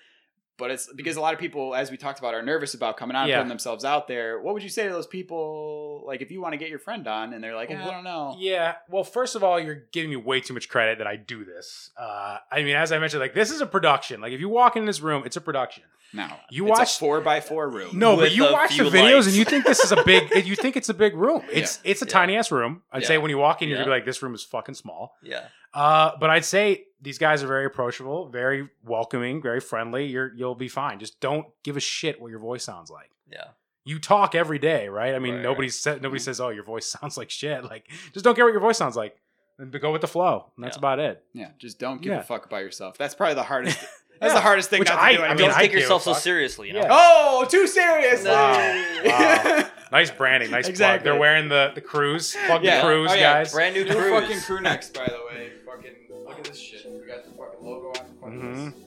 [SPEAKER 1] But it's because a lot of people, as we talked about, are nervous about coming on, and
[SPEAKER 3] Yeah.
[SPEAKER 1] putting themselves out there. What would you say to those people? Like, if you want to get your friend on, and they're like, "Eh, I don't know.
[SPEAKER 3] Yeah. Well, first of all, you're giving me way too much credit that I do this. Uh, I mean, as I mentioned, like this is a production. Like if you walk in this room, it's a production.
[SPEAKER 1] No,
[SPEAKER 3] You
[SPEAKER 1] it's
[SPEAKER 3] watched-
[SPEAKER 1] a four by four room.
[SPEAKER 3] No,
[SPEAKER 4] With
[SPEAKER 3] but you
[SPEAKER 4] a
[SPEAKER 3] watch the
[SPEAKER 4] few
[SPEAKER 3] videos
[SPEAKER 4] lights.
[SPEAKER 3] and you think this is a big.
[SPEAKER 4] [LAUGHS]
[SPEAKER 3] you think it's a big room. It's it's a
[SPEAKER 4] Yeah.
[SPEAKER 3] tiny ass room. I'd say
[SPEAKER 4] Yeah.
[SPEAKER 3] when you walk in, you're
[SPEAKER 4] Yeah.
[SPEAKER 3] gonna be like, this room is fucking small.
[SPEAKER 4] Yeah.
[SPEAKER 3] Uh, but I'd say these guys are very approachable, very welcoming, very friendly. You're you'll be fine. Just don't give a shit what your voice sounds like.
[SPEAKER 4] Yeah.
[SPEAKER 3] you talk every day, right? I mean,
[SPEAKER 4] Right,
[SPEAKER 3] nobody sa- nobody
[SPEAKER 1] Mhm.
[SPEAKER 3] says, "Oh, your voice [LAUGHS] sounds like shit." Like, just don't care what your voice sounds like, and go with the flow. And that's
[SPEAKER 4] Yeah.
[SPEAKER 3] about it.
[SPEAKER 1] yeah, just don't give
[SPEAKER 3] Yeah.
[SPEAKER 1] a fuck about yourself. That's probably the
[SPEAKER 3] [LAUGHS]
[SPEAKER 1] hardest. That's
[SPEAKER 3] Yeah.
[SPEAKER 1] the hardest thing
[SPEAKER 3] Which
[SPEAKER 1] not to
[SPEAKER 3] I-
[SPEAKER 1] do.
[SPEAKER 3] I
[SPEAKER 1] I
[SPEAKER 3] mean,
[SPEAKER 4] Don't take yourself so
[SPEAKER 3] fuck.
[SPEAKER 4] seriously, you know.
[SPEAKER 3] Yeah.
[SPEAKER 1] oh, too serious. [LAUGHS]
[SPEAKER 4] Wow.
[SPEAKER 3] Wow. Nice branding, nice
[SPEAKER 1] Exactly.
[SPEAKER 3] plug. They're wearing the the cruise, plug
[SPEAKER 1] Yeah.
[SPEAKER 3] the cruise,
[SPEAKER 1] Oh, yeah.
[SPEAKER 3] guys.
[SPEAKER 4] Brand new
[SPEAKER 1] New
[SPEAKER 4] cruise.
[SPEAKER 1] fucking [LAUGHS] crew next, by the way. Fucking look at this shit. We got the fucking logo on the fucking
[SPEAKER 3] Mhm.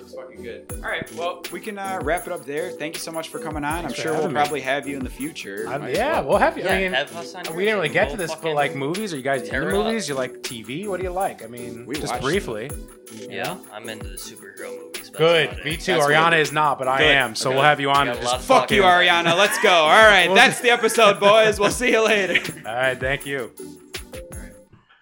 [SPEAKER 1] Looks fucking good. All right, well, we can uh, wrap it up there. Thank you so much for coming on. I'm
[SPEAKER 3] for
[SPEAKER 1] sure we'll
[SPEAKER 3] having me.
[SPEAKER 1] probably have you in the future.
[SPEAKER 3] I-
[SPEAKER 1] Might as
[SPEAKER 3] yeah,
[SPEAKER 1] well.
[SPEAKER 3] we'll have you.
[SPEAKER 4] Yeah,
[SPEAKER 3] I mean,
[SPEAKER 4] have us on
[SPEAKER 3] we didn't
[SPEAKER 4] yours
[SPEAKER 3] really
[SPEAKER 4] and
[SPEAKER 3] get to
[SPEAKER 4] we'll
[SPEAKER 3] this,
[SPEAKER 4] fucking-
[SPEAKER 3] but like movies, are you guys
[SPEAKER 4] tear
[SPEAKER 3] into
[SPEAKER 4] it up.
[SPEAKER 3] movies? You like TV? What do you like? I mean,
[SPEAKER 1] We
[SPEAKER 3] just
[SPEAKER 1] watched-
[SPEAKER 3] briefly.
[SPEAKER 4] Yeah, I'm into the superhero movies. but that's
[SPEAKER 3] Good.
[SPEAKER 4] about
[SPEAKER 3] Me
[SPEAKER 4] it.
[SPEAKER 3] too.
[SPEAKER 1] That's
[SPEAKER 3] Ariana
[SPEAKER 1] good.
[SPEAKER 3] is not, but I
[SPEAKER 1] Good.
[SPEAKER 3] am. So
[SPEAKER 4] Okay.
[SPEAKER 3] we'll have you on. to
[SPEAKER 4] Got a
[SPEAKER 3] just-
[SPEAKER 4] lot of
[SPEAKER 1] Fuck you, Ariana. Let's go. All right, that's the episode, boys. We'll see you later.
[SPEAKER 3] All right. Thank you.